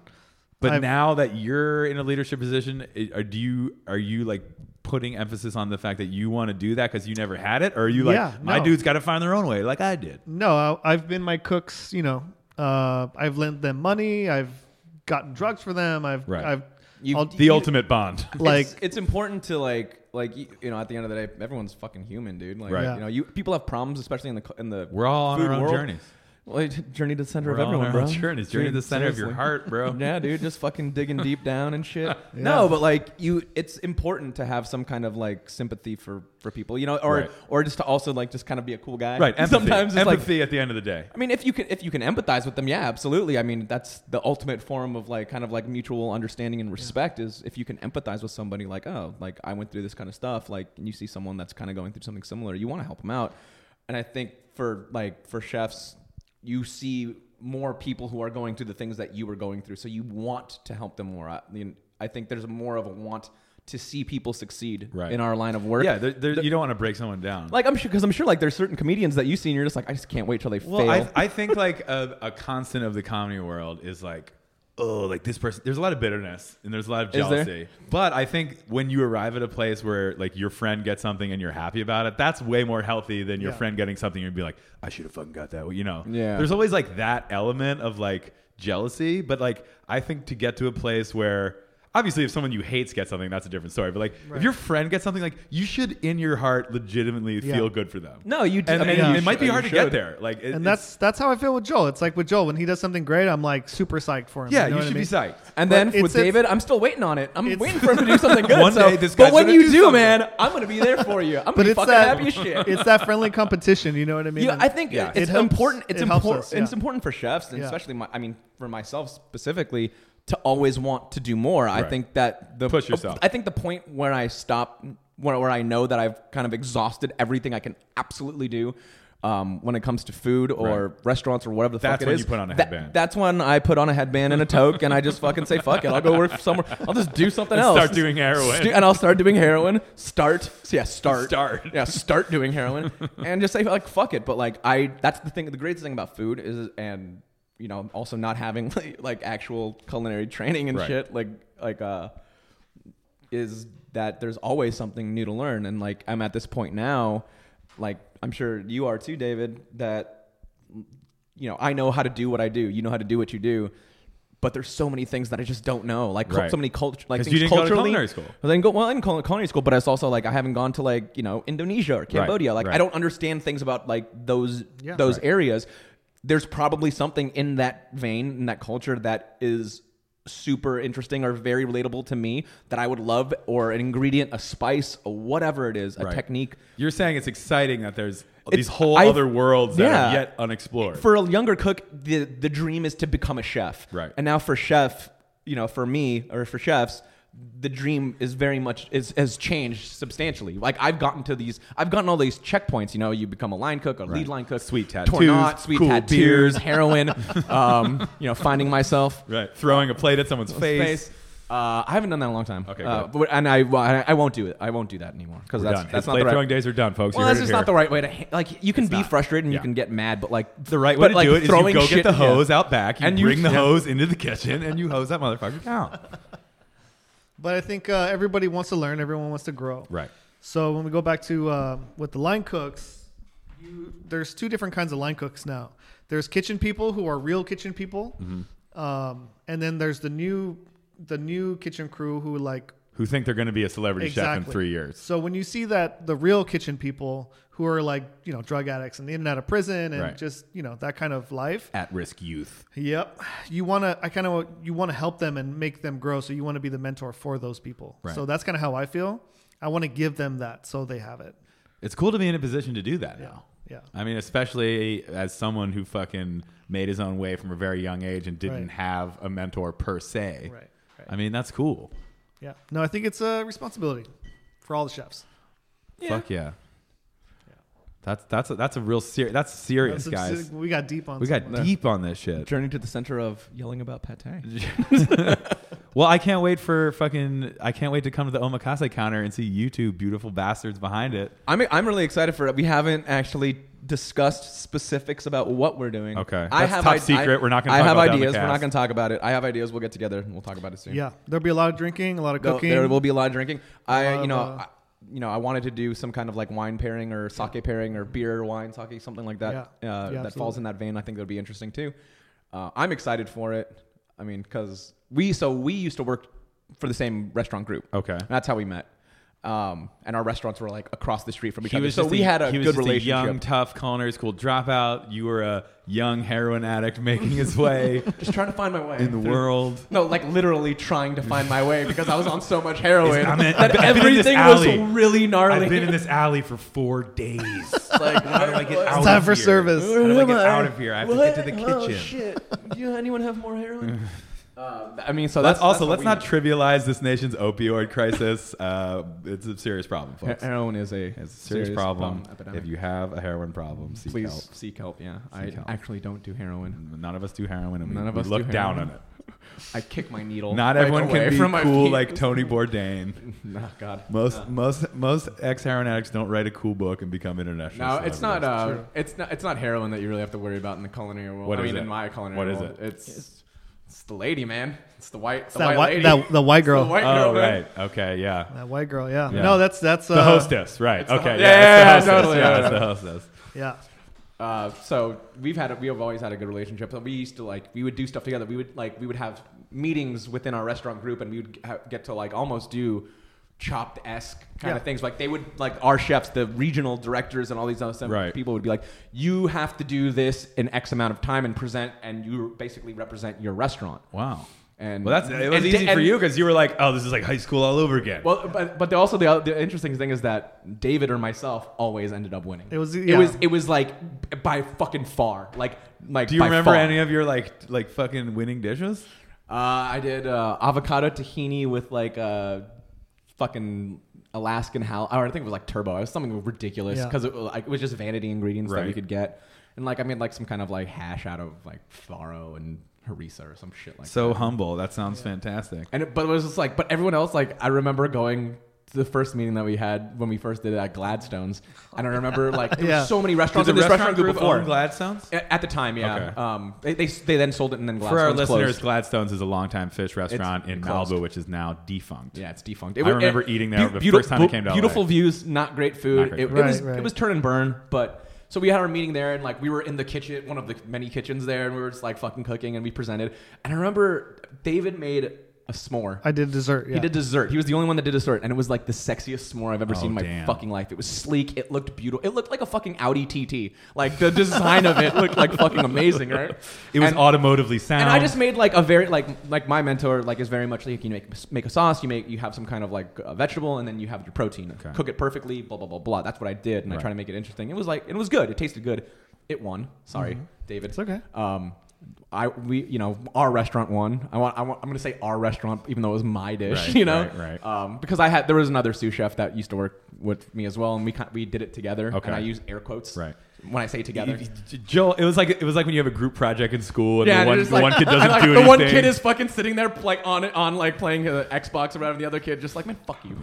[SPEAKER 1] But
[SPEAKER 3] I've-
[SPEAKER 1] now that you're in a leadership position, i- are do you are you like putting emphasis on the fact that you want to do that because you never had it, or are you like
[SPEAKER 3] Yeah,
[SPEAKER 1] my
[SPEAKER 3] no.
[SPEAKER 1] dude's got to find their own way, like I did?
[SPEAKER 3] No, I, I've been my cook's. You know, uh, I've lent them money. I've gotten drugs for them. I've,
[SPEAKER 1] Right.
[SPEAKER 3] I've,
[SPEAKER 2] You-
[SPEAKER 3] I'll-
[SPEAKER 1] The ultimate bond.
[SPEAKER 3] like,
[SPEAKER 2] it's, it's important to like like you, you know at the end of the day everyone's fucking human dude like
[SPEAKER 1] Right.
[SPEAKER 3] Yeah.
[SPEAKER 2] you know you people have problems especially in the in the
[SPEAKER 1] We're all on
[SPEAKER 2] food
[SPEAKER 1] our own
[SPEAKER 2] world.
[SPEAKER 1] journeys.
[SPEAKER 2] Well, journey to the center
[SPEAKER 1] We're
[SPEAKER 2] of
[SPEAKER 1] all on
[SPEAKER 2] everyone
[SPEAKER 1] our
[SPEAKER 2] bro
[SPEAKER 1] own journeys. Journey to the center of your
[SPEAKER 2] seriously.
[SPEAKER 1] heart,
[SPEAKER 3] (laughs)
[SPEAKER 1] bro.
[SPEAKER 2] yeah dude just fucking digging deep down
[SPEAKER 1] (laughs)
[SPEAKER 2] and shit no but like you it's important to have some kind of like sympathy for for people you know or
[SPEAKER 1] Right.
[SPEAKER 2] or just to also like just kind of be a cool guy
[SPEAKER 1] Right. Empathy.
[SPEAKER 2] (laughs) sometimes it's like
[SPEAKER 1] empathy at the end of the day.
[SPEAKER 2] I mean, if you can if you can empathize with them, yeah, absolutely. I mean, that's the ultimate form of like kind of like mutual understanding and respect is if you can empathize with somebody. Like, oh, like I went through this kind of stuff. Like, and you see someone that's kind of going through something similar, you want to help them out. And I think for like for chefs, you see more people who are going through the things that you were going through, so you want to help them more. I, mean, I think there's more of a want to see people succeed
[SPEAKER 1] Right.
[SPEAKER 2] in our line of work.
[SPEAKER 1] Yeah, there, there, you don't want to break someone down.
[SPEAKER 2] Like I'm sure, because I'm sure, like there's certain comedians that you see, and you're just like, I just can't wait till they
[SPEAKER 1] Well,
[SPEAKER 2] fail.
[SPEAKER 1] I, I think like a, a constant of the comedy world is like, oh, like this person. There's a lot of bitterness and there's a lot of
[SPEAKER 2] Is there?
[SPEAKER 1] jealousy. But I think when you arrive at a place where like your friend gets something and you're happy about it, that's way more healthy than your
[SPEAKER 3] Yeah.
[SPEAKER 1] friend getting something and be like, I should have fucking got that. You know,
[SPEAKER 2] Yeah.
[SPEAKER 1] There's always like that element of like jealousy, but like I think to get to a place where. obviously if someone you hates gets something, that's a different story. But like if your friend gets something, like you should in your heart legitimately
[SPEAKER 3] Yeah.
[SPEAKER 1] feel good for them.
[SPEAKER 2] No, you (laughs) do-
[SPEAKER 1] And,
[SPEAKER 2] I mean,
[SPEAKER 1] and
[SPEAKER 2] you
[SPEAKER 1] it might
[SPEAKER 2] should-
[SPEAKER 1] be
[SPEAKER 2] you
[SPEAKER 1] hard to
[SPEAKER 2] should.
[SPEAKER 1] get there. Like, it-
[SPEAKER 3] And
[SPEAKER 1] it's-
[SPEAKER 3] that's that's how I feel with Joel. It's like with Joel when he does something great, I'm like super psyched for him.
[SPEAKER 1] yeah,
[SPEAKER 3] know
[SPEAKER 1] you
[SPEAKER 3] what I
[SPEAKER 1] should be
[SPEAKER 3] mean?
[SPEAKER 1] psyched.
[SPEAKER 2] And
[SPEAKER 3] But
[SPEAKER 2] then
[SPEAKER 3] it's-
[SPEAKER 2] with
[SPEAKER 3] it's-
[SPEAKER 2] David, I'm still waiting on it. I'm
[SPEAKER 3] It's-
[SPEAKER 2] waiting for him to do something good.
[SPEAKER 1] One
[SPEAKER 2] so-
[SPEAKER 1] day this guy's
[SPEAKER 2] but when
[SPEAKER 1] gonna
[SPEAKER 2] you
[SPEAKER 1] do
[SPEAKER 2] do,
[SPEAKER 1] something.
[SPEAKER 2] man, I'm gonna be there for you. I'm gonna
[SPEAKER 3] But
[SPEAKER 2] be
[SPEAKER 3] it's
[SPEAKER 2] fucking
[SPEAKER 3] that
[SPEAKER 2] happy as
[SPEAKER 3] (laughs)
[SPEAKER 2] shit.
[SPEAKER 3] it's that friendly competition. You know what I mean?
[SPEAKER 2] You-
[SPEAKER 3] And
[SPEAKER 2] I think
[SPEAKER 1] Yeah.
[SPEAKER 2] it's
[SPEAKER 3] It helps-
[SPEAKER 2] important. It's
[SPEAKER 3] it helps
[SPEAKER 2] important.
[SPEAKER 3] us, yeah.
[SPEAKER 2] It's important for chefs, and
[SPEAKER 3] Yeah.
[SPEAKER 2] especially my. I mean, for myself specifically, to always want to do more.
[SPEAKER 1] Right.
[SPEAKER 2] I think that the
[SPEAKER 1] Push yourself.
[SPEAKER 2] I think the point where I stop, where, where I know that I've kind of exhausted everything I can absolutely do. Um, when it comes to food or restaurants or whatever the
[SPEAKER 1] That's
[SPEAKER 2] fuck it
[SPEAKER 1] when
[SPEAKER 2] is.
[SPEAKER 1] you put on a
[SPEAKER 2] that-
[SPEAKER 1] headband.
[SPEAKER 2] that's when I put on a headband and a toque, and I just fucking say fuck it. I'll go work somewhere. I'll just do
[SPEAKER 1] (laughs)
[SPEAKER 2] something
[SPEAKER 1] And
[SPEAKER 2] else.
[SPEAKER 1] start doing heroin.
[SPEAKER 2] Stu- and I'll start doing heroin. Start. So yeah, start.
[SPEAKER 1] Start.
[SPEAKER 2] Yeah, start doing heroin and just say like fuck it. But like I, that's the thing. The greatest thing about food is, and you know, also not having (laughs) like, like actual culinary training and
[SPEAKER 1] Right.
[SPEAKER 2] shit. Like like uh, is that there's always something new to learn. And like I'm at this point now, like I'm sure you are too, David. That you know, I know how to do what I do. You know how to do what you do. But there's so many things that I just don't know. Like cul-
[SPEAKER 1] Right.
[SPEAKER 2] so many culture, like
[SPEAKER 1] 'Cause
[SPEAKER 2] things
[SPEAKER 1] you didn't go to
[SPEAKER 2] culturally.
[SPEAKER 1] culinary school.
[SPEAKER 2] I didn't go well. I didn't call it culinary school, but it's also like I haven't gone to like you know Indonesia or Cambodia. Like
[SPEAKER 1] right.
[SPEAKER 2] I don't understand things about like those
[SPEAKER 3] Yeah.
[SPEAKER 2] those areas. There's probably something in that vein in that culture that is super interesting or very relatable to me that I would love, or an ingredient, a spice, or whatever it is, a
[SPEAKER 1] Right.
[SPEAKER 2] technique.
[SPEAKER 1] You're saying it's exciting that there's these
[SPEAKER 2] It's-
[SPEAKER 1] whole
[SPEAKER 2] I've-
[SPEAKER 1] other worlds that are
[SPEAKER 2] yeah.
[SPEAKER 1] yet unexplored.
[SPEAKER 2] For a younger cook, the the dream is to become a chef.
[SPEAKER 1] Right.
[SPEAKER 2] And now for chef, you know, for me or for chefs, the dream is very much is has changed substantially. Like I've gotten to these, I've gotten all these checkpoints. You know, you become a line cook, a lead line cook,
[SPEAKER 1] Sweet
[SPEAKER 2] tournant,
[SPEAKER 1] tattoos,
[SPEAKER 2] sweet
[SPEAKER 1] cool (laughs)
[SPEAKER 2] tattoos, heroin. um, you know, finding myself.
[SPEAKER 1] right, throwing a plate at someone's (laughs) face.
[SPEAKER 2] Space. Uh, I haven't done that in a long time.
[SPEAKER 1] Okay,
[SPEAKER 2] uh,
[SPEAKER 1] good.
[SPEAKER 2] but, and I, well, I I won't do it. I won't do that anymore because
[SPEAKER 1] We're
[SPEAKER 2] that's
[SPEAKER 1] done.
[SPEAKER 2] that's
[SPEAKER 1] His
[SPEAKER 2] not
[SPEAKER 1] plate
[SPEAKER 2] the right
[SPEAKER 1] throwing days are done, folks. You
[SPEAKER 2] well,
[SPEAKER 1] heard
[SPEAKER 2] that's
[SPEAKER 1] it
[SPEAKER 2] just
[SPEAKER 1] here.
[SPEAKER 2] not the right way to ha- like. You can be
[SPEAKER 1] not.
[SPEAKER 2] frustrated and
[SPEAKER 1] Yeah.
[SPEAKER 2] you can get mad, but like
[SPEAKER 1] The right way
[SPEAKER 2] but,
[SPEAKER 1] to
[SPEAKER 2] like,
[SPEAKER 1] do it is you
[SPEAKER 2] throwing
[SPEAKER 1] go get
[SPEAKER 2] shit-
[SPEAKER 1] the hose
[SPEAKER 2] yeah.
[SPEAKER 1] out back, you
[SPEAKER 2] And you-
[SPEAKER 1] bring the
[SPEAKER 2] (laughs) yeah.
[SPEAKER 1] hose into the kitchen, and you hose that motherfucker down.
[SPEAKER 3] But I think uh, everybody wants to learn. Everyone wants to grow.
[SPEAKER 1] Right.
[SPEAKER 3] So when we go back to uh, with the line cooks, you, there's two different kinds of line cooks now. There's kitchen people who are real kitchen people,
[SPEAKER 1] Mm-hmm.
[SPEAKER 3] um, and then there's the new the new kitchen crew who like
[SPEAKER 1] Who think they're going to be a celebrity chef in three years?
[SPEAKER 3] So when you see that the real kitchen people who are like you know drug addicts and in and out of prison and
[SPEAKER 1] Right.
[SPEAKER 3] just you know that kind of life,
[SPEAKER 1] At risk youth.
[SPEAKER 3] Yep. You want to, I kind of, you want to help them and make them grow. So you want to be the mentor for those people.
[SPEAKER 1] Right.
[SPEAKER 3] So that's kind of how I feel. I want to give them that so they have it.
[SPEAKER 1] It's cool to be in a position to do that now.
[SPEAKER 3] Yeah.
[SPEAKER 1] I mean, especially as someone who fucking made his own way from a very young age and didn't
[SPEAKER 3] Right.
[SPEAKER 1] have a mentor per se.
[SPEAKER 3] Right, right.
[SPEAKER 1] I mean, that's cool.
[SPEAKER 3] Yeah. No, I think it's a responsibility for all the chefs.
[SPEAKER 1] Fuck yeah. That's that's a, that's a real serious. That's serious,
[SPEAKER 3] That's-
[SPEAKER 1] guys.
[SPEAKER 3] We got deep on
[SPEAKER 1] We got
[SPEAKER 3] someone.
[SPEAKER 1] deep on this shit.
[SPEAKER 2] Journey to the center of yelling about pate.
[SPEAKER 1] Well, I can't wait for fucking. I can't wait to come to the omakase counter and see you two beautiful bastards behind it.
[SPEAKER 2] (laughs) I'm I'm really excited for it. We haven't actually discussed specifics about what we're doing.
[SPEAKER 1] Okay.
[SPEAKER 2] I
[SPEAKER 1] That's
[SPEAKER 2] have
[SPEAKER 1] top
[SPEAKER 2] id-
[SPEAKER 1] secret.
[SPEAKER 2] I,
[SPEAKER 1] We're not gonna
[SPEAKER 2] I
[SPEAKER 1] talk
[SPEAKER 2] have
[SPEAKER 1] about that on the
[SPEAKER 2] ideas. We're
[SPEAKER 1] cast.
[SPEAKER 2] not going to talk about it. I have ideas. We'll get together and we'll talk about it soon.
[SPEAKER 3] Yeah. There'll be a lot of drinking, a lot of
[SPEAKER 2] Though
[SPEAKER 3] cooking.
[SPEAKER 2] There will be a lot of drinking. I
[SPEAKER 3] lot
[SPEAKER 2] you know.
[SPEAKER 3] of, uh,
[SPEAKER 2] I, you know, I wanted to do some kind of like wine pairing or sake pairing or beer, wine, sake, something like that.
[SPEAKER 3] Yeah.
[SPEAKER 2] Uh,
[SPEAKER 3] Yeah,
[SPEAKER 2] that
[SPEAKER 3] absolutely.
[SPEAKER 2] falls in that vein. I think that would be interesting too. Uh, I'm excited for it. I mean, because we so we used to work for the same restaurant group.
[SPEAKER 1] Okay.
[SPEAKER 2] that's how we met. Um, and our restaurants were like across the street from each
[SPEAKER 1] He
[SPEAKER 2] other.
[SPEAKER 1] was
[SPEAKER 2] So
[SPEAKER 1] just
[SPEAKER 2] we had a
[SPEAKER 1] he was
[SPEAKER 2] good
[SPEAKER 1] just
[SPEAKER 2] relationship.
[SPEAKER 1] A young, tough culinary school dropout. You were a young heroin addict making his
[SPEAKER 3] (laughs)
[SPEAKER 1] way
[SPEAKER 2] (laughs) just trying to find my way
[SPEAKER 1] in the world.
[SPEAKER 2] No, like literally trying to find my way because I was on so much heroin
[SPEAKER 1] I'm in- I've
[SPEAKER 2] that
[SPEAKER 1] been- I've been in this
[SPEAKER 2] everything was
[SPEAKER 1] alley.
[SPEAKER 2] really gnarly.
[SPEAKER 1] I've been in this alley for four days.
[SPEAKER 2] (laughs) like,
[SPEAKER 1] How do I get out?
[SPEAKER 3] it's time
[SPEAKER 1] of
[SPEAKER 3] for
[SPEAKER 1] here?
[SPEAKER 3] service.
[SPEAKER 1] How do I
[SPEAKER 2] am
[SPEAKER 1] get out of here? I have to get to the
[SPEAKER 2] What? Oh,
[SPEAKER 1] kitchen.
[SPEAKER 2] shit. Do you, (laughs) anyone have more
[SPEAKER 1] (laughs)
[SPEAKER 2] heroin? Uh, I mean, so
[SPEAKER 1] Let's
[SPEAKER 2] that's
[SPEAKER 1] also let's
[SPEAKER 2] that's how
[SPEAKER 1] not trivialize this nation's opioid crisis. (laughs) Uh, it's a serious problem,
[SPEAKER 2] we-
[SPEAKER 1] folks.
[SPEAKER 2] Heroin is a
[SPEAKER 1] It's a serious, problem.
[SPEAKER 2] epidemic.
[SPEAKER 1] If you have a heroin problem, seek
[SPEAKER 2] Please
[SPEAKER 1] help.
[SPEAKER 2] seek help. Yeah, I
[SPEAKER 1] help.
[SPEAKER 2] actually don't do heroin.
[SPEAKER 1] None of us do heroin, and we,
[SPEAKER 2] None of
[SPEAKER 1] we
[SPEAKER 2] us
[SPEAKER 1] look
[SPEAKER 2] do
[SPEAKER 1] down on
[SPEAKER 2] heroin.
[SPEAKER 1] it.
[SPEAKER 2] I kick my needle.
[SPEAKER 1] Not
[SPEAKER 2] like,
[SPEAKER 1] everyone
[SPEAKER 2] away
[SPEAKER 1] can be
[SPEAKER 2] from my
[SPEAKER 1] cool
[SPEAKER 2] feet. (laughs)
[SPEAKER 1] like Tony Bourdain.
[SPEAKER 2] Nah, God.
[SPEAKER 1] Most most most ex heroin addicts don't write a cool book and become international.
[SPEAKER 2] No, it's not.
[SPEAKER 1] celebrities.
[SPEAKER 2] Uh, it's not. It's not heroin that you really have to worry about in the culinary world.
[SPEAKER 1] What
[SPEAKER 2] I
[SPEAKER 1] is
[SPEAKER 2] mean,
[SPEAKER 1] it?
[SPEAKER 2] in my culinary
[SPEAKER 1] What is
[SPEAKER 2] world,
[SPEAKER 1] it?
[SPEAKER 2] It's it's the lady, man. It's the white. the
[SPEAKER 3] that
[SPEAKER 2] white
[SPEAKER 3] white-
[SPEAKER 2] lady.
[SPEAKER 3] that- the white
[SPEAKER 2] It's
[SPEAKER 3] girl.
[SPEAKER 2] The white
[SPEAKER 1] oh
[SPEAKER 2] (laughs) girl, man.
[SPEAKER 1] right, okay, yeah.
[SPEAKER 3] That white girl. Yeah.
[SPEAKER 1] Yeah.
[SPEAKER 3] No, that's, that's, uh,
[SPEAKER 1] the hostess, right?
[SPEAKER 2] it's the
[SPEAKER 1] Okay, yeah,
[SPEAKER 2] ho- yeah,
[SPEAKER 1] it's the hostess,
[SPEAKER 2] totally,
[SPEAKER 1] yeah,
[SPEAKER 2] yeah,
[SPEAKER 1] it's
[SPEAKER 2] yeah.
[SPEAKER 1] the hostess.
[SPEAKER 3] Yeah.
[SPEAKER 2] Uh, so we've had a, we have always had a good relationship. So we used to like we would do stuff together. We would like we would have meetings within our restaurant group, and we would ha- get to like almost do chopped esque kind
[SPEAKER 3] Yeah.
[SPEAKER 2] of things. Like they would like our chefs, the regional directors, and all these other stuff,
[SPEAKER 1] Right.
[SPEAKER 2] people would be like, "You have to do this in X amount of time and present, and you basically represent your restaurant."
[SPEAKER 1] Wow.
[SPEAKER 2] And
[SPEAKER 1] Well, that's it was
[SPEAKER 2] and-
[SPEAKER 1] easy for
[SPEAKER 2] and-
[SPEAKER 1] you because you were like, oh, this is like high school all over again.
[SPEAKER 2] Well, but but the, also the, the interesting thing is that David or myself always ended up winning.
[SPEAKER 3] It was-
[SPEAKER 2] it
[SPEAKER 3] yeah.
[SPEAKER 2] was it was like b- by fucking far. Like like.
[SPEAKER 1] Do you
[SPEAKER 2] by
[SPEAKER 1] remember
[SPEAKER 2] far.
[SPEAKER 1] any of your like like fucking winning dishes?
[SPEAKER 2] Uh, I did uh, avocado tahini with like uh, fucking Alaskan hal. Or I think it was like turbo. It was something ridiculous
[SPEAKER 3] Yeah.
[SPEAKER 2] because it, was, like, it was just vanity ingredients that we
[SPEAKER 1] Right.
[SPEAKER 2] could get. And like I made like some kind of like hash out of like farro and harissa or some shit like
[SPEAKER 1] So
[SPEAKER 2] that.
[SPEAKER 1] humble. That sounds fantastic.
[SPEAKER 2] And it, but it was just like, but everyone else, like, I remember going to the first meeting that we had when we first did it at Gladstone's, and I remember like there
[SPEAKER 3] Yeah.
[SPEAKER 2] were so many restaurants
[SPEAKER 1] Did
[SPEAKER 2] in
[SPEAKER 1] the
[SPEAKER 2] this restaurant group before.
[SPEAKER 1] own Gladstone's?
[SPEAKER 2] A- at the time, yeah.
[SPEAKER 1] Okay.
[SPEAKER 2] Um, they, they they then sold it and then
[SPEAKER 1] For our
[SPEAKER 2] Gladstone's
[SPEAKER 1] listeners,
[SPEAKER 2] closed.
[SPEAKER 1] Gladstone's is a longtime fish restaurant in
[SPEAKER 2] closed.
[SPEAKER 1] Malibu, which is now defunct.
[SPEAKER 2] Yeah, it's defunct. It
[SPEAKER 1] I
[SPEAKER 2] was-
[SPEAKER 1] remember
[SPEAKER 2] it-
[SPEAKER 1] eating there
[SPEAKER 2] beau-
[SPEAKER 1] the
[SPEAKER 2] beautiful-
[SPEAKER 1] first time I came to LA.
[SPEAKER 2] Beautiful views, not great food.
[SPEAKER 1] Not great
[SPEAKER 2] it,
[SPEAKER 1] food.
[SPEAKER 2] it
[SPEAKER 3] Right,
[SPEAKER 2] was
[SPEAKER 3] right.
[SPEAKER 2] it was turn and burn, but so we had our meeting there and like we were in the kitchen, one of the many kitchens there, and we were just like fucking cooking and we presented. And I remember David made a s'more.
[SPEAKER 3] I did dessert. Yeah.
[SPEAKER 2] He did dessert. He was the only one that did dessert, and it was like the sexiest s'more I've ever
[SPEAKER 1] Oh,
[SPEAKER 2] seen in my
[SPEAKER 1] damn.
[SPEAKER 2] fucking life. It was sleek. It looked beautiful. It looked like a fucking Audi TT. Like the design of it looked like fucking amazing, right?
[SPEAKER 1] It was
[SPEAKER 2] And-
[SPEAKER 1] automotively sound.
[SPEAKER 2] and I just made like a very like like my mentor like is very much like you make make a sauce, you make you have some kind of like a vegetable, and then you have your protein,
[SPEAKER 1] Okay.
[SPEAKER 2] cook it perfectly, blah blah blah blah. That's what I did, and I
[SPEAKER 1] Right.
[SPEAKER 2] try to make it interesting. It was like it was good. It tasted good. It won. Sorry,
[SPEAKER 1] Mm-hmm.
[SPEAKER 2] David. It's
[SPEAKER 3] okay.
[SPEAKER 2] Um, I we you know our restaurant won. I want, I want I'm gonna say our restaurant even though it was my dish.
[SPEAKER 1] Right,
[SPEAKER 2] you know,
[SPEAKER 1] right, right.
[SPEAKER 2] Um, because I had there was another sous chef that used to work with me as well, and we kind we did it together.
[SPEAKER 1] Okay.
[SPEAKER 2] And I use air quotes
[SPEAKER 1] Right.
[SPEAKER 2] when I say together.
[SPEAKER 1] Joel, it was like it was like when you have a group project in school and
[SPEAKER 2] Yeah,
[SPEAKER 1] the, one,
[SPEAKER 2] and it's
[SPEAKER 1] the
[SPEAKER 2] like-
[SPEAKER 1] one kid
[SPEAKER 2] (laughs) and,
[SPEAKER 1] doesn't
[SPEAKER 2] like,
[SPEAKER 1] do
[SPEAKER 2] the
[SPEAKER 1] anything.
[SPEAKER 2] one kid is fucking sitting there like on it on like playing the Xbox or whatever. The other kid just like man,
[SPEAKER 1] (laughs)
[SPEAKER 2] fuck you.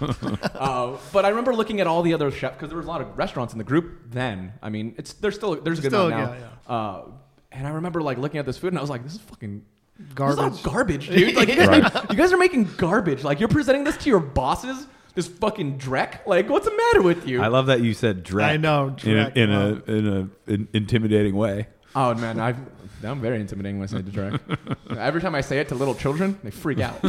[SPEAKER 2] uh, but I remember looking at all the other chefs because there was a lot of restaurants in the group then. I mean, it's there's still there's a good
[SPEAKER 3] Still,
[SPEAKER 2] amount now.
[SPEAKER 3] yeah,
[SPEAKER 2] Uh, and I remember like looking at this food and I was like, this is fucking. This
[SPEAKER 3] Garbage.
[SPEAKER 2] is all
[SPEAKER 3] (laughs)
[SPEAKER 2] garbage, dude. Like, you, guys
[SPEAKER 1] Right.
[SPEAKER 2] make- (laughs) you guys are making garbage. Like, you're presenting this to your bosses, this fucking dreck. Like, what's the matter with you?
[SPEAKER 1] I love that you said Drek.
[SPEAKER 3] I know,
[SPEAKER 1] in a
[SPEAKER 3] Drek,
[SPEAKER 1] in
[SPEAKER 3] wow.
[SPEAKER 1] a, in a in intimidating way.
[SPEAKER 2] Oh man, I've, I'm very intimidating when I say
[SPEAKER 1] (laughs)
[SPEAKER 2] detract. Every time I say it to little children, they freak out.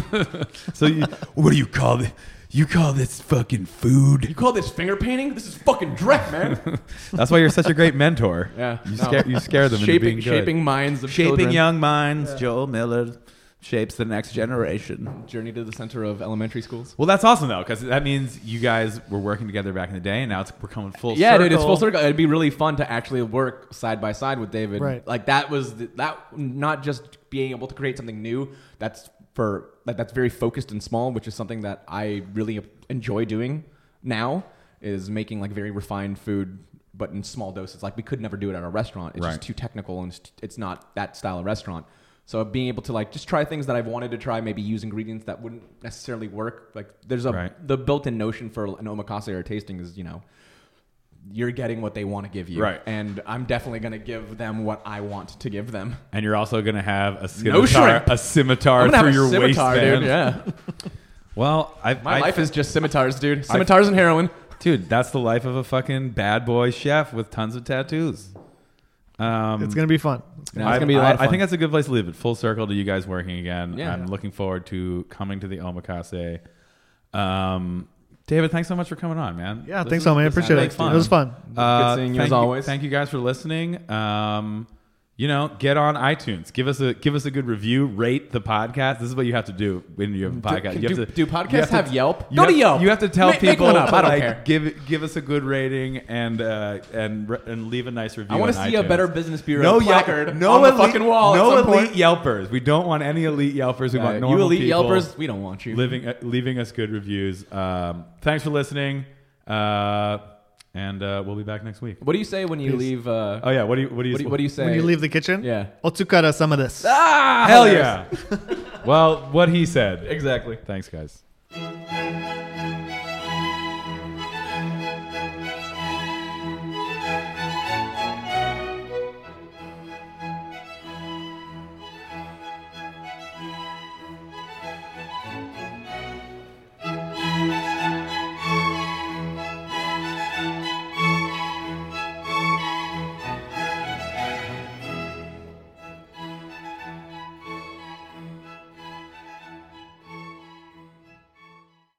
[SPEAKER 1] So you, (laughs) what do you call this? You call this fucking
[SPEAKER 2] You
[SPEAKER 1] food?
[SPEAKER 2] call this finger painting? This is fucking dreck,
[SPEAKER 1] (laughs)
[SPEAKER 2] man.
[SPEAKER 1] That's why you're such a great mentor.
[SPEAKER 2] (laughs) Yeah,
[SPEAKER 1] you
[SPEAKER 2] no.
[SPEAKER 1] scare you scare them into
[SPEAKER 2] shaping
[SPEAKER 1] being good.
[SPEAKER 2] shaping minds of
[SPEAKER 4] Shaping
[SPEAKER 2] children.
[SPEAKER 4] young minds, Joel Miller shapes the next generation.
[SPEAKER 2] Journey to the center of elementary schools.
[SPEAKER 1] Well, that's awesome though, because that means you guys were working together back in the day, and now it's, we're coming full
[SPEAKER 2] Yeah,
[SPEAKER 1] circle.
[SPEAKER 2] dude, it's full circle. It'd be really fun to actually work side by side with David.
[SPEAKER 3] Right.
[SPEAKER 2] Like that was the, that not just being able to create something new. That's for like, that's very focused and small, which is something that I really enjoy doing now. Is making like very refined food, but in small doses. Like we could never do it at a restaurant. It's
[SPEAKER 1] Right.
[SPEAKER 2] just too technical and it's, it's not that style of restaurant. So being able to like just try things that I've wanted to try, maybe use ingredients that wouldn't necessarily work. Like there's a
[SPEAKER 1] Right.
[SPEAKER 2] the built-in notion for an omakase or a tasting is you know you're getting what they want to give you.
[SPEAKER 1] Right.
[SPEAKER 2] And I'm definitely going to give them what I want to give them.
[SPEAKER 1] And you're also gonna have a
[SPEAKER 2] No
[SPEAKER 1] scimitar,
[SPEAKER 2] shrimp.
[SPEAKER 1] a scimitar
[SPEAKER 2] I'm
[SPEAKER 1] through
[SPEAKER 2] gonna have a
[SPEAKER 1] your
[SPEAKER 2] scimitar,
[SPEAKER 1] waistband.
[SPEAKER 2] dude. Yeah.
[SPEAKER 1] Well, I, (laughs)
[SPEAKER 2] My
[SPEAKER 1] I,
[SPEAKER 2] life is just scimitars, dude. Scimitars and heroin.
[SPEAKER 1] dude. That's the life of a fucking bad boy chef with tons of tattoos. Um,
[SPEAKER 3] It's gonna be fun. It's
[SPEAKER 2] No, it's
[SPEAKER 1] I-
[SPEAKER 2] gonna be a
[SPEAKER 1] I-
[SPEAKER 2] lot of
[SPEAKER 1] I
[SPEAKER 2] fun.
[SPEAKER 1] think that's a good place to leave it. Full circle to you guys working again.
[SPEAKER 2] Yeah.
[SPEAKER 1] I'm looking forward to coming to the omakase. Um, David, thanks so much for coming on, man.
[SPEAKER 3] Yeah,
[SPEAKER 2] This
[SPEAKER 3] thanks
[SPEAKER 2] is-
[SPEAKER 3] so much. I
[SPEAKER 2] this sounds
[SPEAKER 3] appreciate
[SPEAKER 1] like
[SPEAKER 3] it.
[SPEAKER 1] fun.
[SPEAKER 3] It was fun.
[SPEAKER 1] Uh,
[SPEAKER 2] Good seeing you
[SPEAKER 1] thank
[SPEAKER 2] as always.
[SPEAKER 1] Thank you guys for listening. Um, you know, get on iTunes. Give us a give us a good review. Rate the podcast. This is what you have to do when you have a podcast.
[SPEAKER 2] can-
[SPEAKER 1] you have
[SPEAKER 2] do-
[SPEAKER 1] to,
[SPEAKER 2] do podcasts have Yelp?
[SPEAKER 1] you
[SPEAKER 2] Go to
[SPEAKER 1] have-
[SPEAKER 2] Yelp.
[SPEAKER 1] You have to tell
[SPEAKER 2] Ma- make
[SPEAKER 1] people
[SPEAKER 2] one up.
[SPEAKER 1] to,
[SPEAKER 2] I don't
[SPEAKER 1] like,
[SPEAKER 2] care.
[SPEAKER 1] Give give us a good rating and uh, and re- and leave a nice review.
[SPEAKER 2] I want
[SPEAKER 1] on
[SPEAKER 2] to see a
[SPEAKER 1] iTunes.
[SPEAKER 2] better business bureau
[SPEAKER 1] No
[SPEAKER 2] placard
[SPEAKER 1] Yelp, no
[SPEAKER 2] on the
[SPEAKER 1] elite,
[SPEAKER 2] fucking wall. at
[SPEAKER 1] No
[SPEAKER 2] some point.
[SPEAKER 1] elite Yelpers. We don't want any elite Yelpers. We
[SPEAKER 2] Uh,
[SPEAKER 1] want normal
[SPEAKER 2] you elite
[SPEAKER 1] people
[SPEAKER 2] Yelpers, we don't want you.
[SPEAKER 1] living uh, leaving us good reviews. Um, thanks for listening, uh, and uh, we'll be back next week.
[SPEAKER 2] What do you say when you
[SPEAKER 3] Peace.
[SPEAKER 2] leave? Uh,
[SPEAKER 1] Oh yeah, what do you what do you
[SPEAKER 2] what, do you, what do you say?
[SPEAKER 3] When you leave the kitchen,
[SPEAKER 2] Yeah.
[SPEAKER 3] Otsukara some of this.
[SPEAKER 2] Ah,
[SPEAKER 1] Hell
[SPEAKER 2] hilarious. (laughs)
[SPEAKER 1] yeah! well, what he said.
[SPEAKER 2] Exactly.
[SPEAKER 1] Thanks, guys.